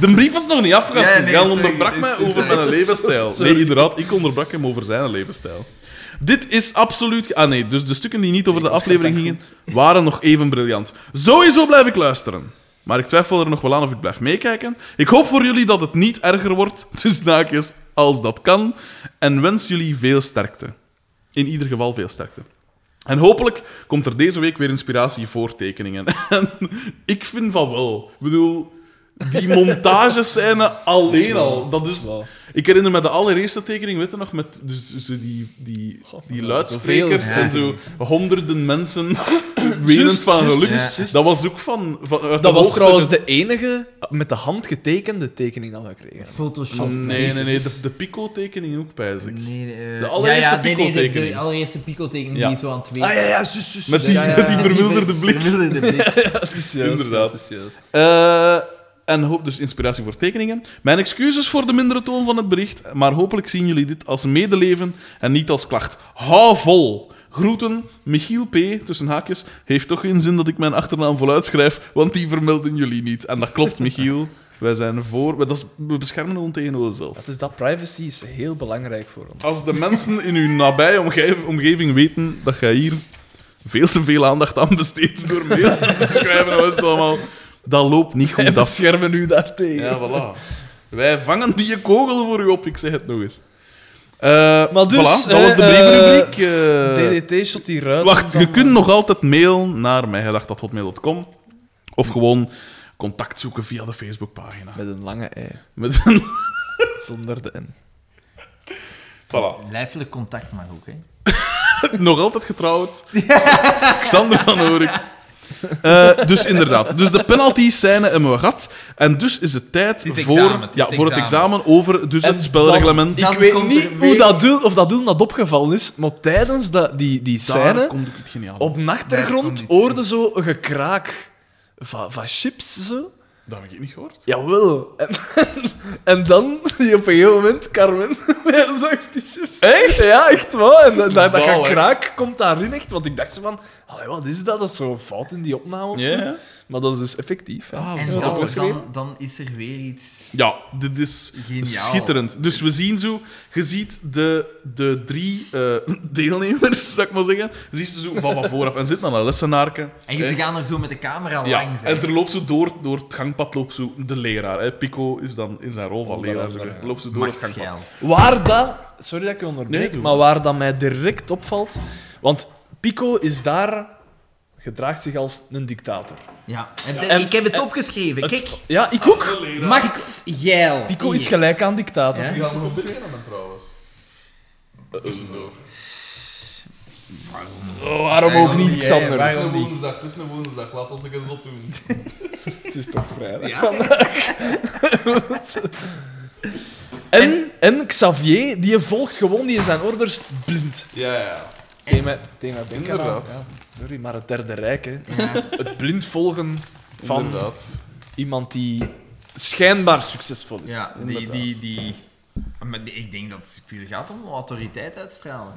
De brief was nog niet afgast. Ja, nee, Jij sorry, onderbrak is- mij is- is- over mijn levensstijl. Nee, inderdaad, ik onderbrak hem over zijn levensstijl. Dit is absoluut... Ah nee, dus de stukken die niet over de aflevering gingen, waren nog even briljant. Sowieso blijf ik luisteren. Maar ik twijfel er nog wel aan of ik blijf meekijken. Ik hoop voor jullie dat het niet erger wordt, [LAUGHS] dus naakjes, als dat kan. En wens jullie veel sterkte. In ieder geval veel sterkte. En hopelijk komt er deze week weer inspiratie voor tekeningen. [LAUGHS] En ik vind van wel. Ik bedoel, [LAUGHS] die montagescène alleen al. Dat is, wel. ik herinner me de allereerste tekening, weet je nog, met dus, dus die, die, die luidsprekers zoveel, ja. en zo honderden mensen [COUGHS] wenend van geluk. juist, juist. Dat was ook van... van uit de Dat was hoogte trouwens ge- de enige met de hand getekende tekening dat we kregen. Photoshop. Nee, nee, nee. De, de Pico-tekening ook, pijs ik. Nee, eh, De allereerste ja, ja, nee, nee, de- de, pico-tekening. allereerste pico-tekening Ja. die zo aan twee... Ah ja, ja, zus, zus. Met die, Ja, ja, ja. met die verwilderde ver- blik. Eh, verwilderde blik. Inderdaad. Dat is juist. Eh, en hoop dus inspiratie voor tekeningen. Mijn excuses voor de mindere toon van het bericht, maar hopelijk zien jullie dit als medeleven en niet als klacht. Hou vol! Groeten, Michiel P. tussen haakjes. Heeft toch geen zin dat ik mijn achternaam voluit schrijf, want die vermelden jullie niet. En dat klopt, Michiel. Wij zijn voor. maar Dat is, we beschermen ons tegen onszelf. Het is dat privacy is heel belangrijk voor ons. Als de mensen in uw nabije omge- omgeving weten dat jij hier veel te veel aandacht aan besteedt door mails te beschrijven, dan is het allemaal. Dat loopt niet goed. Dat af. schermen nu daartegen. [LAUGHS] Ja, voilà. Wij vangen die kogel voor u op, ik zeg het nog eens. Eh, Maar dus, voilà, dat eh, was de eh, brievenrubriek. eh. DDT shot die ruit. wacht, je kunt nog altijd mailen naar mijgedacht.hotmail.com of gewoon contact zoeken via de Facebookpagina. [LAUGHS] Met een lange ei. Met een... Zonder de N. Voilà. Lijfelijk contact mag ook, hè. Nog altijd getrouwd. Xander van Oorik. Eh, dus inderdaad. Dus de penalties zijn hebben we gehad. En dus is het tijd Het is voor, examen, het is ja, het voor het examen. examen over dus En het spelreglement. dan Ik weet komt niet er hoe weer- dat doel, of dat doel dat opgevallen is, maar tijdens dat, die, die Daar scène, komt ook het geniaal. op de achtergrond, Daar komt iets hoorde zo een gekraak van, van chips. Zo. Dat heb ik niet gehoord. Jawel. En, [LAUGHS] en dan, die op een gegeven moment, Carmen, [LAUGHS] met een zakje chips. Echt? Ja, echt wel. En dat, dat, dat Zalig. gekraak komt daarin echt, want ik dacht zo van, allee, wat is dat? Dat is zo'n fout in die opname of zo. Ja. Maar dat is dus effectief. hè. Ah, En zo. dan, opgeschreven? dan, dan is er weer iets... Ja, dit is Geniaal. schitterend. Dus we zien zo, je ziet de, de drie eh, [CLEARS THROAT] deelnemers, zou ik maar zeggen, je ziet ze zo van, van vooraf en zitten aan een lessenaarke. En ze hè. gaan er zo met de camera Eh. ja, langs. hè. en er loopt zo door, door het gangpad loopt zo de leraar. Hè. Pico is dan in zijn rol van leraar. zo, hè. Loopt ze door het Machtsgeil. gangpad. Waar dat, sorry dat ik je onderbreek, Nee, doe maar waar dat mij direct opvalt. Want Pico is daar, gedraagt zich als een dictator. Ja, en ben- En- ik heb het opgeschreven. Kijk, Ja, ik ook. machtsgeil. Pico is gelijk aan dictator. Ja. gaat nog beginnen hem trouwens. Eh, Tussendoor. Oh, waarom ook niet, Xander? Het is een woensdag, het is een woensdag, laat ons een zot doen. Het is toch vrijdag. Ja. [LAUGHS] En, en Xavier, die volgt gewoon die zijn orders blind. Ja, ja. Thema, thema denken aan. Inderdaad. Ja, sorry, maar het derde rijk, hè. Ja. Het blind volgen van Inderdaad. iemand die schijnbaar succesvol is. Ja, die, die, die... Ah, Maar die- ik denk dat het puur gaat om autoriteit uitstralen.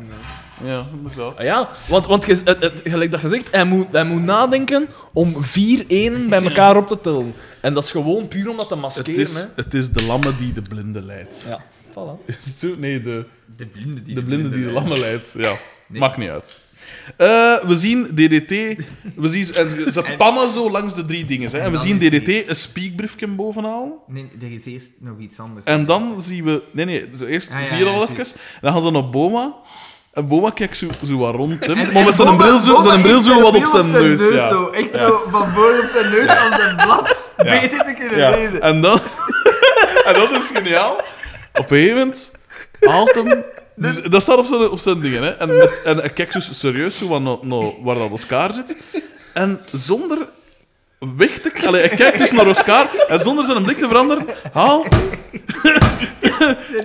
Ja, inderdaad. Ah ja, want, want je- het, het, gelijk dat gezegd, hij moet, hij moet nadenken om vier [LAUGHS] enen bij elkaar op te tellen. En dat is gewoon puur omdat te Het maskeren. is, hè. het is de lamme die de blinde leidt. Ja, voilà. Is het zo? Nee, de, De blinde die de blinde die de lammen leidt. Ja. Maakt niet uit. Eh, we zien DDT. We zien, en ze [LAUGHS] ze pannen zo langs de drie dingen. Hè. En we dan zien is DDT iets. een spiekbriefje bovenaan. Nee, er is eerst nog iets anders. En dan zien we. Nee, nee, dus eerst Ah, ja, zie je dat al ja, even. juist. En dan gaan ze naar Boma. En Boma kijkt zo, zo wat rond hem. maar En- met en zijn Boma- bril zo, Boma zijn bril heeft zo wat op zijn, neus. ja. zo, echt zo van voor op zijn neus aan zijn blad. Beter te kunnen Ja, lezen. En dan... [LAUGHS] en dat is geniaal. Op een gegeven moment haalt hem... Dus, dat staat op zijn, op zijn dingen, hè. En, met, en hij kijkt dus serieus zo van, nou, nou, waar dat Oscar zit. En zonder weg te... Allee, hij kijkt dus naar Oscar en zonder zijn blik te veranderen, haalt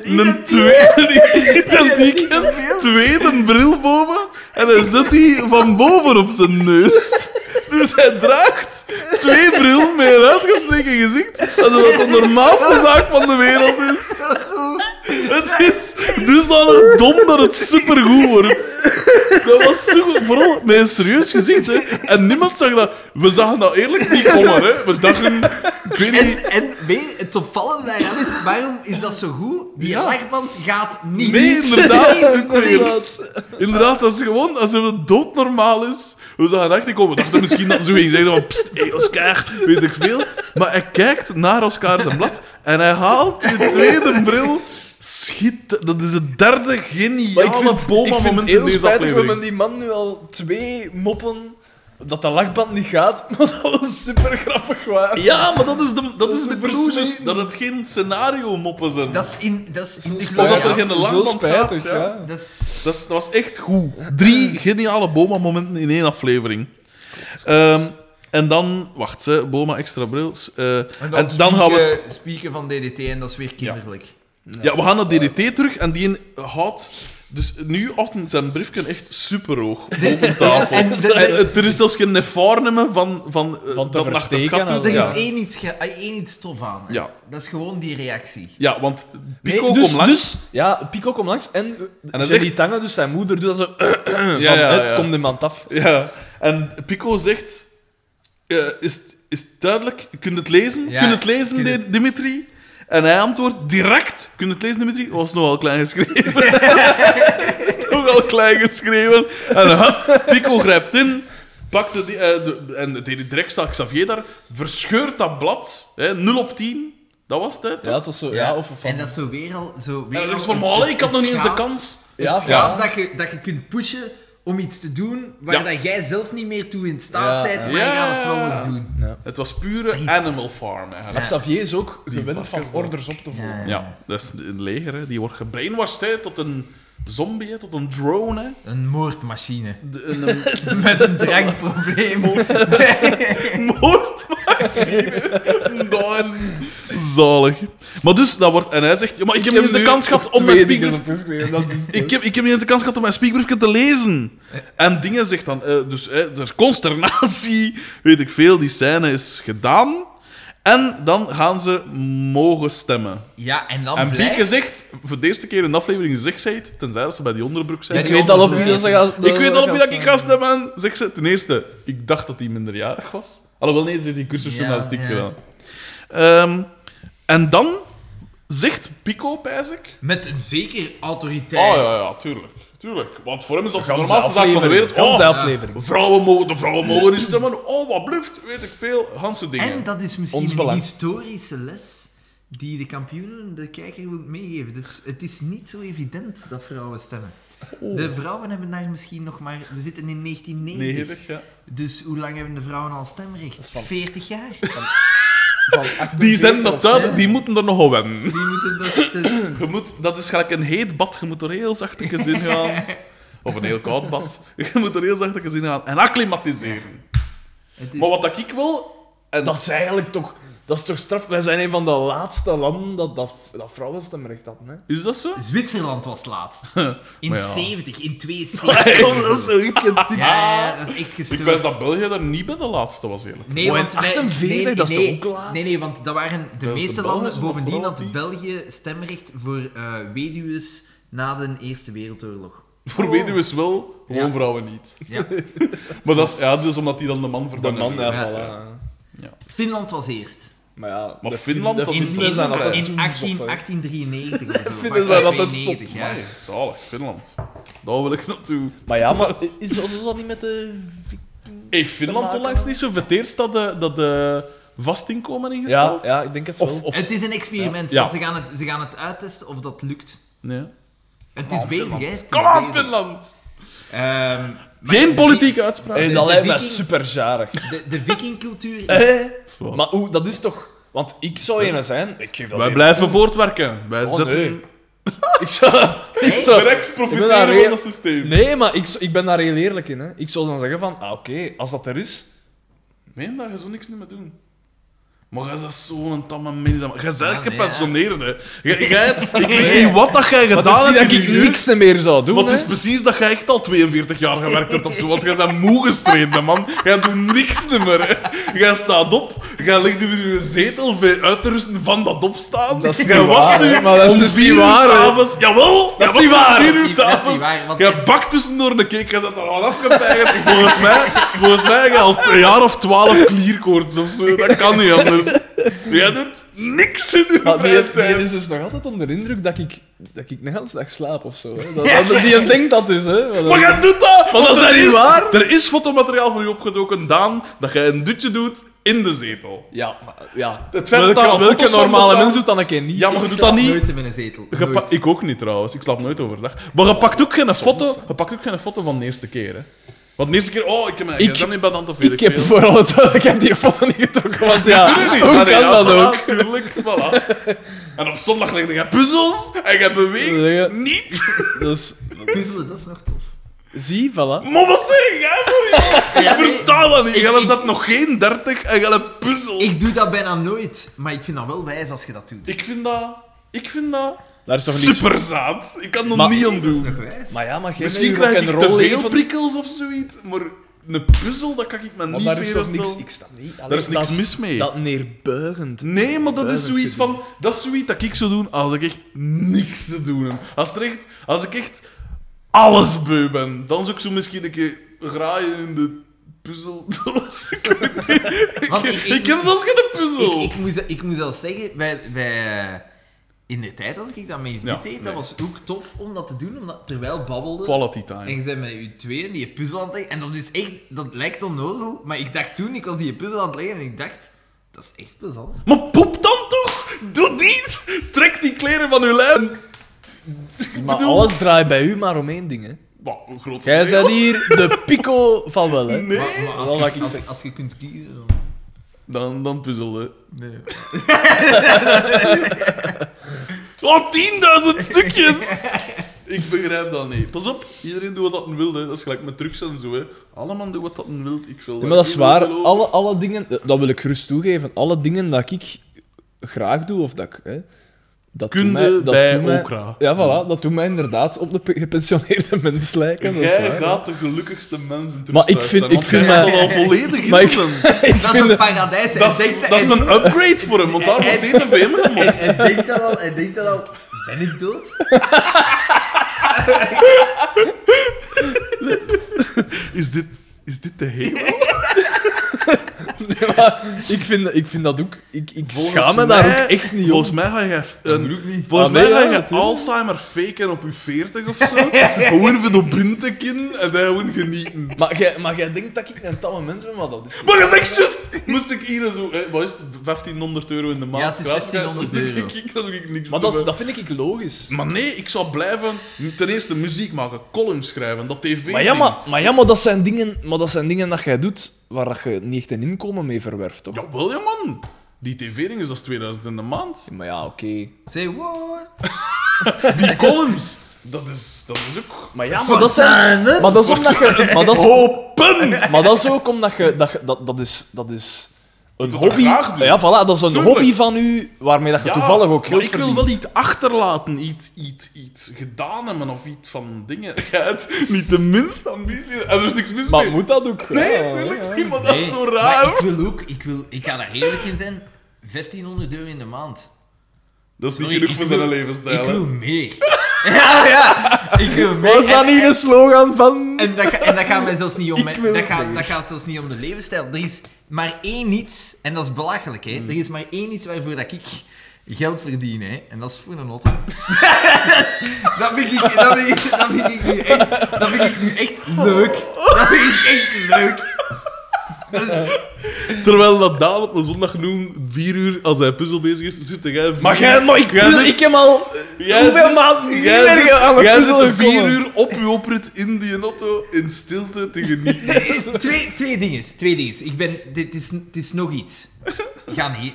een [LAUGHS] tweede, identieke tweede bril boven en hij zet die van boven op zijn neus. Dus hij draagt twee bril met een uitgestreken gezicht. Alsof dat de normaalste zaak van de wereld is. Het is dusdanig dom dat het supergoed wordt. Dat was zo goed. Vooral met een serieus gezicht. Hè. En niemand zag dat. We zagen dat eerlijk niet komen. Hè. We dachten... Ik weet niet... En, en weet je, het opvallende daaraan is, waarom is dat zo goed? Die Ja. lachband gaat niet. Nee, inderdaad. Niks. inderdaad. Inderdaad, dat is gewoon als het doodnormaal is. We zagen echt niet komen. We dachten misschien dat zo ging zeggen van, pst, hey, Oscar, weet ik veel. Maar hij kijkt naar Oscar zijn blad en hij haalt die tweede bril. Schiet, dat is het derde Maar ik geniale vind, ik vind Boma-moment het in heel deze spijtig we aflevering. met die man nu al twee moppen dat de lakband niet gaat, [LAUGHS] maar dat was super grappig waar. Ja, maar dat is de, dat is is de een clue, dus versnelling. dat het geen scenario-moppen zijn. Dat is in, dat is in de Of dat Ja, er kleur. geen zo langband spijtig, gaat, ja. ja. Dat is... Dat, is- dat was echt goed. Drie geniale Boma-momenten in één aflevering. Ehm, en dan, wacht, hè, Boma extra brils. eh, en dan, gaan we. spieken- Spieken van DDT en dat is weer kinderlijk. Ja, we gaan naar DDT terug en die houdt. Dus nu ochtend zijn briefje echt super hoog boven tafel. En en, de- de- eh, er is zelfs geen nefarneme van, van, eh, Van te dat naar het versteken gat toe. al. Er is Ja. één, iets ge- eh, één iets tof aan. hè. Ja. Dat is gewoon die reactie. ja, want Nee, Pico dus, komt langs. dus- ja, Pico komt langs en, hij en Jerry zegt- Tange, dus zijn moeder, doet dat zo [CLEARS THROAT] van, ja, ja, hè, ja. komt iemand af. Ja, en Pico zegt... eh, is, is het duidelijk? Kun je het lezen? Ja, kun je het lezen, kun je- Di- Dimitri? En hij antwoordt direct. Kun je het lezen, Dimitri? Was nogal klein geschreven. is nogal klein geschreven. En hup, Pico grijpt in. Pakt de, eh, de- en de- direct staat Xavier daar. Verscheurt dat blad. Hè, 0 op 10. Dat was het, hè? toch? Ja, het was zo, ja, of van... En dat is zo weer al... Zo En weer dan al zegt van, het- maar allee, ik had nog het niet eens de schaap- kans. ja, Het ja. schaap dat je, dat je kunt pushen om iets te doen waar Ja. dat jij zelf niet meer toe in staat Ja. bent, maar Ja. je gaat het wel nog doen. Het was pure Animal Farm, eigenlijk. Maar Xavier is ook gewend van varkens daar. orders op te volgen. Ja. Ja, dat is een leger, hè. die wordt gebrainwashed hè, tot een zombie, hè, tot een drone. Hè. Een moordmachine. [LAUGHS] De- een, Met een drankprobleem. [LAUGHS] een moordmachine. Nou, en- Zalig. Maar dus, dat wordt, en hij zegt: ja, maar ik heb niet dus eens de kans gehad om mijn speakbrief. Ik heb, ik heb niet eens de kans gehad om mijn speakbriefje te lezen. En dingen zegt dan, eh, dus hè, er consternatie, weet ik veel, die scène is gedaan. En dan gaan ze mogen stemmen. Ja, en dan En blijkt... Pieke zegt, voor de eerste keer in de aflevering zegt zij het, tenzij dat ze bij die onderbroek zijn. [LAUGHS] Ik weet al op wie dat ze gaan... Ik weet al op wie dat ik ga stemmen. Zeg ze, ten eerste, ik dacht dat hij minderjarig was. Alhoewel, nee, ze heeft die cursus Ja, journalistiek ja. gedaan. Ehm, en dan zegt Pico, pijs ik... Met een zeker autoriteit. Oh, ja, ja, tuurlijk. Tuurlijk. Want voor hem is dat de normaalste zaak van de wereld. Ganse Oh, aflevering. vrouwen mogen, de vrouwen mogen niet stemmen. Oh, wat bluft. Weet ik veel. Hanse dingen. En dat is misschien Ons een belang. historische les die de kampioenen de kijker wil meegeven. Dus het is niet zo evident dat vrouwen stemmen. Oh. De vrouwen hebben daar misschien nog maar... We zitten in 1990. 90, ja. Dus hoe lang hebben de vrouwen al stemrecht? 40 jaar. Die zijn dat duidelijk, die moeten er nogal wennen. Die moeten dat... Dus, Je moet, dat is gelijk een heet bad. Je moet er heel zachtjes in gaan. [LAUGHS] Of een heel koud bad. Je moet er heel zachtjes in gaan. En acclimatiseren. het is, Maar wat dat ik wil... En Dat is eigenlijk toch... Dat is toch straf? Wij zijn een van de laatste landen dat, dat, dat vrouwenstemrecht hadden, hè? Is dat zo? Zwitserland was [LAUGHS] laatst. In Maar ja. 70, [LAUGHS] in 72. dat is toch Ja, Ah. ja, dat is echt gestoord. Ik wist dat België daar niet bij de laatste was, eerlijk. Nee, Oh, en want wij- 48, nee, dat is nee, toch ook laat? Nee, nee, want dat waren de is de meeste Belgen, landen. is dat Bovendien vooral had die? België stemrecht voor eh weduwes na de Eerste Wereldoorlog. Voor weduwes wel, gewoon Ja. vrouwen niet. [LAUGHS] Ja. Maar dat is, ja, dus omdat die dan de man vervangen. De man, heeft. ja, Finland was eerst. Maar ja, Maar de Finland, Fin- dat de is In, Finnen niet zijn een- altijd in zo 18, zot, hè. [LAUGHS] 1893. of zo, of Vinden zij dat dat 1892, zot? ja. Amai, zalig, Finland. Daar wil ik naartoe. Maar ja, maar is, is dat niet met de... Heeft Finland maken, onlangs man. niet zo verteerst dat de, dat de vastinkomen Ja, ingesteld? ja, ik denk het wel. Of, of, Het is een experiment. Ja. want Ze, gaan het, ze gaan het uittesten of dat lukt. nee. En het is bezig, hè. Het is Kom aan, bezig. Finland! Ehm, maar Geen de- politieke uitspraak. Hey, de- dat de lijkt me Viking- superjarig. De, [LAUGHS] de vikingcultuur is... Hé? Zwaar. Maar hoe, dat is toch... Want ik zou ene zijn... Ik geef dat Wij een- blijven voortwerken. Wij Oh, zetten nee. [LAUGHS] Ik zou... Ik Nee? zou direct Ik ben daar profiteren heel- van dat systeem. nee, maar ik, zou- ik ben daar heel eerlijk in. Hè. Ik zou dan zeggen van... Ah, oké, als dat er is... Meen dat je zo niks meer doen. Maar jij bent zo'n tamme mens. Jij bent nee, gepensioneerd, hè. Jij- jij hebt- ik weet niet wat dat jij Maar het is gedaan niet hebt in dat je ik jeugd. niks meer zou doen, Want het hè. is precies dat jij echt al 42 jaar gewerkt hebt of zo. Want jij bent moe gestreden, man. Jij doet niks meer. hè. Jij staat op, jij ligt in je zetel veel uit te rusten van dat opstaan. Dat is jij niet was waar, nu hè. Maar dat is om dus niet vier uur waar, hè. s'avonds. Jawel, dat is niet waar. Vier uur Dat is niet- dat is niet s'avonds. waar, want Jij dat is- bakt tussendoor de cake, jij zat er al afgepeigerd. Volgens mij, volgens mij heb je al een jaar of twaalf klierkoorts of zo. Dat kan niet anders. Jij doet niks in je Maar die, vrije die tijd. is dus nog altijd onder de indruk dat ik, dat ik een hele dag slaap of zo. Hè. Dat, dat- die denkt dat dus, hè. Maar dat- Maar jij doet dat! Want dat is er niet waar. Er is fotomateriaal voor je opgedoken, Daan, dat jij een dutje doet in de zetel. Ja, maar... Ja. Het feit dat daar welke welke foto's van normale bestaan- mens doet dat een keer niet? Ja, maar je doet dat niet. Nooit in mijn zetel. Je pa- Nooit. ik ook niet trouwens, ik slaap nooit overdag. Maar je pakt ook geen, foto, je pakt ook geen foto van de eerste keer. Hè. Want de eerste keer, oh, ik heb mijn Ik- ik, niet bij de hand of weet Ik heb veel. voor alle duidelijkheid die foto niet getrokken, want Doe ja, het niet. hoe Ah, nee, kan ja, dat voilà, ook? Tuurlijk, voilà. En op zondag liggen je puzzels en je beweegt Nee. niet. Dus, Puzzelen, dat is nog tof. zie, voilà. Maar wat zeg jij voor [LAUGHS] jou? Ja, Ik nee. versta dat niet. Ik- Jij ik- zat nog geen 30 en jij hebt puzzel. Ik doe dat bijna nooit, maar ik vind dat wel wijs als je dat doet. Ik vind dat... Ik vind dat... Daar is toch niets... Superzaad. Ik kan er Maar- niet aan Dat is nog doen. wijs. Maar ja, maar geen Misschien krijg ik te veel prikkels of zoiets, maar een puzzel, dat kan ik me niet daar is toch voorstellen. niks... Ik snap niet... Daar is niks mis mee. Dat neerbuigend. Nee, maar dat is Neerbuigend zoiets gedoe. van... Dat is zoiets dat ik zou doen als ik echt niks te doen heb. Als, er echt, als ik echt alles beu ben, dan zou ik zo misschien een keer graaien in de puzzel. [LAUGHS] Dat was- ik, weet niet. [LAUGHS] Want Ik- ik- ik heb zelfs geen puzzel. Ik, ik, moest, ik moest al zeggen, wij, wij, eh, in de tijd als ik dat met je Ja, deed, nee. dat was ook tof om dat te doen, omdat terwijl babbelde. Quality En time. je bent met je tweeën die je puzzel aan het leggen. En dat is echt, dat lijkt onnozel, maar ik dacht toen, ik was die puzzel aan het leggen en ik dacht, dat is echt plezant. Maar poep dan toch! Doe die! Trek die kleren van uw lijn. Ik Maar bedoel- alles draait bij u maar om één ding, hè. Wat, een grote Jij regel. bent hier de pico van wel, hè. Nee. Maar, maar dat als, laat je, ik als, zeggen. als je kunt kiezen, dan... Dan, dan puzzelen. Nee. [LAUGHS] Oh, 10.000 stukjes! ik begrijp dat niet. Pas op, iedereen doet wat dat wil. Hè. Dat is gelijk met drugs en zo. Hè. Allemaal doen wat dat wil. Ik wil Ja, maar dat is iedereen waar. wil- Alle, alle dingen, eh, dat wil ik gerust toegeven, alle dingen dat ik graag doe of dat ik. Hè, dat Kunde doet mij- dat bij doet mij- Okra. Ja, voilà, dat doet mij inderdaad op de pe- gepensioneerde [LAUGHS] mens lijken. Dat is Jij waar. gaat de gelukkigste mensen terug Maar ik vind- ik vind dat mij- al volledig in. Maar ik, zijn. ik Dat is vind een het- paradijs. Hij Dat, is- [LAUGHS] denkt- dat is een upgrade voor hem, want daar wordt DTV mee gemaakt. hij- hij denkt dat al, hij denkt dat al. Ben ik dood? Is dit, is dit de hemel? ik, vind, ik vind dat ook. Ik, ik Volgens schaam me daar mij- ook echt niet Volgens om. mij ga je, f- een, volgens Ah, mij nee, ga ja, je natuurlijk. Alzheimer faken op je 40 of [LAUGHS] zo. gewoon even door brinten kin en dan gewoon genieten. Maar jij, maar jij denkt dat ik een tamme mens ben, maar dat is. niet. Maar dat is echt juist! Moest ik hier zo, hè, wat is het, 1500 euro in de maand? Ja, het is gratis krijgen, 1500 dan denk euro. Ik, ik, dan doe ik niks Maar dat, is- te dat vind ik logisch. doen. Maar nee, ik zou blijven ten eerste muziek maken, columns schrijven, dat tv. Maar ja, maar, maar, ja, maar, dat, zijn dingen, maar dat zijn dingen dat jij doet waar dat je niet echt een inkomen mee verwerft, toch? Jawel, ja, man! Die tv-ding is dat is 2000 in de maand. Maar ja, oké. Say what? Die columns, dat is, dat is ook. Maar ja, maar dat, zijn, maar dat is omdat je... Maar Oh, dat is, Open! maar dat is ook omdat je... Dat, je- dat, dat is... Dat is een dat hobby. graag doen. Ja, voilà, dat is een Tuurlijk. hobby van u waarmee dat je toevallig ook maar geld ik verdient. wil wel iets achterlaten, iets, iets, iets gedaan hebben of iets van dingen. [LAUGHS] Jij hebt niet de minste ambitie en er is niks mis Maar mee. moet dat ook? Nee, Ja, [LAUGHS] natuurlijk ja. niet, maar dat is Nee, zo maar raar. Ik wil ook, ik, wil, ik ga daar eerlijk in zijn, 1500 euro in de maand. Dat is niet Sorry, genoeg ik voor wil- zijn Ik levensstijl. hè. [LAUGHS] wil meer. Ja, ja. Ik wil mee. Was dat En- niet en- een slogan van... En dat, ga- en dat gaat mij zelfs niet om... Ik mijn- wil Dat het gaat, niet. dat gaat zelfs niet om de levensstijl. Er is maar één iets, en dat is belachelijk, Hmm. hè. Er is maar één iets waarvoor dat ik geld verdien, hè. En dat is voor een auto. [LAUGHS] dat, vind ik, dat, vind ik, dat, vind ik nu echt, dat vind ik nu echt leuk. Dat vind ik echt leuk. Terwijl dat Daan op een zondag noemt, vier uur, als hij puzzel bezig is, zit jij... vier- Maar jij, maar ik, Jij zit- ik heb al Jij hoeveel zit- maanden niet Jij meer zit, aan jij mijn zit puzzel de vier gekomen. uur op je oprit in die auto in stilte te genieten. Nee, twee, twee dingen. Twee dingen. Ik ben... Dit is, dit is nog iets. Ga mee.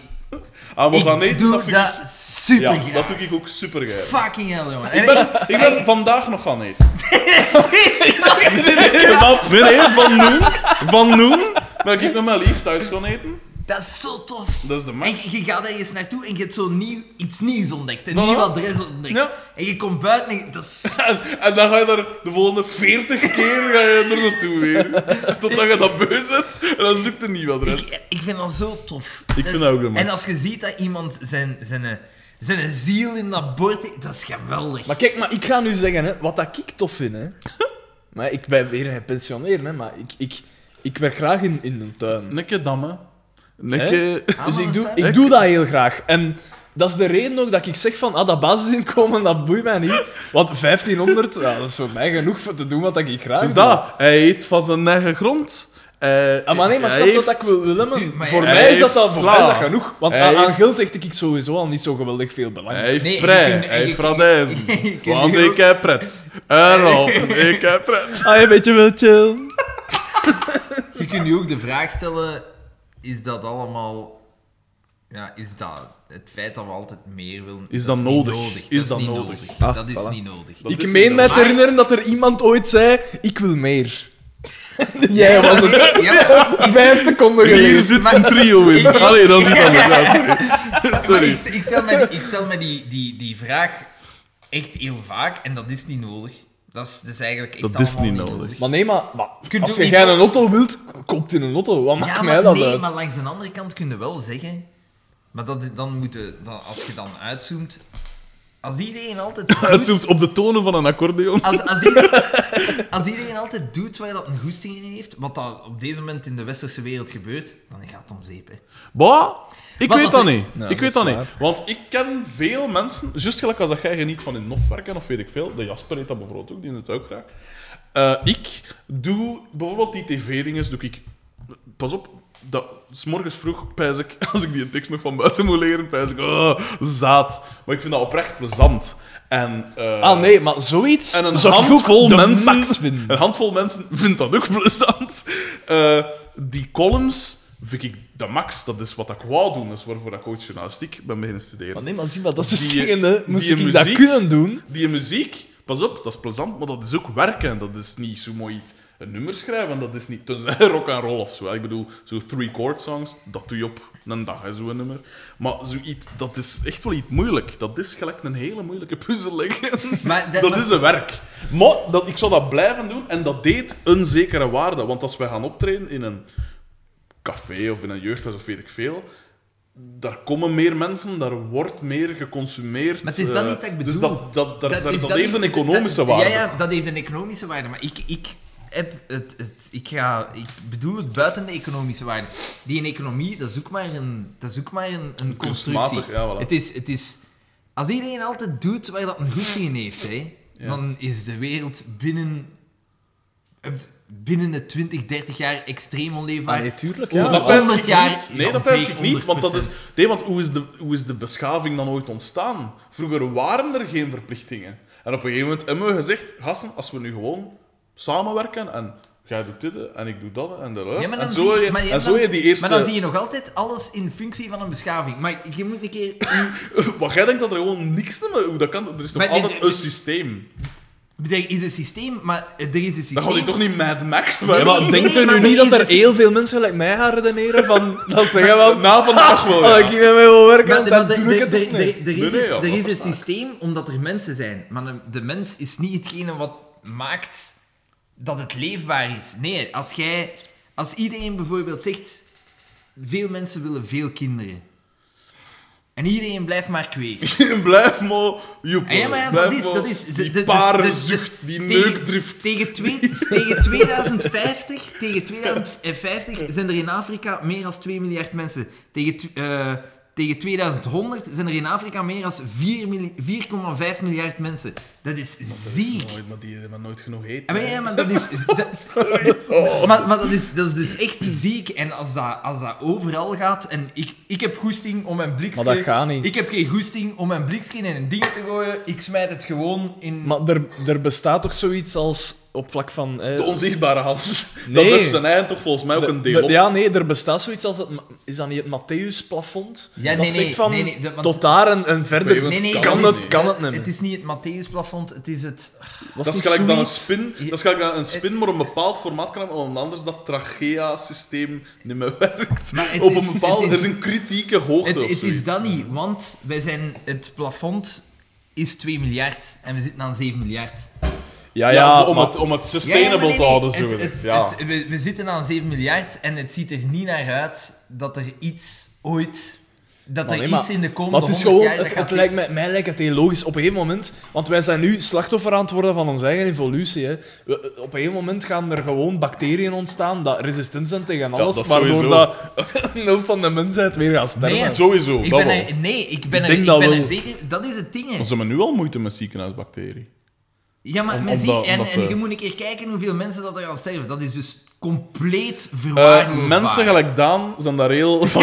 Ah, we Ik gaan eten, doe dat dat, vind ik... super Ja, dat doe ik ook super graag. Fucking hell, jongen. Ik En ben, ik ben vandaag nog gaan eten. Kebab. Nee, nee, van noem. Van noem. Ben ik met mijn lief thuis gaan eten. dat is zo tof. Dat is de max. En je je gaat ergens naartoe en je hebt zo nieuw, iets nieuws ontdekt. Een Voilà. nieuw adres ontdekt. Ja. En je komt buiten en je- dat is... En, en dan ga je daar de volgende 40 keer ga je er naartoe weer. Totdat je dat beu zit en dan zoekt een nieuw adres. ik, ik vind dat zo tof. Ik vind dat ook de max. En als je ziet dat iemand zijn, zijn, eh, zijn eh, ziel in dat bord... heeft, Dat is geweldig. Maar kijk, maar ik ga nu zeggen hè, wat dat ik tof vind. Hè. maar ik ben weer gepensioneerd, hè, maar ik, ik, ik werk graag in, in de tuin. Nekke damme. Nekke- Dus maar ik doe, dat- ik doe dat heel graag. En dat is de reden ook dat ik zeg van, ah, dat basisinkomen, dat boeit mij niet. Want 1500, ja, dat is voor mij genoeg voor te doen wat ik graag Dus doe. dat, hij eet van zijn eigen grond. Eh, Ah, maar nee, maar hij snap je heeft- wat ik wil willen? man? Tuur, maar voor hij mij is dat, heeft al, voor mij is dat sla. genoeg. Want Hij aan, aan heeft- geld hecht ik sowieso al niet zo geweldig veel belang. Hij heeft Nee, je prei, kunt- hij je heeft kunt- [LAUGHS] radijzen. je kunt Want ook- ik heb pret. Errol, ik heb pret. Ah, weet je wel, chill. Je kunt je ook de vraag stellen... Is dat allemaal... Ja, is dat... Het feit dat we altijd meer willen... Is dat dat niet nodig? Is dat Is dat niet nodig? nodig? Ah, Dat is voilà. niet nodig. Dat Ik is meen niet mij nodig. te herinneren dat er iemand ooit zei, ik wil [LAUGHS] meer. [LAUGHS] Jij was het. Ja, Vijf seconden Hier geleden. zit een trio in. dus- [LAUGHS] Allee, dat is iets anders. ja, sorry. Maar Sorry. ik, ik stel mij, die- ik stel mij die, die, die vraag echt heel vaak en dat is niet nodig. Dat is, dat is eigenlijk echt Dat is allemaal niet nodig. Maar nee, maar, maar kunt als ook je niet jij voor- een auto wilt, koopt in een auto. Wat maakt Ja, mij maar, dat nee, uit? maar langs de andere kant kun je wel zeggen... Maar dat, dan moeten, dan, als je dan uitzoomt... Als iedereen [LAUGHS] altijd doet- Het zoekt op de tonen van een accordeon. Als, als, iedereen, als iedereen altijd doet waar dat een goesting in heeft, wat dat op deze moment in de westerse wereld gebeurt, dan gaat het om zeep, hè. Bah, ik Wat weet dat dat niet. Ja, ik weet dat dat is niet. Want ik ken veel mensen, juist gelijk als dat jij geniet van in NOF werken, of weet ik veel, de Jasper heet dat bijvoorbeeld ook, die doet het ook graag. Eh, ik doe bijvoorbeeld die tv-dinges, doe ik... Pas op, dat, s morgens vroeg pijs ik, [LAUGHS] als ik die tekst nog van buiten moet leren, pijs ik, oh, zaad. Maar ik vind dat oprecht plezant. En, eh, Ah nee, maar zoiets en een zou ik ook handvol de mensen. max vinden. [LAUGHS] Een handvol mensen vindt dat ook plezant. Eh, die columns vind ik de max. Dat is wat ik wou doen. Dat is waarvoor ik ooit journalistiek ben beginnen Maar studeren. nee, maar zie maar, dat is dus Die- zingen, hè. Moest die ik dat muziek- kunnen doen? Die muziek, pas op, dat is plezant, maar dat is ook werken. Dat is niet zo mooi iets. Een nummer schrijven, dat is niet. Tenzij [LAUGHS] rock and roll of zo. Ik bedoel, zo three chord songs, dat doe je op een dag, hè, zo'n nummer. Maar zoiets, dat is echt wel iets moeilijk. Dat is gelijk een hele moeilijke puzzel leggen. [LAUGHS] Maar dat- Dat is een werk. Maar dat, ik zou dat blijven doen en dat deed een zekere waarde. Want als wij gaan optreden in een café of in een jeugdhuis of weet ik veel, daar komen meer mensen, daar wordt meer geconsumeerd. Maar het is dat eh, niet dat ik Dus bedoel. dat, dat, daar- daar- is- dat heeft is- een economische dat- waarde. Ja, ja, dat heeft een economische waarde. Maar ik, ik, heb het, het, ik, ga, ik bedoel het buiten de economische waarde. Die in economie, dat is ook maar een, dat is ook maar een, een constructie. kunstmatig, ja, voilà. het, is, het is... Als iedereen altijd doet waar dat een goesting in heeft, hè, dan is de wereld binnen... het- Binnen de 20, 30 jaar extreem onleefbaar. Ah, nee, tuurlijk, Maar ja. dat pijs 100 ik jaar- niet. Nee, ja, dat pijs zeker, ik niet, want dat is... 100%. Nee, want hoe is, de, hoe is de beschaving dan ooit ontstaan? Vroeger waren er geen verplichtingen. En op een gegeven moment hebben we gezegd, gasten, als we nu gewoon samenwerken en jij doet dit en ik doe dat en dat, hè, Ja, maar en dan zo, zie je, maar en zo dan- je die eerste... Maar dan [LAUGHS] zie je nog altijd alles in functie van een beschaving. Maar je moet een keer Maar jij denkt dat er gewoon niks meer... Hoe dat kan? Er is nog Maar dit- altijd een systeem. Er is een systeem, maar eh, er is een systeem. Dan gaat hij toch niet Mad Max Ja, maken? maar nee, denkt nee, u nu maar niet er dat is er dus- heel veel mensen gelijk mij gaan redeneren [LAUGHS] van... Dat zeggen [LAUGHS] van... Na vandaag [LAUGHS] wel, Als ja. ik hiermee wil werken, Oh, Maar- maar dan de- doe ik het de- ook de- niet. de- Er Nee, is nee, een- ja, er dat is een versta ik. systeem omdat er mensen zijn. Maar de- de mens is niet hetgene wat maakt dat het leefbaar is. Nee, als jij... Als iedereen bijvoorbeeld zegt... Veel mensen willen veel kinderen. En iedereen blijft maar kweken. Blijf maar joepelen. Ah ja, maar ja, Blijf dat is... maar- Dat is Die dat- paardenzucht, die tegen- neukdrift. [LAUGHS] Tegen, twee- tegen 2050, tegen 2050 zijn er in Afrika meer dan 2 miljard mensen. Tegen, tw- eh, tegen 2100 zijn er in Afrika meer dan 4 mil- 4,5 miljard mensen. Dat is ziek. Nooit, maar die hebben nooit genoeg Ja, eten. Ah, maar, ja, maar dat is... [LAUGHS] Dat, maar maar dat, is, dat is dus echt ziek. En als dat, als dat overal gaat... En ik, ik heb goesting om mijn blikje... Maar dat gaat niet. Ik heb geen goesting om mijn blikje in een ding te gooien. Ik smijt het gewoon in... Maar er, er bestaat toch zoiets als op vlak van. eh, De onzichtbare hand. [LAUGHS] Dat Nee. heeft zijn eind toch volgens mij ook de- een de- deel op. ja, nee, er bestaat zoiets als. Het, ma- is dat niet het Matthäus-plafond? Ja, dat nee, nee, zegt van. nee, nee, dat- want- tot daar en, en verder. Nee, nee, kan dat het- is- kan het niet meer. Het is niet het Matthäusplafond, het is het... Was Dat is niet gelijk dan een zoiets? spin. Dat is gelijk dan een spin, maar een bepaald formaat kan hebben, omdat anders dat trachea-systeem niet meer [LAUGHS] werkt. Maar het Op een is- bepaalde... het Er is- is een kritieke hoogte Het, of het zoiets. is dat niet, want wij zijn... Het plafond is 2 miljard en we zitten aan 7 miljard. Ja, ja, Ja, om, maar- het, om het Ja, ja, sustainable maar nee, te nee, houden, het- zo het- gezegd. Ja. het- we, we zitten aan 7 miljard en het ziet er niet naar uit dat er iets ooit... Dat Maar er nee, maar- iets in de komende Maar het is 100 gewoon, jaar... dat het, gaat het lijkt mij, mij lijkt het heel logisch. Op een gegeven moment, want wij zijn nu slachtoffer aan het worden van onze eigen evolutie. Hè. We- op een gegeven moment gaan er gewoon bacteriën ontstaan dat resistent zijn tegen alles, dat waardoor sowieso. dat [LAUGHS] een helft van de mensheid weer gaat sterven. Nee, Sowieso, Ik dat ben wel. er, nee, ik ben er, denk ik dat ben wel. er zeker... Dat is het ding, hè. Maar ze hebben nu al moeite met ziekenhuisbacterie. Ja, maar Om- men omdat- ziet, en, omdat, en eh, je moet een keer kijken hoeveel mensen dat er gaan sterven. Dat is dus compleet Eh, verwaarloosbaar. mensen gelijk Daan zijn daar heel [LAUGHS] van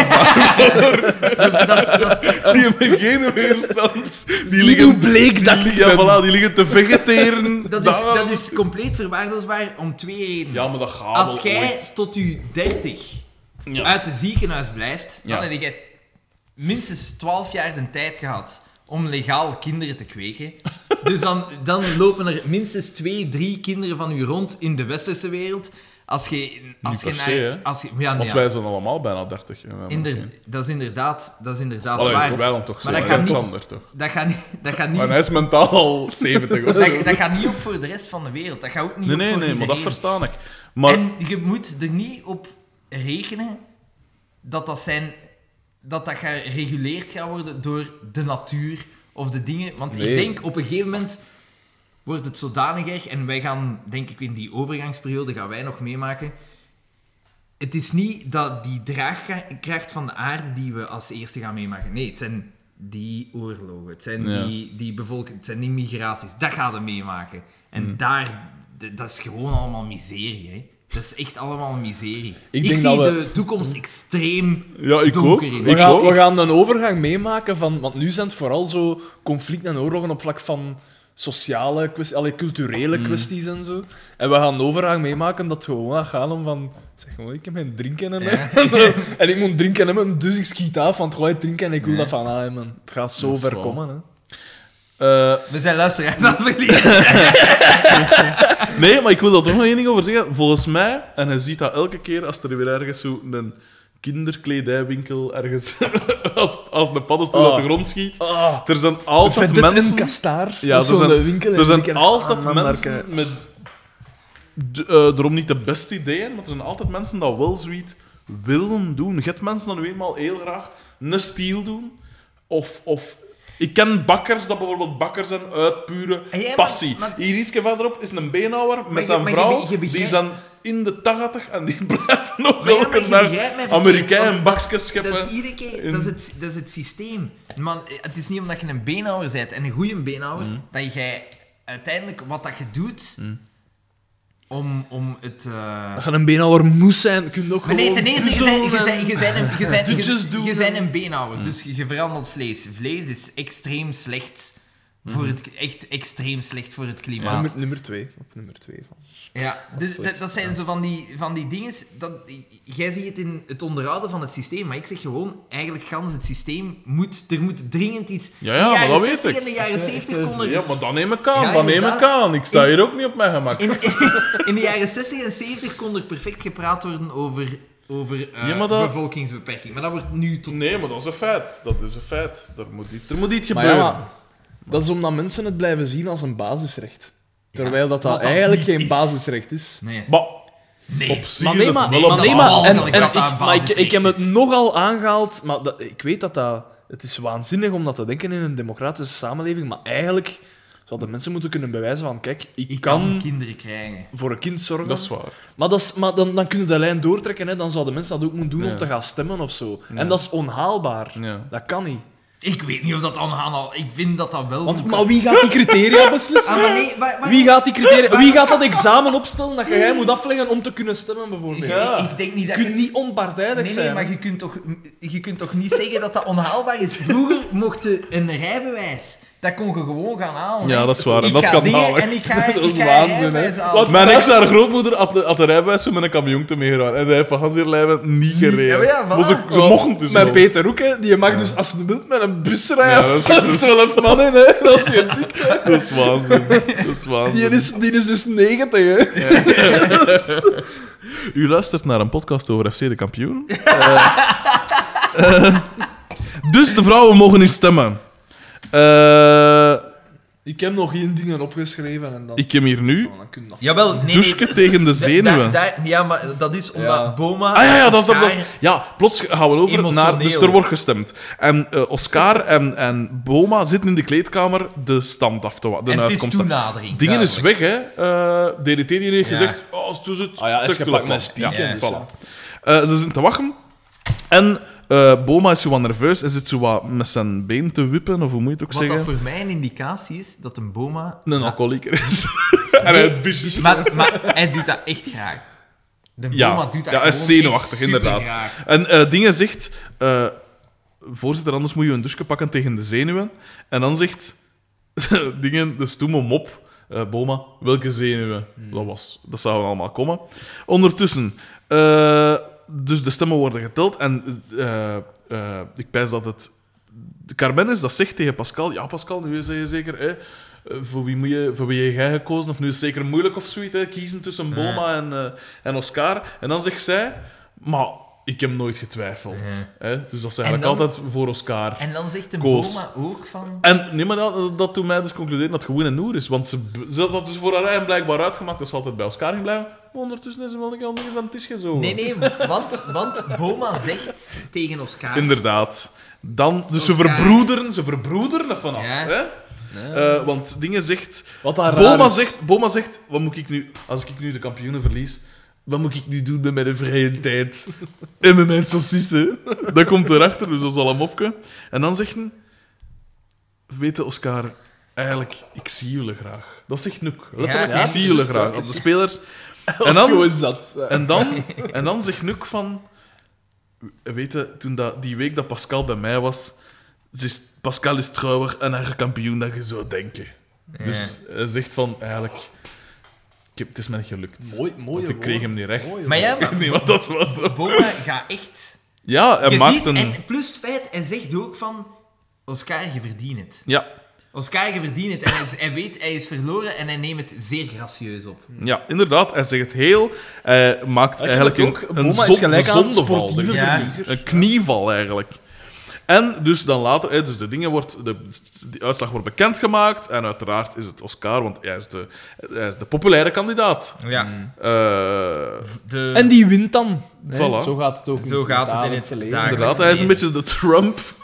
dat, dat, is- dat is echt... Die hebben geen weerstand. [LAUGHS] Die Zie hoe liggen, bleek dat ik ja, ben. voilà, die liggen te vegeteren. [LAUGHS] Dat is, daar. dat is compleet verwaarloosbaar om twee redenen. Ja, maar dat gaat Als wel jij ooit. tot je 30 Ja. uit het ziekenhuis blijft, Ja. dan heb je minstens 12 jaar de tijd gehad om legaal kinderen te [LAUGHS] kweken. dus dan, dan lopen er minstens twee, drie kinderen van u rond in de westerse wereld. Als je, als Niet je per se, hè. naar. Als je, ja, Want ja. wij zijn allemaal bijna 30. en wij hebben Inder- geen- dat is inderdaad, dat is inderdaad Allee, waar. toch wij dan toch Maar zeker. dat gaat niet- Alexander toch. Dat gaat niet, dat gaat niet, Maar hij is mentaal al [LAUGHS] 70 of zo. dat, dat gaat niet op voor de rest van de wereld. Dat gaat ook niet Nee, op nee, voor nee, maar dat iedereen. verstaan ik. Maar En je moet er niet op rekenen dat dat, zijn, dat, dat gereguleerd gaat worden door de natuur of de dingen. Want Nee. ik denk op een gegeven moment wordt het zodanig erg en wij gaan, denk ik, in die overgangsperiode gaan wij nog meemaken. Het is niet dat die draagkracht van de aarde die we als eerste gaan meemaken. Nee, het zijn die oorlogen, het zijn Ja. die, die bevolking, het zijn die migraties. Dat gaan we meemaken. En daar, d- dat is gewoon allemaal miserie, hè. Dat is echt allemaal miserie. Ik, denk zie dat we- de toekomst extreem ja, ik ook. donker in. We Ik gaan, ook. we gaan een overgang meemaken van... Want nu zijn het vooral zo conflicten en oorlogen op vlak van sociale kwesties, allee, Mm. culturele kwesties en zo. En we gaan een overgang meemaken dat het gewoon gaat gaan om van... Zeg gewoon, ik heb mijn drinken [LAUGHS] en, eh, en ik moet drinken hebben, dus ik schiet af, want gooi drinken en ik wil dat van aan hebben. Het gaat zo Dat is ver waar. komen, hè. eh, We zijn luisteraars [LAUGHS] aan het verliezen. Nee, maar ik wil daar toch nog één ding over zeggen. Volgens mij, en je ziet dat elke keer als er weer ergens zo'n kinderkledijwinkel ergens [LAUGHS] als, als een paddenstoel Ah. uit de grond schiet. Ah, Er zijn altijd Vedet en mensen... Kastaar. Ja, Ja, er zo'n zijn- winkel. en Er ik zijn heb- altijd Ah, man, mensen daar- met... d- eh, daarom niet de beste ideeën, maar er zijn altijd mensen dat wel zoiets willen doen. Je hebt mensen dan nu eenmaal heel graag een stiel doen. Of... of ik ken bakkers dat bijvoorbeeld bakkers zijn uit pure Ah, Ja, maar- passie. maar- Hier ietsje verderop is een beenhouwer met je- zijn maar je vrouw. be- je begrijpt- Die zijn in de 80 en die [LAUGHS] blijven nog Maar ja, maar elke je dag begrijpt mij verkeerd, Amerikaan want bakjes Dat is scheppen. iedere keer... in- Dat is het, dat is het systeem. Man, het is niet omdat je een beenhouwer bent en een goede beenhouwer, dat jij uiteindelijk wat dat je doet om, om het... eh, Dat je een beenhouwer moest zijn, je kunt ook Maar nee, gewoon... ten eerste, je bent- je bent- je bent een- je bent- Doetjes doen Mm. je- je bent en- een beenhouwer, dus je je verandert vlees. Vlees is extreem slecht voor Mm. het... Echt extreem slecht voor het klimaat. Nummer, nummer twee. Op nummer twee van. Ja, dus dat, dat zijn zo van die, van die dingen. Dat, jij ziet het in het onderhouden van het systeem, maar ik zeg gewoon, eigenlijk gans het systeem moet, er moet dringend iets. Ja, ja, de maar jaren dat weet 60 ik. en de jaren 70 kon er. Ja, maar dan neem ik aan, Ja, dan neem ik inderdaad. aan. Ik sta hier ook niet op mijn gemak. in, in de jaren 60 en 70 kon er perfect gepraat worden over, over eh, Ja, maar dat- bevolkingsbeperking. Maar dat wordt nu tot. Nee, maar dat is een feit. Dat is een feit. Er moet iets, er moet iets Maar gebeuren. ja, maar dat is omdat mensen het blijven zien als een basisrecht. Terwijl dat, dat, wat dat eigenlijk niet geen is. basisrecht is. Nee. Maar nee. op zich Maar is nee, het maar, wel maar, een basis. nee, maar, en, Als dat en een ik, maar ik, basisrecht ik heb het is. nogal aangehaald, maar dat, ik weet dat dat het is waanzinnig om dat te denken in een democratische samenleving, maar eigenlijk zouden mensen moeten kunnen bewijzen van, kijk, ik, Ik kan, kan, kinderen krijgen. voor een kind zorgen. Dat is waar. Maar, dat is, maar dan, dan kunnen de lijn doortrekken, hè. dan zouden mensen dat ook moeten doen Ja. om te gaan stemmen of zo. En dat is onhaalbaar. Ja. Dat kan niet. Ik weet niet of dat dan aan al. Ik vind dat dat wel. Want, moet maar wie gaat die criteria beslissen? Ah, maar nee, maar- maar- Wie gaat die criteria... Wie gaat dat examen opstellen dat jij moet afleggen om te kunnen stemmen, bijvoorbeeld? ik, ik denk niet Je dat kunt je- niet onpartijdig Nee, nee, zijn. maar je kunt, toch, je kunt toch niet zeggen dat dat onhaalbaar is? Vroeger mocht je een rijbewijs. Dat kon je gewoon gaan halen. Ja, hè. dat is waar, en Ik dat is ga dingen schandalig. En ik ga, [LAUGHS] Dat ik is ga waanzin, hè. een rijbewijs halen. Wat- Mijn ex-haar grootmoeder had de, had de rijbewijs van een camion te meegedaan. En hij heeft van heel Leiden niet gereden. Ja, maar ja, voilà. Maar ze, ze mochten dus Mijn wel. Peter ook, hè, die mag dus als een wild met een bus rijden. Ja, dat is- dat is- 12 [LAUGHS] mannen, hè. Dat is geen dik. [LAUGHS] Dat is waanzin. Dat is waanzin. Die is, die is dus 90, hè. U luistert naar een podcast over FC de kampioen. [LAUGHS] Eh, dus de vrouwen mogen niet stemmen. Eh, Ik heb nog geen dingen opgeschreven en dan... ik heb hier nu dan kun je dat... Jawel, nee. nee. douchen tegen de [LAUGHS] Da- zenuwen. da- da- ja, maar dat is omdat Ja. Boma. Ah ja, ja, dat is dat. Oscar- dat is- ja, plots gaan we over naar. Dus er Emotioneel. wordt gestemd. En eh, Oscar en, en Boma zitten in de kleedkamer de stand af te wa- de En het is uitkomst. af- toenadering. Dingen is duidelijk. weg, hè? Eh, DDT die heeft Ja. gezegd: oh, als het is het. Ah ja, hij is tekst gepakt erop. met spieken, Ja, dus, voilà. Eh, ze zijn te wachten. En eh, Boma is zo wat nerveus. Hij zit zo wat met zijn been te wippen, of hoe moet je het ook Wat dat zeggen? voor mij een indicatie is dat een Boma. Een alcoholieker is. en hij Nee, is een Maar, maar hij doet dat echt graag. De Boma Ja. doet dat Ja, hij is gewoon echt zenuwachtig, inderdaad. supergraag. En eh, Dingen zegt... eh, voorzitter, anders moet je een douche pakken tegen de zenuwen. En dan zegt [LAUGHS] Dingen, de stoeme mop, eh, Boma, welke zenuwen? Dat, was, dat zouden allemaal komen. Ondertussen, eh, dus de stemmen worden geteld. En eh, eh, ik pijs dat het... de Carmen is dat zegt tegen Pascal... Ja, Pascal, nu zeg je zeker... Hè, eh, voor wie, moet je, voor wie heb jij gekozen? Of nu is het zeker moeilijk of zoiets, hè, kiezen tussen Boma en, eh, en Oscar. En dan zegt zij... Maar ik heb nooit getwijfeld. Hè? Dus dat is eigenlijk dan- altijd voor Oscar. En dan zegt een Koos. Boma ook van. En nee, maar dat, dat doet mij dus concluderen dat het gewoon een noer is. Want ze, ze had dat dus voor haar eigen blijkbaar uitgemaakt dat ze altijd bij elkaar ging blijven. Maar ondertussen is ze wel een keer anders aan het is gezogen. Nee, nee, want, want Boma zegt tegen Oscar. Inderdaad. Dan, dus ze Oscar. verbroederen, ze verbroederen er vanaf. Ja. Hè? Eh, want dingen zegt Wat daar raar Boma, is. zegt... Boma zegt, wat moet ik nu... Als ik nu de kampioenen verlies, wat moet ik nu doen met mijn vrije tijd? en met mijn saucissen? dat komt erachter, dus dat is al een mopke. En dan zegt hij... Weet je, Oscar, eigenlijk, ik zie jullie graag. Dat zegt Noek. Letterlijk, Ja, ik ja. zie jullie graag. Als de [LAUGHS] spelers... En dan, Gewoon zat. en dan, en dan zegt Noek van... Weet je, toen dat, die week dat Pascal bij mij was... ze is- Pascal is trouwer en haar kampioen dat je zou denken. Dus hij zegt van, eigenlijk... Ik heb, het is mij niet gelukt. Mooi, mooie Of ik kreeg hem niet recht. Mooi, Maar [LAUGHS] ja, Ik weet maar niet wat dat was. Boma gaat echt. Ja, hij Je maakt ziet, een... en plus het feit, hij zegt ook van. Oscar, je verdient het. Ja, Oscar, je verdient het. En hij, is- hij weet, hij is verloren en hij neemt het zeer gracieus op. ja, inderdaad. Hij zegt heel... Hij maakt eigenlijk ook. een, een Boma is zon- gelijk aan zondeval, denk ik. sportieve Ja. verliezer. Een knieval eigenlijk. En dus dan later, hè, dus de, dingen wordt, de, de uitslag wordt bekendgemaakt. En uiteraard is het Oscar, want hij is de, hij is de populaire kandidaat. Ja. Eh, De, En die wint dan. Voilà. Hè, Zo gaat het ook Zo het gaat het in het dagelijkse leven. dagelijks- inderdaad, hij is een beetje de Eigenlijk [LAUGHS] Trump.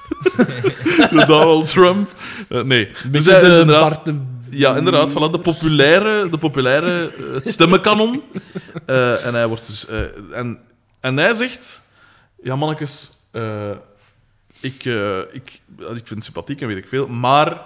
de Donald Trump. Eh, nee. Dus hij Beetje is de inderdaad, Bart de- ja, inderdaad. Voilà, de populaire, de populaire eh, stemmenkanon. Eh, en hij wordt dus... eh, en, en hij zegt... Ja, mannetjes... eh, ik, eh, ik, ik vind het sympathiek en weet ik veel, maar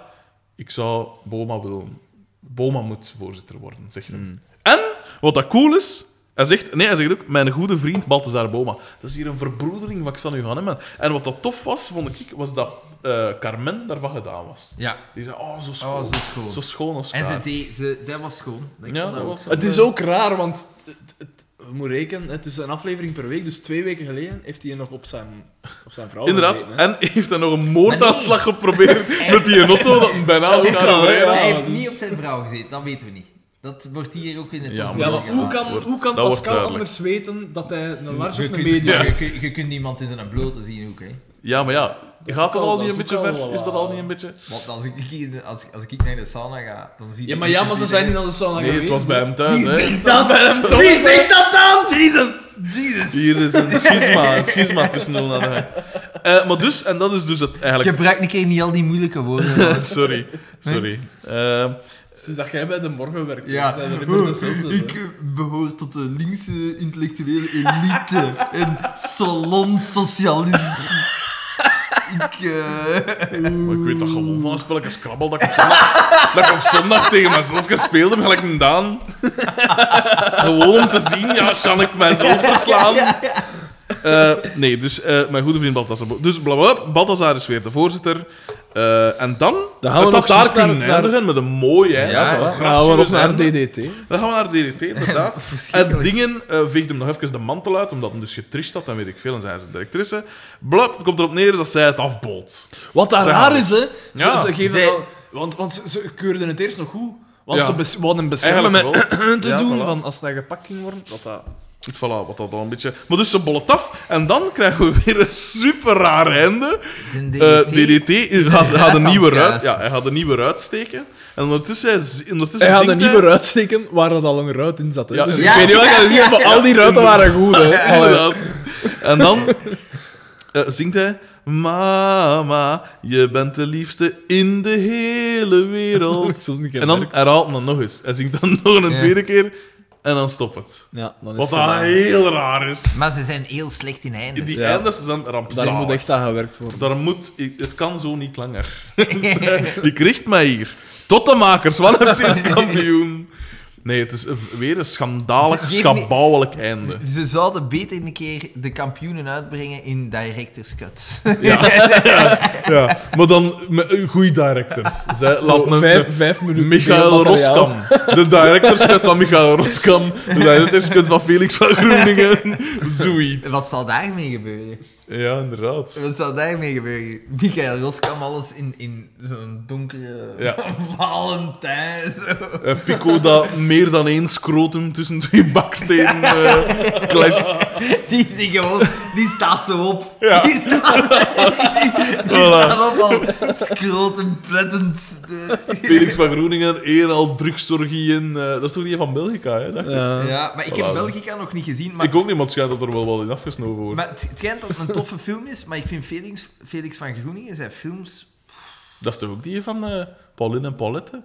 ik zou Boma willen. Boma moet voorzitter worden, zegt Hmm. hij. En, wat dat cool is, hij zegt, nee, hij zegt ook, mijn goede vriend Balthazar Boma. Dat is hier een verbroedering wat ik zal nu gaan hebben. En wat dat tof was, vond ik, was dat eh, Carmen daarvan gedaan was. ja. Die zei, oh, zo schoon. Oh, zo schoon. Zo schoon als En ze kaart. deed, ze, dat was schoon. Ja, kon dat ook. was... Het is ook raar, want het, het- het moet rekenen, het is een aflevering per week, dus twee weken geleden heeft hij nog op zijn, op zijn vrouw Inderdaad, gezeten, Oh, hè. en heeft hij nog een moordaanslag geprobeerd [LAUGHS] met die auto, dat hem bijna Dat is elkaar ook wel, overrijden. ja. Hij heeft dus- niet op zijn vrouw gezeten, dat weten we niet. Dat wordt hier ook in het Ja, onderzoek dat Ja, maar is- hoe dat kan, wordt- hoe kan dat wordt Pascal duidelijk. anders weten dat hij een large Je of een kunt, medium je, kunt- je kunt iemand in zijn blote zien ook, hè. Ja, maar ja, gaat dat ook al niet al- dat een is beetje ook al ver? wel Is dat wat. al niet een beetje... Want als ik, in- als, ik- als ik naar de sauna ga, dan zie je... Ja, maar ja, maar ze zijn niet aan de sauna Nee, het was bij hem thuis, hè. Dat bij hem toch? Wie zegt dat dan? Jesus! Jesus! [LAUGHS] Hier is een schisma, een schisma tussen ons en hij. Eh, maar dus, en dat is dus het eigenlijk. Gebruik een keer niet al die moeilijke [LAUGHS] woorden. [LAUGHS] Sorry, sorry. Eh, Sinds dat jij bij de morgen werkt, Ja. zijn er niet meer dezelfde. Ik eh, behoor tot de linkse intellectuele elite en [LAUGHS] salonsocialist. Ik, eh, maar ik weet toch gewoon van een spelletje Scrabble dat ik op zondag, [LAUGHS] dat ik op zondag tegen mezelf gespeeld heb, gelijk een Daan. [LAUGHS] gewoon om te zien, ja, kan ik mijzelf verslaan? Eh, nee, dus eh, mijn goede vriend Balthazar. Bo- Dus blablabla, Balthazar is weer de voorzitter. Eh, en dan, Dan gaan we het nog daar eens naar- kunnen naar- eindigen met een mooie, hè, Ja, een ja. Dan gaan we nog gracieuze naar einde. DDT. Dan gaan we naar [LAUGHS] DDT, inderdaad. verschrikkelijk. En dingen eh veegt hem nog even de mantel uit, omdat hem dus getrist had, dan weet ik veel, en zij is een directrice. Blap, het komt erop neer dat zij het afbolt. Wat daar Ze raar houden. is, hè? Ze, Ja. ze geven Zij- al- want, want ze- ze keurden het eerst nog goed. Want Ja. ze bes- wouden hem beschermen met Eigenlijk wel. [CLEARS THROAT] te Ja, doen, voilà. van als hij gepakt ging worden, dat dat... Voilà, wat dat al een beetje... Maar dus ze bollet af, en dan krijgen we [LAUGHS] weer een super raar einde. de DDT. Eh, DDT gaat, gaat een aan nieuwe het ruit... kruisen. Ja, hij gaat een nieuwe ruit steken. En ondertussen, hij z- ondertussen Hij had een zingt nieuwe ruit steken waar dat al een ruit in zat. Hè? Ja. dus Ja, ik weet niet wat ja, je zegt, ja, maar al die ruiten [LAUGHS] waren goed. Hè? Allee. [LAUGHS] Inderdaad. En dan eh, zingt hij... Mama, je bent de liefste in de hele [LAUGHS] wereld. Soms niet En dan gemerkt. herhaalt men dat nog eens. Hij zingt dan [LAUGHS] nog een Ja. tweede keer en dan stopt het. Ja, dan is Wat het dan gedaan. heel raar is. Maar ze zijn heel slecht in eindes. Die Ja. eindes zijn Daar rampzalig. moet echt aan gewerkt worden. Daar moet, ik- het kan zo niet langer. [LAUGHS] Dus, eh, ik richt mij hier. Tot de makers, wat heeft [LAUGHS] ze een kampioen? Nee, het is een- weer een schandalig, Het geeft niet- schabouwelijk [LAUGHS] einde. Ze zouden beter een keer de kampioenen uitbrengen in director's cut. Ja, maar dan met een goede directors. Zij Zo, laat een, vijf, vijf minuten Michael materiaal. Roskam. De directorskut van Michael Roskam. De directorskut van Felix van [LAUGHS] Groeningen. Zoiets. [LAUGHS] Wat zal daarmee gebeuren? Ja, inderdaad. Wat zal daarmee gebeuren? Michael Roskam alles in, in zo'n donkere Ja. [LAUGHS] Valentijn. [LAUGHS] zo. Eh, Pico dat meer dan één scrotum tussen twee [LAUGHS] bakstenen eh clasht. Die, die, gewoon, die staat zo op. Ja. Die staat, [LAUGHS] die, die staat op al scrotenplettend. Felix van Groeningen, één al drugsorgieën. eh, dat is toch die van Belgica, hè? dacht ik? Ja. Ja, maar ik Voilà. heb Belgica nog niet gezien. Maar ik ook niet, maar het schijnt dat er wel wat in afgesnoven wordt. Maar het het schijnt dat het een toffe film is, maar ik vind Felix, Felix van Groeningen zijn films... Dat is toch ook die van eh Pauline en Paulette?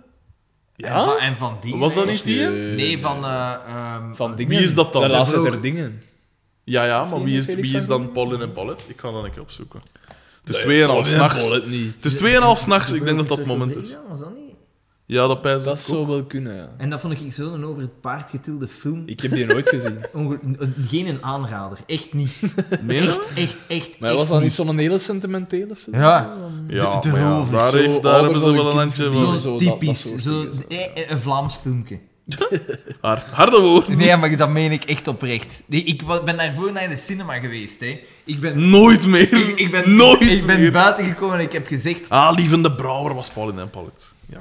En, van, en van die... Was dat nee. niet die? hè? Nee, van... eh, ehm, Van dingen. Wie is dat dan? De laatste broer. ter dingen. Ja, ja, maar wie is, Felix wie van is dan Groeningen? Pauline en Paulette? Ik ga dat een keer opzoeken. Het is 2,5 s'nachts. het niet. Het is 2,5 eh, s'nachts, Dus ik denk dat dat het moment is. Ja, was dat niet? Ja, dat pijs Dat ik ook. zou wel kunnen, ja. En dat vond ik zo'n over het paard getilde film. Ik heb die nooit gezien. Onge- een- geen een aanrader. Echt niet. Meen je? Echt, echt, echt. Maar was echt dat niet zo'n hele sentimentele film? Ja. Ja, de maar ja, rover, daar, zo heeft, daar ouder hebben ze dan wel een een handje kindje. van. Zo, Zo dat- typisch. dat Zo, soort dingen, zo. eh, eh, een Vlaams filmpje. Hard, harde woorden. Nee, maar dat meen ik echt oprecht. Nee, ik wa- ben daarvoor naar de cinema geweest. Hè. Ik ben... Nooit meer. Ik, ik ben, Nooit ik ben meer. buiten gekomen en ik heb gezegd... Ah, lievende Brouwer was Paulin en Pallet. Ja.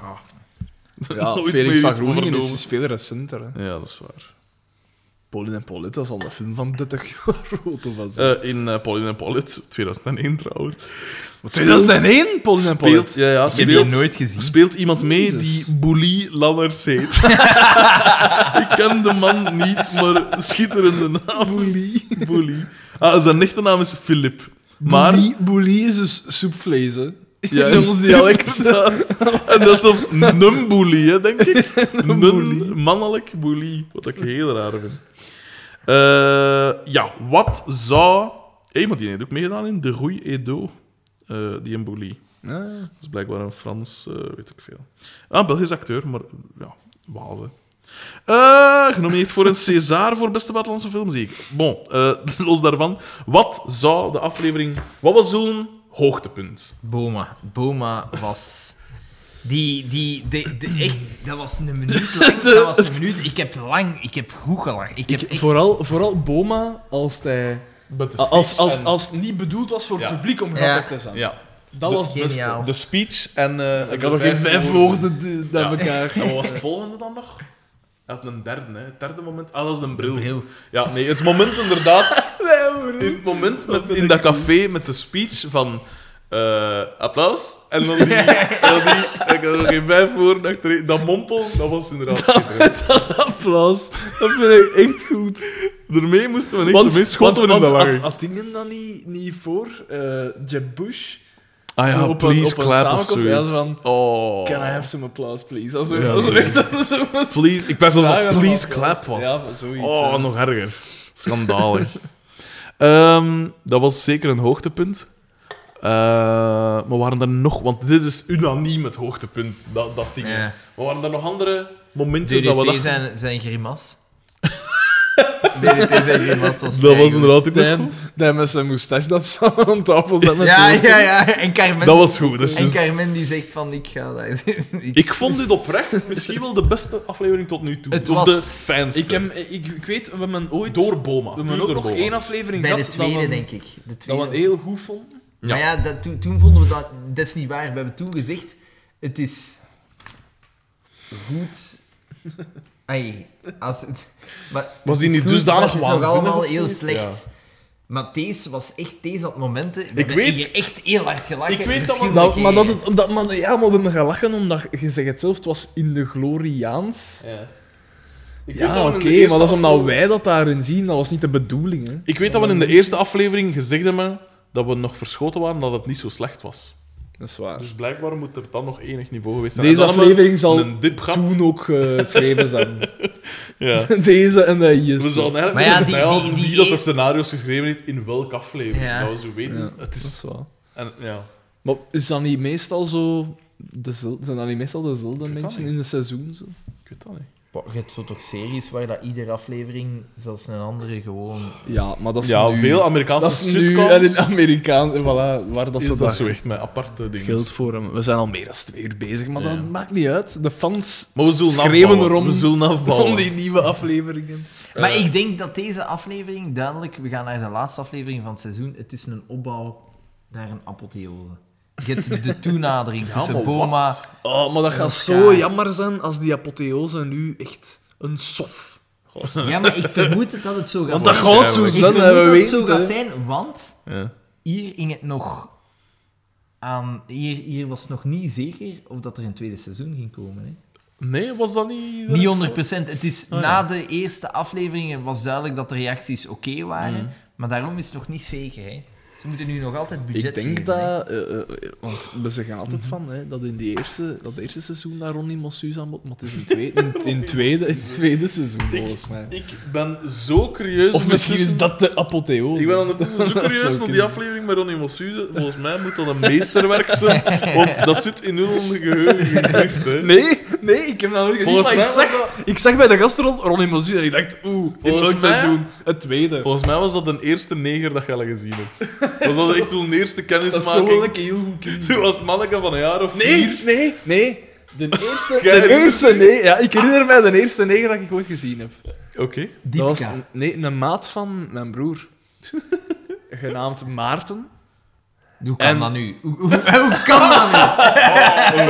[LAUGHS] Ja, Nooit Felix meer van iets Groeningen is, overdomen. is veel recenter. Hè. Ja, dat is waar. Pauline en Paulette was al een film van 30 jaar oud of wat. Eh, in eh Paulin en Pallet, 2001 trouwens. 2001, Pauline en Speelt, Paulette. ja, ja, heb speelt, die nooit gezien. Speelt iemand mee Jezus. die Bouli Lanners [LAUGHS] heet. ik ken de man niet, maar schitterende naam. Bouli. Ah, zijn echte naam is Philip. Maar, Bouli, bouli is dus soepvlees, hè. Ja, In [LAUGHS] ons dialect. en dat is zelfs een Bouli, hè, denk ik. [LAUGHS] een Bouli. mannelijk Bouli, wat ik heel raar vind. Eh, ja, wat zou... Hé, maar die heeft ook meegedaan in De Rui Edo, eh, die in Bouli. Ah. Dat is blijkbaar een Frans, eh, weet ik veel. Ah, Belgisch acteur, maar ja, wazen. Eh genomineerd voor een César voor beste buitenlandse film, zie ik. Bon, eh, [LAUGHS] los daarvan. Wat zou de aflevering... Wat was zo'n hoogtepunt? Boma. Boma was... Die, die, die, die- echt, dat was een minuut [LAUGHS] lang. Dat was een minuut. Ik heb lang, ik heb goed gelachen. Ik heb echt... Vooral, vooral Boma, als hij... Als, als, als, het niet bedoeld was voor het Ja. publiek om Ja. grappig te zijn. Ja, Dat was het beste. Geniaal. de speech en... eh, Ik de had nog geen vijf woorden eh, naar Ja. [LAUGHS] elkaar. En wat was het volgende dan nog? Hij had een derde, hè. Het derde moment. Ah, dat is een bril. Ja, nee, [LAUGHS] het moment inderdaad... in het moment met, in dat café met de speech van... eh, applaus. En [LAUGHS] dan die, en dan die ik had er geen vijf voor, dat, ik er- dat mompel, dat was inderdaad schitterend. [LAUGHS] Applaus. Dat vind ik echt goed. Daarmee moesten we echt de meest schotten in want de had, laag. had dingen dan niet, niet voor? eh Jeb Bush? Ah zo ja, op een- please op een clap of samenkomst, ja, zoiets. zo van, oh. Can I have some applause, please? Als Ja, er als er echt als er een please, ik was zelfs vraag dat aan please een clap was. Ja, zoiets. Oh, hè. nog erger. Schandalig. [LAUGHS] Ehm, dat was zeker een hoogtepunt. Eh, maar waren er nog... Want dit is unaniem het hoogtepunt, dat, dat ding. Ja. Maar waren er nog andere momentjes dat we DDT dachten... zijn, zijn [LAUGHS] grimas. DDT zijn grimas was Dat vrij was goed. inderdaad ook nog Dan, goed. dan met zijn moustache dat ze aan tafel zat. met Ja, de- ja, ja. En Carmen, Dat was goed. Dus, en dus- Carmen die zegt van, [LAUGHS] ik ga daar ik, ik vond dit oprecht [LAUGHS] misschien wel de beste aflevering tot nu toe. Het of was- de fans. Ik, heb, ik, ik weet, we hebben ooit... Door Boma. we hebben puur ook door nog Boma. één aflevering Bij gehad de tweede, dat we, denk ik. De dat tweede. we heel goed vonden. Ja. Maar ja, dat, toen, toen vonden we dat... Dat is niet waar. We hebben toen gezegd, het is goed... [LAUGHS] Ai, als het, maar het Was die is niet dusdanig maar Het is nog waanzinnig allemaal of heel zoiets? slecht. Maar deze was echt... Deze had momenten... We Ik hebben weet- hier echt heel hard gelachen. Ik weet dat we- Dat, verschillende maar dat, keren. het- dat, maar, ja, maar we hebben gelachen omdat, je zegt het zelf, het was in de gloriaans. Ja, Ik weet Ja, dat we oké, in de eerste maar dat is omdat aflevering- wij dat daarin zien, dat was niet de bedoeling. Hè. Ik weet dat we in de eerste aflevering gezegd hebben dat we nog verschoten waren dat het niet zo slecht was. Dat is waar. Dus blijkbaar moet er dan nog enig niveau geweest zijn. Deze En dan hebben we aflevering zal een dip gehad. toen ook eh, geschreven zijn. [LAUGHS] [LAUGHS] Ja. Deze en de We eerste. zouden eigenlijk Maar ja, moeten die- bijhouden die- die wie dat de eerst- scenario's geschreven heeft in welke aflevering. Ja. Dat we zo weten, Ja. het Dat is... is waar. En, ja. Maar is dat niet meestal zo... dezel- zijn dat niet meestal dezelfde weet dat mensen niet. in de seizoen? Zo? Ik weet dat niet. Bah, Je hebt zo toch series waar dat iedere aflevering zelfs een andere gewoon... Ja, maar dat is Ja, nu... veel Amerikaanse dat is nu sitcoms en in Amerikaans, en eh, voilà, waar dat is ze dat, dat zo echt met aparte dingen. geld voor hem. We zijn al meer dan twee uur bezig, maar Ja. dat maakt niet uit. De fans Maar we zullen schreeuwen afbouwen. erom We zullen afbouwen. om die nieuwe afleveringen. Maar Eh. ik denk dat deze aflevering duidelijk, we gaan naar de laatste aflevering van het seizoen. Het is een opbouw naar een apotheose. Je hebt [LAUGHS] de toenadering tussen maar Boma. wat? Oh, maar dat gaat is zo gaar. jammer zijn als die apotheose nu echt een sof. Ja, maar ik vermoed het dat het zo gaat Want dat zijn. gaat zo ik zijn, vermoed hè, we dat het zo weten. gaat hè. zijn, want Ja. hier ging het nog aan. Hier, hier was nog niet zeker of dat er een tweede seizoen ging komen. Hè. Nee, was dat niet... Niet 100 Het Oh is ja. na de eerste afleveringen was duidelijk dat de reacties oké waren, maar daarom is het nog niet zeker. Hè. Ze moeten nu nog altijd budget Mhm. Ik denk geven, hè. dat, eh, eh, eh, want we zeggen altijd van hè, dat in die eerste, dat eerste seizoen daar Ronnie Mossuus aan moet, maar het is in, twee, in, in tweede, in tweede seizoen volgens mij. Dus Ik ben zo curieus... Of misschien is ondertussen- dat de apotheose. Ik ben ondertussen zo [LAUGHS] Dat zou curieus naar die kunnen. aflevering met Ronnie Mossuze. Volgens mij moet dat een meesterwerk zijn, want dat zit in hun geheugen gegrift. hè. Nee, nee, ik heb dat nooit gezien. Volgens Maar ik, mij was zag, ik zag bij de gastrond Ronnie Mossuus en ik dacht, oeh, in Volgens welk mij- seizoen? Het tweede. Volgens mij was dat de eerste neger dat je al gezien hebt. Was dat echt zo'n eerste Dat is zo wel een kennismaking? keer heel goed kind. Toen was manneke van een jaar of vier. Nee, nee, nee. [LAUGHS] De eerste, Kijk, de eerste nee, ja, ik herinner mij de eerste neger dat ik ooit gezien heb. Oké. Dat was Diepka. nee, een maat van mijn [LAUGHS] broer. Genaamd Maarten. Hoe kan En- dat nu? Hoe, hoe, hoe kan dat nu?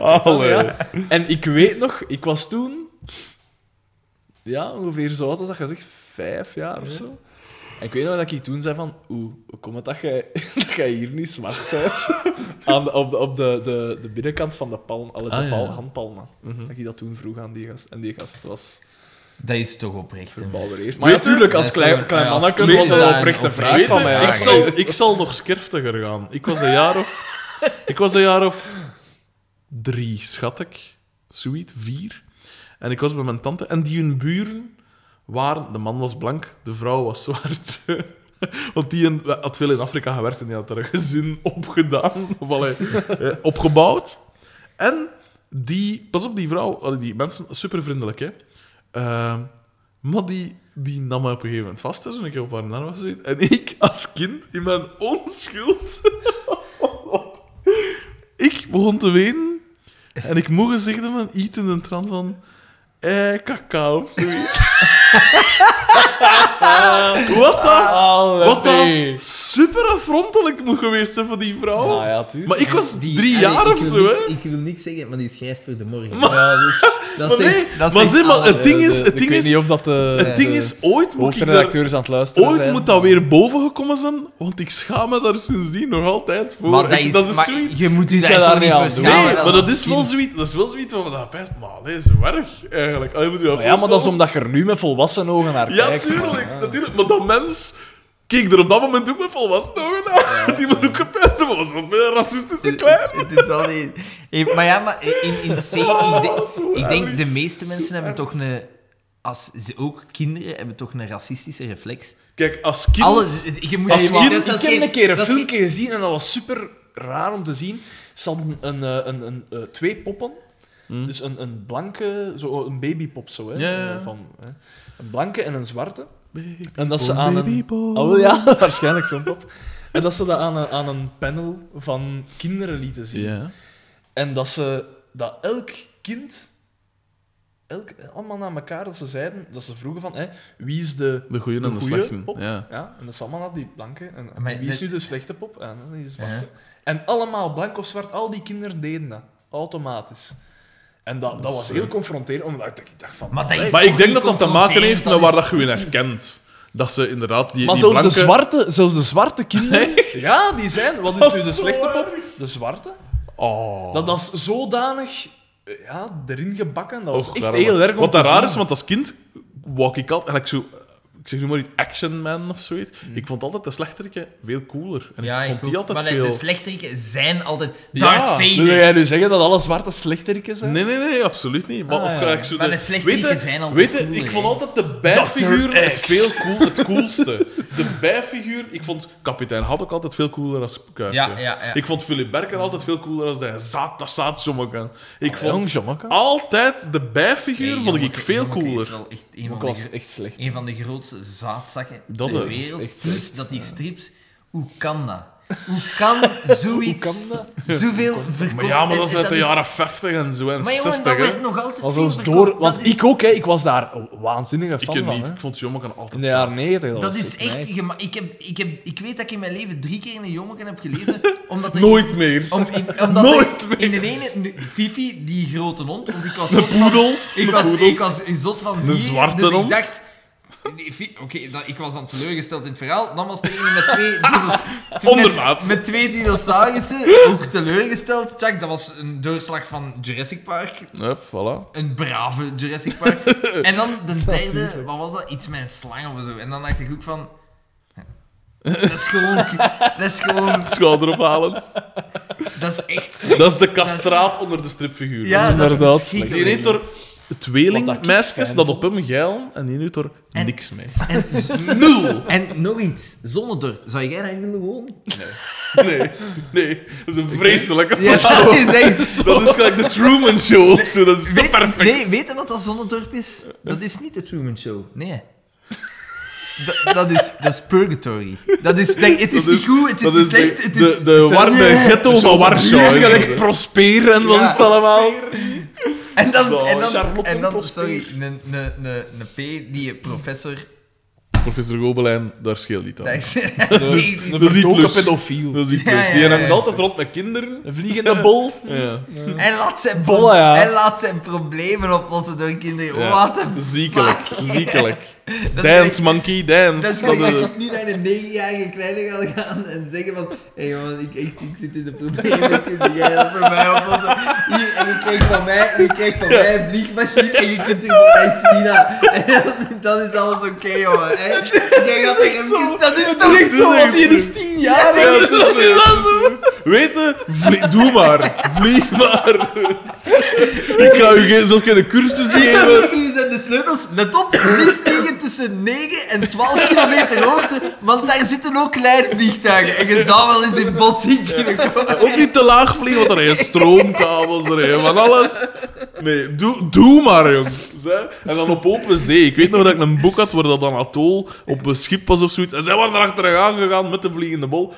Allee. Ja. En ik weet nog, ik was toen... Ja, ongeveer zo oud als dat gezegd, vijf jaar of zo. En ik weet nog dat ik toen zei van... Oeh, hoe komt het dat jij, [LAUGHS] dat jij hier niet [LAUGHS] zwart bent? aan de, op de, op de, de, de binnenkant van de palm, alle, de Ah, ja. Mhm. palm, handpalmen. Dat ik dat toen vroeg aan die gast. En die gast was Dat is toch oprecht. hè. verbouwereerd. Maar Weet je- natuurlijk, als Ja, klein, zo- klein ja, als manneke klein was dat zijn, oprecht een oprecht. vraag Weet van je, mij. ik, zal, ik zal nog scherptiger gaan. Ik was een jaar of... [LAUGHS] Ik was een jaar of drie, schat ik. Zoiets, vier. En ik was bij mijn tante. En die hun buren waren... De man was blank, de vrouw was zwart. [LAUGHS] Want die een- had veel in Afrika gewerkt en die had er een gezin [LAUGHS] opgedaan. Of [LAUGHS] allee, eh, opgebouwd. En die... Pas op, die vrouw... allee, Die mensen, supervriendelijk, hè. Ehm, maar die, die nam me op een gegeven moment vast, dus ik op haar naam was gezien. En ik, als kind, in mijn onschuld... [LAUGHS] pas op. ik begon te wenen. En ik mocht gezegd hebben, een iets in de trant van... Eh, kakao of [LAUGHS] Ah, zoiets. Wat dan? Wat dan? super afrontelijk moet geweest zijn voor die vrouw. Nou ja, tuurlijk. Maar ik was Die- drie allee, jaar ik of wil zo, niks- hè? Ik wil niks zeggen, maar die schrijft voor de morgen. Maar- ja, dus, dat Maar nee, zegt- dat maar zegt zeg maar, alles. het ding is, Eh, het ik ding weet is, niet of dat de, het ding eh, de is ooit moet ik daar, hoofdredacteur is aan het luisteren ooit zijn. moet dat weer boven gekomen zijn, want ik schaam me daar sindsdien nog altijd voor. Maar dat En is, dat is maar zoiets. je moet je Ga daar daar toch niet niet aan voor doen. Nee, schamen. maar dat is, kind. wel zoiets, dat is wel zoiets van, dat best, maar dat is erg eigenlijk. Ah, je moet je dat Maar ja, maar dat is voorstellen. omdat je er nu met volwassen ogen naar Ja, kijkt. tuurlijk, man. natuurlijk. Maar dat mens keek er op dat moment ook met volwassen ogen naar. [LAUGHS] Die moet ook gepest hebben. Was dat een racistische klein? Het is al niet. Eh, Maar ja, maar in, in C, ik, [LAUGHS] denk- ik denk de meeste mensen hebben toch een. Als ze ook kinderen hebben toch een racistische reflex. Kijk, als kind... Alles, je moet Als Nee, maar kind- dat is ik als Ik heb een kind- keer een dat is filmpje gezien en dat was super raar om te zien. Ze hadden een, eh, een, een, eh, twee poppen. Dus een, een blanke, zo oh, een babypop zo. Hè, Ja, ja, ja. eh, Van, hè. Een blanke en een zwarte. Baby en dat ze boy, aan baby een... boy. Oh wel, ja, [LAUGHS] waarschijnlijk zo'n pop. En dat ze dat aan een, aan een panel van kinderen lieten zien. Ja. En dat ze dat elk kind, elk, allemaal naar elkaar, dat ze zeiden, dat ze vroegen van, hè, wie is de, De goeie en de goeie slechte, pop? ja. en dat is allemaal naar die blanke. En Maar wie is net- nu de slechte pop? En die is zwarte. En allemaal, blank of zwart, al die kinderen deden dat. Automatisch. En dat, dat was heel confronterend, omdat ik dacht- ik dacht van... eh, Maar, dat is Maar toch ik denk niet dat dat te maken heeft met confronterend, waar dat je je herkent. Dat ze inderdaad die, Maar die zelfs, blanke... de zwarte, zelfs de zwarte [LAUGHS] kinderen... Ja, die zijn... Wat Dat is nu de is slechte zo pop? De zwarte. Oh. Dat, dat is zodanig eh, ja, erin gebakken. Dat was Och, echt daarom. heel erg om Wat te Oh, daar raar zien. is, want als kind wou ik altijd... gelijk zo, ik zeg nu maar iets Action Man of zoiets. Hmm. Ik vond altijd de slechteriken veel cooler. En Ja, ik vond die ook. altijd maar veel... de slechteriken zijn altijd Ja, Darth Wil Vader. jij nu zeggen dat alle zwarte slechteriken zijn? Nee, nee, nee, absoluut niet. Maar, Ah, of ja. gelijk zo Maar de slechteriken Weet je- zijn altijd weet je, cool, Ik hè. vond altijd de bijfiguur het, veel cool, het coolste. De bijfiguur... Ik vond kapitein Haddock altijd veel cooler als Kuifje. Ja, ja, ja. Ik vond Philip Berker altijd veel cooler als de zaad, dat zaad jongen. Ik Jong, vond Ah, Jommeke. altijd de bijfiguur Ah, Nee, vond ik Jommeke- veel Jommeke cooler. is wel echt een van, Ook de, was gro- echt slecht. een van de grootste zaadzakken Dat ter is wereld. echt Plus slecht, dat die strips... Hoe kan dat? Hoe [LAUGHS] kan zoiets... Hoe kan dat? Zoveel verkopen? Maar ja, maar dat En- is en uit de is- jaren 50 en zo en Maar jongen, 60. dat hè. werd nog altijd Was veel ons verkocht. door, want dat is, ik ook, hè, ik was daar een waanzinnige Ik fan ken van. niet. hè. Ik vond jongen kan altijd In de jaren zaad. 90. Dat was is het, echt... nee. gema- Ik, heb, ik, heb, ik weet dat ik in mijn leven drie keer een jongen heb [LAUGHS] gelezen, omdat [LAUGHS] er... Nooit meer. Om, in, omdat Nooit er- in de ene, nu- Fifi, die grote hond, want ik was De zot van- poedel. Ik de was, poedel. ik was zot van dieren, zwarte dus hond. ik dacht... nee, Fi- Oké, dat- ik was dan teleurgesteld in het verhaal. Dan was er een met twee, [LAUGHS] dinos, twee- Ondermaat. met, met twee dinosaurussen. Ook teleurgesteld. Tjak, dat was een doorslag van Jurassic Park. Hup, voilà. Een brave Jurassic [LAUGHS] Park. en dan de derde, wat was dat? Iets met een slang of zo. En dan dacht ik ook van... Dat is gewoon... Dat is gewoon... Schouder ophalend. Dat is echt... Dat is de kastraat onder de stripfiguur. Ja, dat is Inderdaad. verschrikkelijk. Die reed door Wat tweeling dat meisjes fijn dat vond. op hem geilen en die nu door En- niks mee. En, [LAUGHS] Nul! en nog iets. Zonnedorp. Zou jij daarin willen wonen? Nee, nee. Dat is een vreselijke Ja, foto. [LAUGHS] dat is echt zo. Dat is gelijk de Truman Show of zo. Dat is [LAUGHS] te Weet- perfect. Nee, weet je wat dat Zonnedorp is? Dat is niet de Truman Show. Nee. Dat, dat, is, dat is purgatory. Dat is, denk, het is, Dat niet goed, het is dat niet slecht, de, het de, is... de, warme Nee. ghetto van Warschau. is dat, hè. Gelijk prosperen en wat Ja. is het allemaal? En dan, Oh, en dan, Charlotte en dan Prosper. sorry, een, een, een, een P, die professor... Professor Gobelijn, daar scheelt niet aan. [LAUGHS] De, Een Dat is niet verdoken lus. pedofiel. Dat is die Ja, plus. ja, Die ja, hangt ja. altijd rond met kinderen. Een vliegende bol. Ja. en, laat zijn pro- Bollen, ja. en laat zijn problemen oplossen door kinderen. Ja. Wat een Ziekelijk, [LAUGHS] ziekelijk. is Dance, echt- monkey, dance. Dat is Dat gelijk is- [LAUGHS] dat ik nu naar de negenjarige kleine ga gaan en zeggen van... Hé jongen, ik, ik, ik zit in de problemen, kun jij dat voor mij oplossen? Hier, en je krijgt van mij, en je krijgt van mij een vliegmachine en je kunt terug naar China. En dat, dat is alles oké, jongen. [LAUGHS] hè. Jij gaat tegen hem- Dat is toch echt zo, want die is tien jaar. Ja, dat is- Weet je, vlie- doe maar. Vlieg [LAUGHS] maar. Ik ga u geen, zelf geen cursus geven. Hier zijn de sleutels. Let op, niet vliegen tussen 9 en 12 kilometer hoogte, want daar zitten ook kleinvliegtuigen. En je zou wel eens in botsing kunnen komen. Ook niet te laag vliegen, want er zijn stroomkabels, er zijn van alles. Nee, doe, doe maar, jong. Zij- En dan op open zee. Ik weet nog dat ik een boek had waar dat Anatol op een schip was of zoiets. En zij waren erachteraan gegaan met de vliegende bol.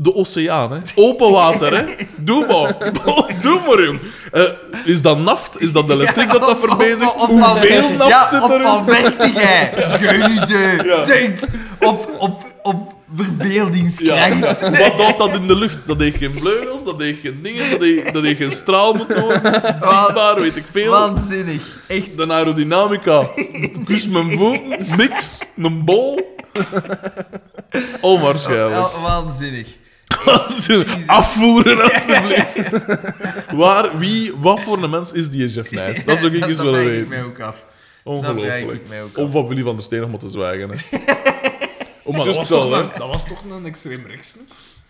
De oceaan, hè. Open water, hè. Doe maar. [LAUGHS] Doe maar, jong. Eh, is dat naft? Is dat de elektriek dat dat verbetert? Hoeveel naft ja, zit op erin? [LAUGHS] Van Bertighe. Geen idee. Ja. Denk op, op, op verbeeldingskracht. Wat doet dat in de lucht? Dat heeft geen vleugels, dat heeft geen dingen, dat heeft, dat heeft geen straalmotor, zichtbaar, weet ik veel. Waanzinnig. Echt. De [LAUGHS] aerodynamica, kus mijn voeten, niks, een bol. Onwaarschijnlijk. Wa- waanzinnig. Afvoeren, alstublieft. [LAUGHS] Waar, wie, wat voor een mens is die Jeff Nijs? Dat zou ik eens Dat willen vraag weten. ik mij ook af. Dat vraag Ongelooflijk. ik mij ook Om af. van Willy van der Steen nog maar te [LAUGHS] zwijgen. Hè. Om maar dat, just was wel, toch hè. een, dat was toch een extreem rechts? hè?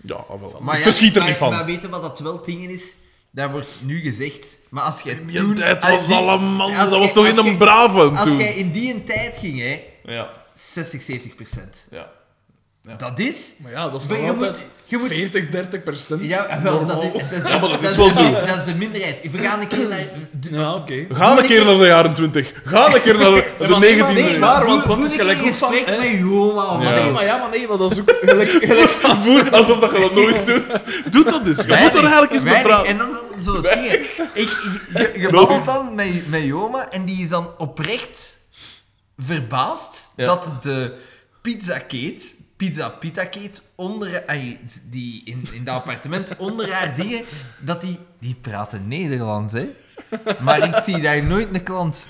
Ja, ah, wel. Maar Ik verschiet er maar- niet van. Maar weet je wat dat wel dingen is? Dat wordt nu gezegd. Maar als jij Die toen... tijd als was die- al een man, als dat jij- was toch als in een jij- brave Als toen? jij in die een tijd ging, hè, Ja, 60, 70 procent. ja. Dat is... Maar ja, dat is Maar nog je altijd moet- je moet- 40, 30 procent. Ja, wel, dat is, dat is, dat is wel zo. Dat is de minderheid. We gaan een keer naar... de- Ja, oké. Ga een keer naar de jaren 20. Ga een keer [LAUGHS] naar de 19e nee, eeuw. waar, want Voel- wat is voel ik gelijk een ook van, gesprek hè? met je oma of Ja. Nee, zo. maar ja, maar nee, maar dat is ook [LAUGHS] gelijk, gelijk Voer alsof dat je dat nooit doet. Doe dat eens. Je moet er eigenlijk eens mee weinig. praten. En dat is zo het ding. hè. Ik, je je babbelt dan met, met je oma en die is dan oprecht verbaasd Ja. dat de pizza Kate, pizza pita Kate, onder, ai, die in, in dat appartement [LAUGHS] onder haar dingen, dat die, die praten Nederlands, hè. Maar ik zie daar nooit een klant.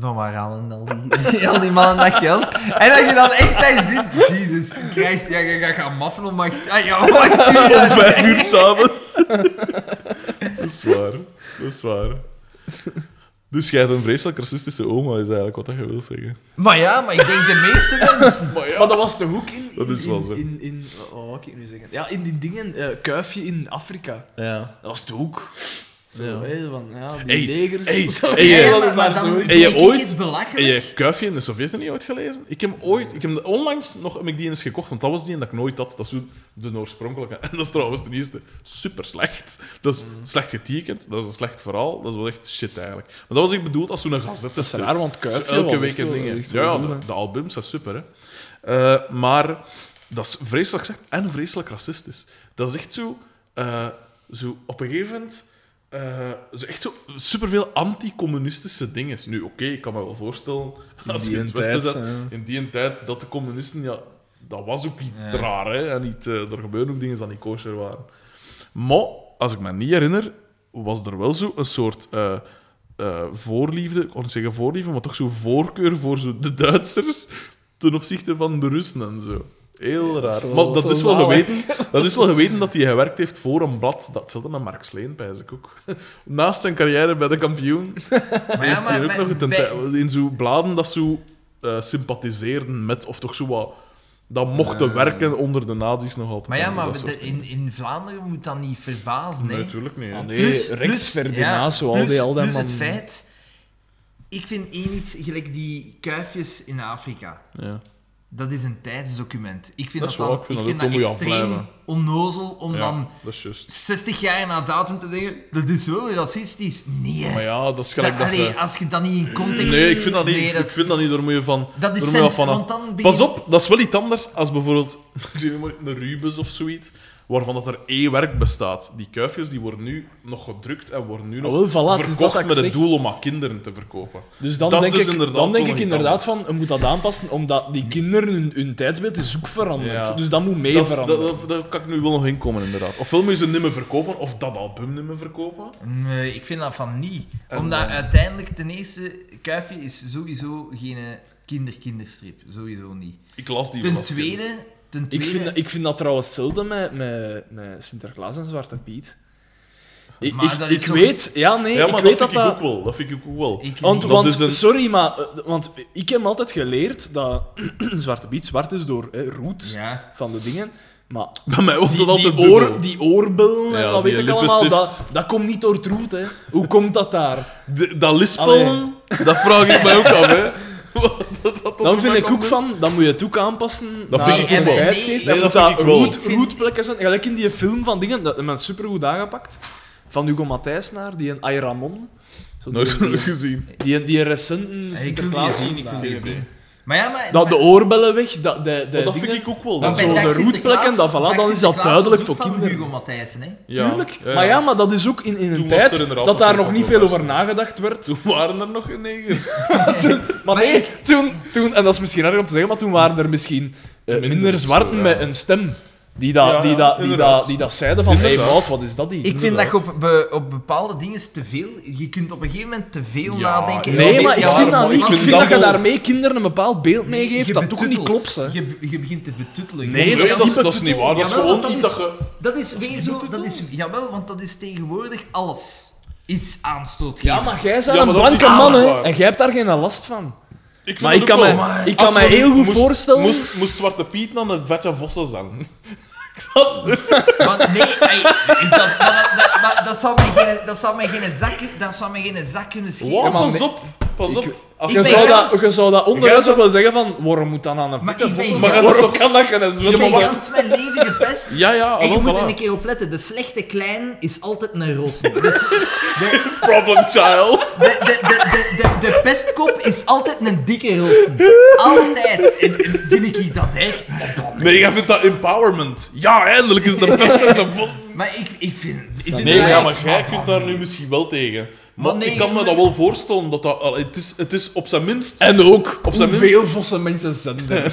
Van waar halen al die, [LAUGHS] al die mannen dat geld? En dat je dan echt daar zit, Jesus Christ, ja, je gaat gaan maffen om acht, ah, ja, om acht uur. [LAUGHS] Om vijf uur s'avonds. [LAUGHS] dat is waar. Dat is waar. Dus jij hebt een vreselijk racistische oma, is eigenlijk wat dat je wil zeggen. Maar ja, maar ik denk de [LAUGHS] meeste mensen. Maar dat was toch ook in... in Dat is wel zo. In, in, in- oh, wat kan ik nu zeggen? Ja, in die dingen, eh, kuifje in Afrika. Ja. Dat was toch ook... Zo, Ja. hè, van, ja, Hey, die [LAUGHS] negers... hey, zo. hey, Ja, eh, dat is maar zo. En je ooit- Is En belachelijk. je kuifje in de Sovjet-Unie ooit gelezen? Ik heb ooit, ik heb onlangs nog heb ik die eens gekocht, want dat was die en dat ik nooit had. Dat is zo de oorspronkelijke. [LAUGHS] En dat is trouwens ten eerste super slecht. Dat is slecht getekend, dat is een slecht verhaal, dat is wel echt shit eigenlijk. Maar dat was ik bedoeld als zo'n gazette. Dat is raar, want kuifje Dus elke was week echt een wel- ding. echt Ja, wel ja, doen, de, hè. de albums zijn super, hè. Eh, maar dat is vreselijk gezegd en vreselijk racistisch. Dat is echt zo... eh, zo op een gegeven moment... eh, zo echt zo superveel anticommunistische dingen. Nu, oké, ik kan me wel voorstellen... Als je die in het een Westen tijd, zat, ja. in die een tijd, dat de communisten... Ja, dat was ook iets raar, hè. En niet, eh, er gebeuren ook dingen die niet kosher waren. Maar, als ik me niet herinner, was er wel zo een soort eh, eh, voorliefde, ik kon niet zeggen voorliefde, maar toch zo voorkeur voor zo de Duitsers ten opzichte van de Russen en zo. Heel raar. is wel- maar dat is dat is, wel wel zalig. geweten, [LAUGHS] dat is wel geweten dat hij gewerkt heeft voor een blad. Dat zat met Mark Sleen, pijs ik ook. [LAUGHS] Naast zijn carrière bij de kampioen maar ja, heeft hij maar, ook maar- nog een bij- tenta- in zo bladen dat zo eh, sympathiseerden met, of toch zo wat, dat mochten werken onder de nazi's nog altijd. maar ja, en zo, maar dat de- soort in, in Vlaanderen moet dat niet verbazen. dingen. Nee, hè. natuurlijk niet. hè. Ah, nee, Plus- rechts plus- Ferdinand, ja, zo al plus- die al dat plus man... het feit... Ik vind één iets, gelijk die kuifjes in Afrika. Ja. Dat is een tijdsdocument. Ik vind Dat dat, is dan, waar, ik vind dat ook, daar dat moet je extreem afblijven. onnozel om Ja, dan dat is juist. 60 jaar na datum te denken... Dat is wel racistisch. Nee, Maar ja, dat is gelijk Dat- dat... allee, je- als je dat niet in context... Nee, ik vind dat niet. Nee, ik vind dat niet, daar moet je van... Dat is daar moet je sens, van af. want dan begin- Pas op, dat is wel iets anders als bijvoorbeeld [LAUGHS] ik zeg maar, een Rubens of zoiets, waarvan dat er e-werk bestaat. Die kuifjes die worden nu nog gedrukt en worden nu nog Ah, wel, voilà, het is dat verkocht dat ik met het zeg. doel om aan kinderen te verkopen. Dus dan Dat is denk, dus ik, inderdaad dan denk wel ik iets inderdaad anders. van, je moet dat aanpassen, omdat die kinderen, hun, hun tijdsbeeld is ook veranderd. Ja. Dus dat moet mee Dat, is- dat, veranderen. dat, daar kan ik nu wel nog in komen, inderdaad. Ofwel moet je ze nimmer verkopen, of dat album nimmer verkopen. Nee, ik vind dat van niet. En Omdat dan? uiteindelijk, ten eerste, Kuifje is sowieso geen kinder-kinderstrip. Sowieso niet. Ik las die wel Ten als kind. tweede, ten tweede... Ik vind, dat- ik vind dat trouwens zelden met, met, met Sinterklaas en Zwarte Piet. Ik, Maar ik, dat is ik toch- weet, ja, nee, Ja, ik maar weet dat dat vind ik dat. ook wel. Dat vind ik ook wel. Ik Want, niet. Dat want is een- sorry, maar eh, want ik heb altijd geleerd dat [CLEARS THROAT] Zwarte Piet zwart is door hè, roet Ja. van de dingen. Maar Bij mij was die, dat altijd die, dubbel. oor, die oorbellen, en Ja, dat die weet ik allemaal, dat, lippenstift. dat komt niet door het roet. Hè. Hoe komt dat [LAUGHS] daar? De- dat lispelen, dat vraag ik mij ook af, [LAUGHS] hè. Wat dat- dat Dan vind erbij ik komt, ook hè. van, dan moet je het ook aanpassen Dat naar vind ik ook de wel. tijdsgeest. Nee, en dat moet dat vind ik wel. roet, Ik vind- roetplekken zijn. Gelijk in die film van dingen, dat men supergoed aangepakt. Van Hugo Matthijsnaar, die een Ayramon. Zo die, Nooit die, gezien. die, die recenten Ik wil die Sinterklaas. zien, ik wil die Ja. zien. Maar ja, maar... Dat de oorbellen weg, dat de, de Maar Oh, dat dingen- vind ik ook wel. Dan dan zo zo- de roetplekken, dan voilà, dan is dat duidelijk voor Van kinderen. Hugo Matthijssen, hè. Ja, Tuurlijk. Maar ja, maar dat is ook in, in Toen een was er tijd inderdaad dat nog daar geen nog niet veel controverse. over nagedacht werd. Toen waren er nog geen [LAUGHS] negers. Maar nee, toen, toen, en dat is misschien erg om te zeggen, maar toen waren er misschien eh, Minder minder zwarten zo, ja. met een stem. Die dat, Ja, die ja, dat, die inderdaad. dat, die dat zeiden van, hey, Inderdaad. maat, wat is dat hier? Ik vind dat Inderdaad. je op, be- op bepaalde dingen te veel... Je kunt op een gegeven moment te veel Ja, nadenken. ja, En Nee, dan maar is ik het vind waar, dat maar niet. ik Ik vind vind dat je dat wel- daarmee kinderen een bepaald beeld meegeeft, dat toch niet betuttelt. klopt, hè. Je, be- je begint te betuttelen. Nee, Nee, dat is dat is, niet dat is niet waar. Dat is Jawel, gewoon dat iets is- dat je... Dat is weer zo... Dat is, jawel, want dat is tegenwoordig alles. Is aanstoot Ja, maar jij bent Ja, een maar dat is blanke niet man, alles hè. waar. En jij hebt daar geen last van. Ik vind Maar dat ik ook kan wel. Oh me, ik Als kan mij we- heel goed moest- voorstellen... Moest, moest Zwarte Piet dan een vette vossen zijn? Maar nee, ey, dat, maar, dat, dat, maar dat zou mij geen, dat zou mij geen zak, dat zou mij geen zak kunnen schelen. Wow, maar pas me- op. Pas op. Als Ik je je, ben zou gans. dat, je zou dat Jij onderuit zat- toch wel zeggen van, waarom moet dat aan een Maar vette ik ben vossen gans. Maar zijn? dat is Waarom kan dat geen Ik zwette ben maar wacht. gans mijn leven gepest. Ja, ja, En je hallo, moet voilà. er een keer op letten. De slechte klein is altijd een ros. De, de, problem child. de, de, de, de, de pestkop is altijd een dikke ros. Altijd. En, en vind ik dat echt? Maar, dan- Nee, jij vindt dat empowerment. Ja, eindelijk is [LAUGHS] de beste een vossen. maar ik, ik vind... Ik vind Nee, ja, dat echt- maar jij kunt daar nu misschien wel tegen. Maar Maar nee, ik kan me maar- dat wel voorstellen. Dat dat, allee, het, is, het is op zijn minst... En ook, op zijn hoeveel minst- vossen mensen zenden.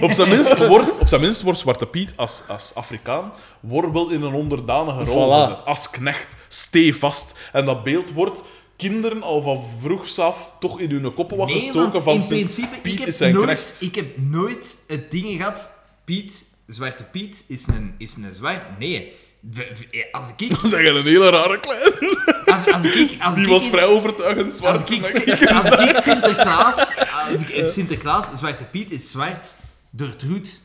Op zijn minst wordt, op zijn minst wordt Zwarte Piet als, als Afrikaan wordt wel in een onderdanige rol Voilà. gezet. Als knecht, stevast. En dat beeld wordt kinderen al van vroegs af toch in hun koppen wat Nee, gestoken want van in Sint principe, ik Piet heb is zijn nooit, knecht. Ik heb nooit het ding gehad, Piet, Zwarte Piet is een, is een zwart. Nee, V- v- als [LAUGHS] ik... Dat is eigenlijk een hele rare klein. Als, als ik [LAUGHS] als Die ik was in- vrij overtuigend Als zwart. ik, [LAUGHS] als ik Sinterklaas... [LAUGHS] Als ik Sinterklaas, Zwarte Piet is zwart door het roet.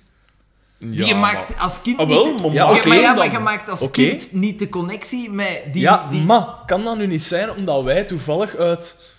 Die je maakt als kind Ah, wel, niet... de- maar Ja, maak maar, hem ja, dan. maar je maakt als Oké. kind niet de connectie met die... Ja, die maar kan dat nu niet zijn omdat wij toevallig uit,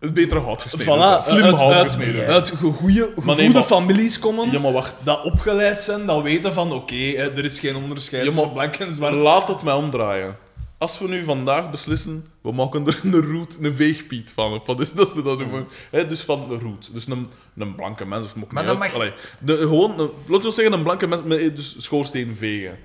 Het betere hout gesneden. zijn. voilà, Slim uit, hout uit, gesneden. uit goede, Maar nee, maar- families komen, Ja, maar wacht. dat opgeleid zijn, dat weten van, oké, hè, er is geen onderscheid Ja, maar- tussen blank en zwart. Laat het mij omdraaien. Als we nu vandaag beslissen, we maken er een roet, een veegpiet van. Of wat is dat ze dat noemen? Hè, dus van een roet. Dus een, een blanke mens, of maakt Maar niet dan uit. mag- Allee, de, gewoon, een, laten we zeggen, een blanke mens met dus schoorsteen vegen.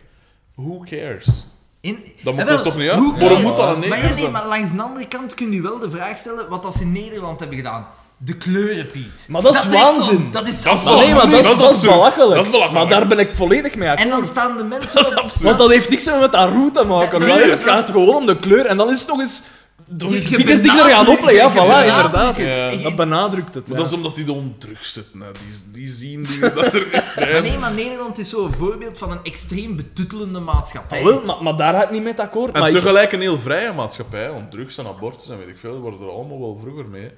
Who cares? In, Dat Ah, maakt wel, ons toch niet uit? hoe Waarom cares? moet dat een Maar, neger ja, nee, zijn? maar langs de andere kant kun je wel de vraag stellen wat dat ze in Nederland hebben gedaan. De kleurenpiet. Maar dat is heeft waanzin. al- Dat is, Dat is Maar nee, maar dat, Dat is, is dat is absurd. belachelijk. Dat is belachelijk. Maar daar ben ik volledig mee akkoord. En dan staan de mensen... Dat is Want absurd. dat heeft niks met dat roet te maken. Nee, hoor. nee, het dat is- gaat gewoon om de kleur. En dan is het nog eens... Nog Je- eens je vinger dikker gaan benadrukt- opleggen. Ja, je voilà, benadrukt inderdaad. het. Ja. Ik- Dat benadrukt het. Maar ja. dat is omdat die er ondruk zitten. hè. Die, die [LAUGHS] zien dingen dat er niet Maar zijn. nee, maar Nederland is zo'n voorbeeld van een extreem betuttelende maatschappij. Ah, wel, maar, maar daar ga ik niet mee akkoord. En maar ik- tegelijk een heel vrije maatschappij. Want drugs en abortus en weet ik veel, worden er allemaal wel vroeger mee. hè.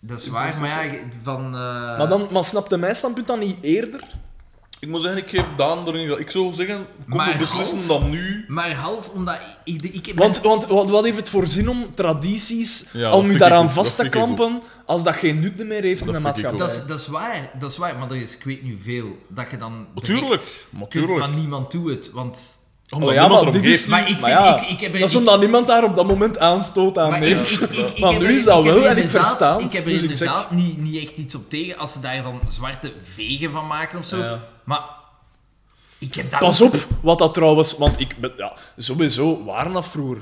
Dat is waar, maar ja, je- van... eh, maar, dan, maar snapte mijn standpunt dan niet eerder? Ik moet zeggen, ik geef Daan er niet... Ik zou zeggen, kom, Maar we beslissen half? dan nu. Maar half omdat... Ik, ik, ik heb Want, want wat, wat heeft het voor zin om tradities, Ja, dat om je vind ik daaraan ook, dat vast te vind ik ook. klampen, als dat geen nut meer heeft in Dat de vind ik ook. maatschappij? dat, is, dat is waar, dat is waar. Maar er is, ik weet nu veel, dat je dan... direct Natuurlijk. Kunt, maar Natuurlijk. niemand doet het, want... Omdat Oh ja, niemand maar erom dit is geeft. Maar ik vind... Maar ja, ik, ik heb er, Dat is ik- omdat niemand daar op dat moment aanstoot aan maar ik- neemt. ik- ik- ik Maar heb nu er- is dat ik heb wel er en ik inderdaad- versta het, Ik heb er dus ik zeg- inderdaad niet, niet echt iets op tegen als ze daar dan zwarte vegen van maken of zo. Ja. Maar ik heb daar... Pas op, wat dat trouwens... Want ik ben... Ja, sowieso waren dat vroeger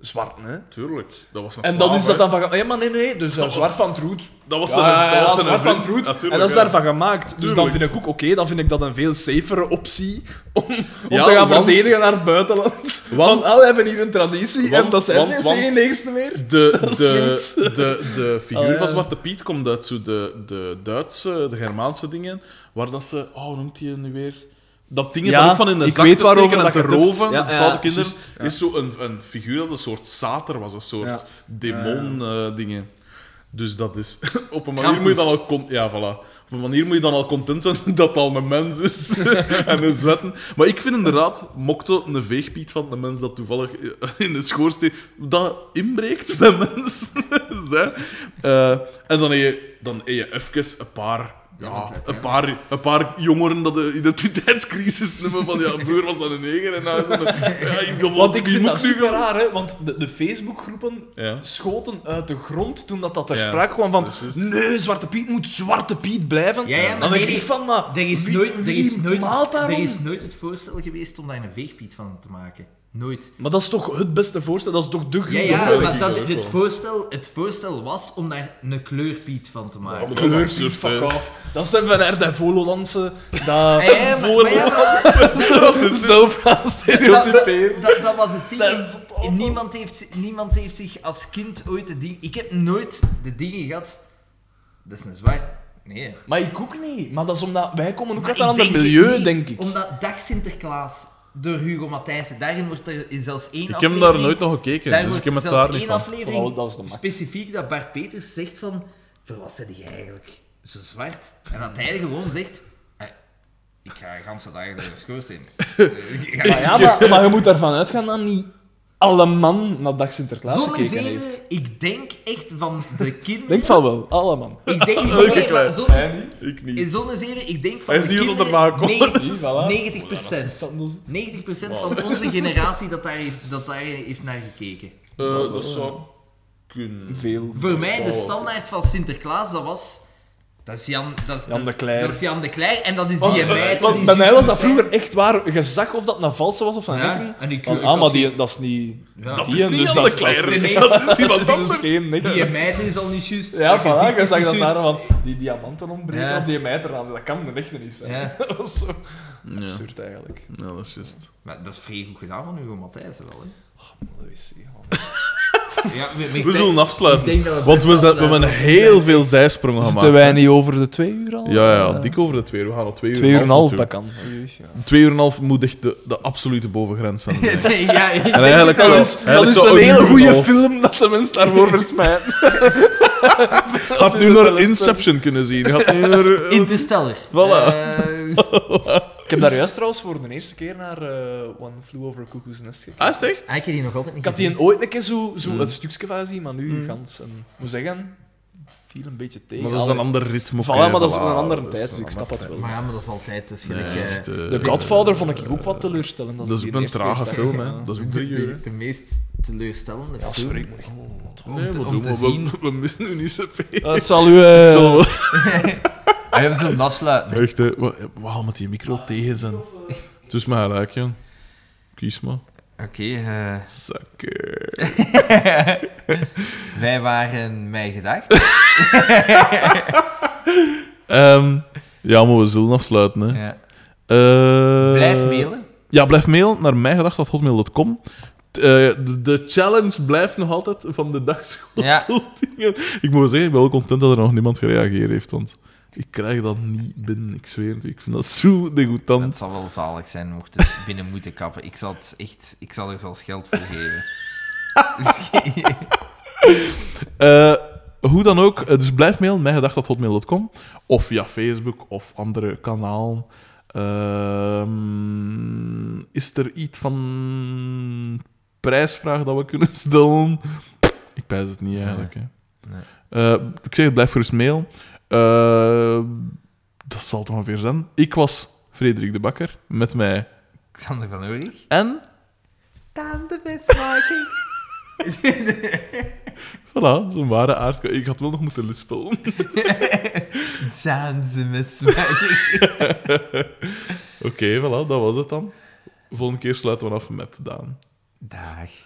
zwarten, hè? Tuurlijk. Dat was een En slaaf, dan is dat hè. dan van... Nee, maar nee, nee, dus eh, was- zwart van het roet. Dat was Ja, een... ja, ja, dat was zwart een van het roet. en dat is daarvan gemaakt. Dus Tuurlijk. dan vind ik ook, oké, dan vind ik dat een veel safere optie om, om Ja, te gaan want- verdedigen naar het buitenland. Want- Want, we hebben hier een traditie Want- en dat zijn want- want, want- geen negers meer. [LAUGHS] De, is de, de, goed. de figuur [LAUGHS] Oh, ja. van Zwarte Piet komt uit zo de, de Duitse, de Germaanse dingen, waar dat ze... Oh, hoe noemt hij het nu weer? Dat dingen Ja, van ook van in de ik zak weet te waarover steken en dat te je het hebt. roven, Ja, met de ja, stoute kinderen, juist, ja. is zo'n een, een figuur dat een soort sater was, een soort eh, Ja. demon-dingen. dus dat is... [LAUGHS] Op een manier Krampus. moet je dan al... Con- ja, voilà. Op een manier moet je dan al content zijn [LAUGHS] dat het al een mens is. [LAUGHS] en een zwetten. Maar ik vind inderdaad, mokte een veegpiet van de mens dat toevallig eh, [LAUGHS] in de schoorsteen... Dat inbreekt [LAUGHS] bij mensen. Zij. Eh, en dan heb je, dan heb je even een paar Ja, altijd, een, paar, een paar jongeren dat de identiteitscrisis nemen van ja, vroeger was dat een neger en nou is dat een... Ja, ik Want ik vind dat super raar, hè? want de, de Facebookgroepen Ja. schoten uit de grond toen dat, dat ter Ja, sprake kwam van precies. nee, Zwarte Piet moet Zwarte Piet blijven. Ja, ja, maar dan denk nee, ik van, maar Er is, wie- nooit, er, is wie nooit, maalt daarom? er is nooit het voorstel geweest om daar een veegpiet van te maken. Nooit. Maar dat is toch het beste voorstel, dat is toch de Ja, groene ja, dat maar ik dat, ook het, wel. voorstel, het voorstel was om daar een kleurpiet van te maken. Dat is kleur, absurd, fuck hè. off. Dat zijn van Aert en Vololandse, dat [LAUGHS] Ja, ja, Eh, maar- maar ja, maar- zelf gaan stereotyperen. Dat, dat was het ding. Dat is het awful. niemand, heeft, niemand heeft zich als kind ooit de ding. Ik heb nooit de dingen gehad. Dat is een zwaar. Nee. Maar ik ook niet. Maar dat is omdat wij komen ook Maar uit ik een ander denk het milieu, niet, denk ik. Omdat Dag Sinterklaas door Hugo Matthijssen, daarin wordt er is zelfs één Ik heb aflevering... daar nooit nog gekeken, daar dus wordt ik heb het zelfs daar één niet van. aflevering Oh, dat was de max. specifiek dat Bart Peters zegt van... Voor wat ben jij eigenlijk? Zo zwart. En dat hij gewoon zegt... "Eh, Ik ga de ganse dag door de [LAUGHS] schoorsteen. Ik ga- Maar ja, maar, maar je moet ervan uitgaan dat niet alle man naar Dag Sinterklaas Zonder gekeken zeven, heeft. ik denk echt van [LAUGHS] de kinderen... Denk van wel, alle man. Ik [LAUGHS] denk... Leuke nee, maar kwijt. zonder- Ik in niet. zonnezeven, ik denk van Hij de ziet kinderen... dat er maar komt. 90, Zie, voilà. 90 procent. 90% van onze generatie dat daar, heeft, dat daar heeft naar gekeken. Eh, dat zou kunnen. Veel. Voor mij de Oh. standaard van Sinterklaas, dat was... Dat is Jan, dat is, Jan dat is- de Cler. Dat is Jan de Cler en dat is Want- die meid. want bij mij was dat vroeger echt waar. Je zag of dat een valse was of een Ja, echte. en ik- Van, ik ah, maar was die, dat is niet... Ja. Dat die is en niet dus Jan dat de is Cler, Nee, nee. [LAUGHS] dat is iemand Dat is dus anders. geen nigger. Die meid is al niet juist. Ja, dat voilà, gezicht je is zag dat niet daar, juist. van die diamanten ontbreken Ja. op die meid eraan, dat kan de echte niet zijn. Ja. [LAUGHS] Dat was zo Ja, absurd eigenlijk. ja, dat is juist. Maar dat is vrij goed gedaan van Hugo Matthijssen wel, hè. Dat is ja. Ja, maar- maar ik We denk- zullen ik denk dat afsluiten, we want we, best zijn, we hebben afsluiten. heel veel zijsprongen gemaakt. Zitten wij niet over de twee uur al? Ja, ja, Eh, dik over de twee uur. We gaan al twee uur Twee uur en een half, naartoe. dat kan. Oei, oei, ja. Twee uur en een half moet echt de, de absolute bovengrens zijn. En [LAUGHS] Nee, ja, ik [LAUGHS] denk eigenlijk dat zou- is- eigenlijk Dat zou is een uur hele en goede half- film dat de mensen daarvoor versmijten. Had nu naar Inception kunnen zien. Had [LAUGHS] nu naar... Interstellar. Voilà. Eh, [LAUGHS] Ik heb daar juist trouwens voor de eerste keer naar eh, One Flew Over a Cuckoo's Nest gekeken. Ah, is het echt? Mm. ah, ik heb die nog altijd niet Ik had die gezien. een ooit een keer zo, zo een stukje van gezien, maar nu gans. En, ik moet zeggen, viel een beetje tegen. Maar dat is een Allee, ander ritme. voilà, maar dat is op een andere tijd, dus ik snap het wel. Maar ja, maar dat is altijd... Dat is Nee, gelijk, eh, echt, eh, The Godfather vond ik ook wat teleurstellend. als Dat is ik ook die een eerste trage keer zag. film, hè. Dat is ook drie de, de, uur. de meest teleurstellende Ja, film. sorry, ik moet echt... Om Nee, te- maar om doe te maar, zien. we, we missen nu niet zoveel. Dat zal u... eh, Zo. Hij heeft zo'n afsluiten. Echt, hè. Wa- Wauw, met die micro tegen zijn. Het is maar gelijk, jong. Kies maar. Oké, eh, Sucker. wij waren mij [LAUGHS] gedacht. Ehm, ja, maar we zullen afsluiten, hè. Ja. Eh, Blijf [LAUGHS] mailen. Ja, blijf mailen naar mijgedacht.hotmail.com. Eh, de, de challenge blijft nog altijd van de [LAUGHS] Ja. dagschoteldingen. Ik moet zeggen, ik ben wel content dat er nog niemand gereageerd heeft, want ik krijg dat niet binnen. Ik zweer het u. Ik vind dat zo Het degoutant. zal wel zalig zijn mocht het binnen moeten kappen. Ik zal, het echt, ik zal er zelfs geld voor [LAUGHS] geven. Misschien- [LAUGHS] Eh hoe dan ook, eh, dus blijf mailen, mijgedacht.hotmail.com. Of via Facebook of andere kanalen. Ehm, is er iets van prijsvraag dat we kunnen [LAUGHS] stellen? Ik pijs het niet eigenlijk. Hè. Nee. Eh, ik zeg het, blijf gerust mail. Eh, dat zal het ongeveer zijn. Ik was Frederik de Bakker met mij Xander van Oerik. en Daan de bestmaking. voilà, zo'n ware aardka. Ik had wel nog moeten lispelen. [LAUGHS] Oké, Daan de bestmaking. voilà, dat was het dan. Volgende keer sluiten we af met Daan. Dag.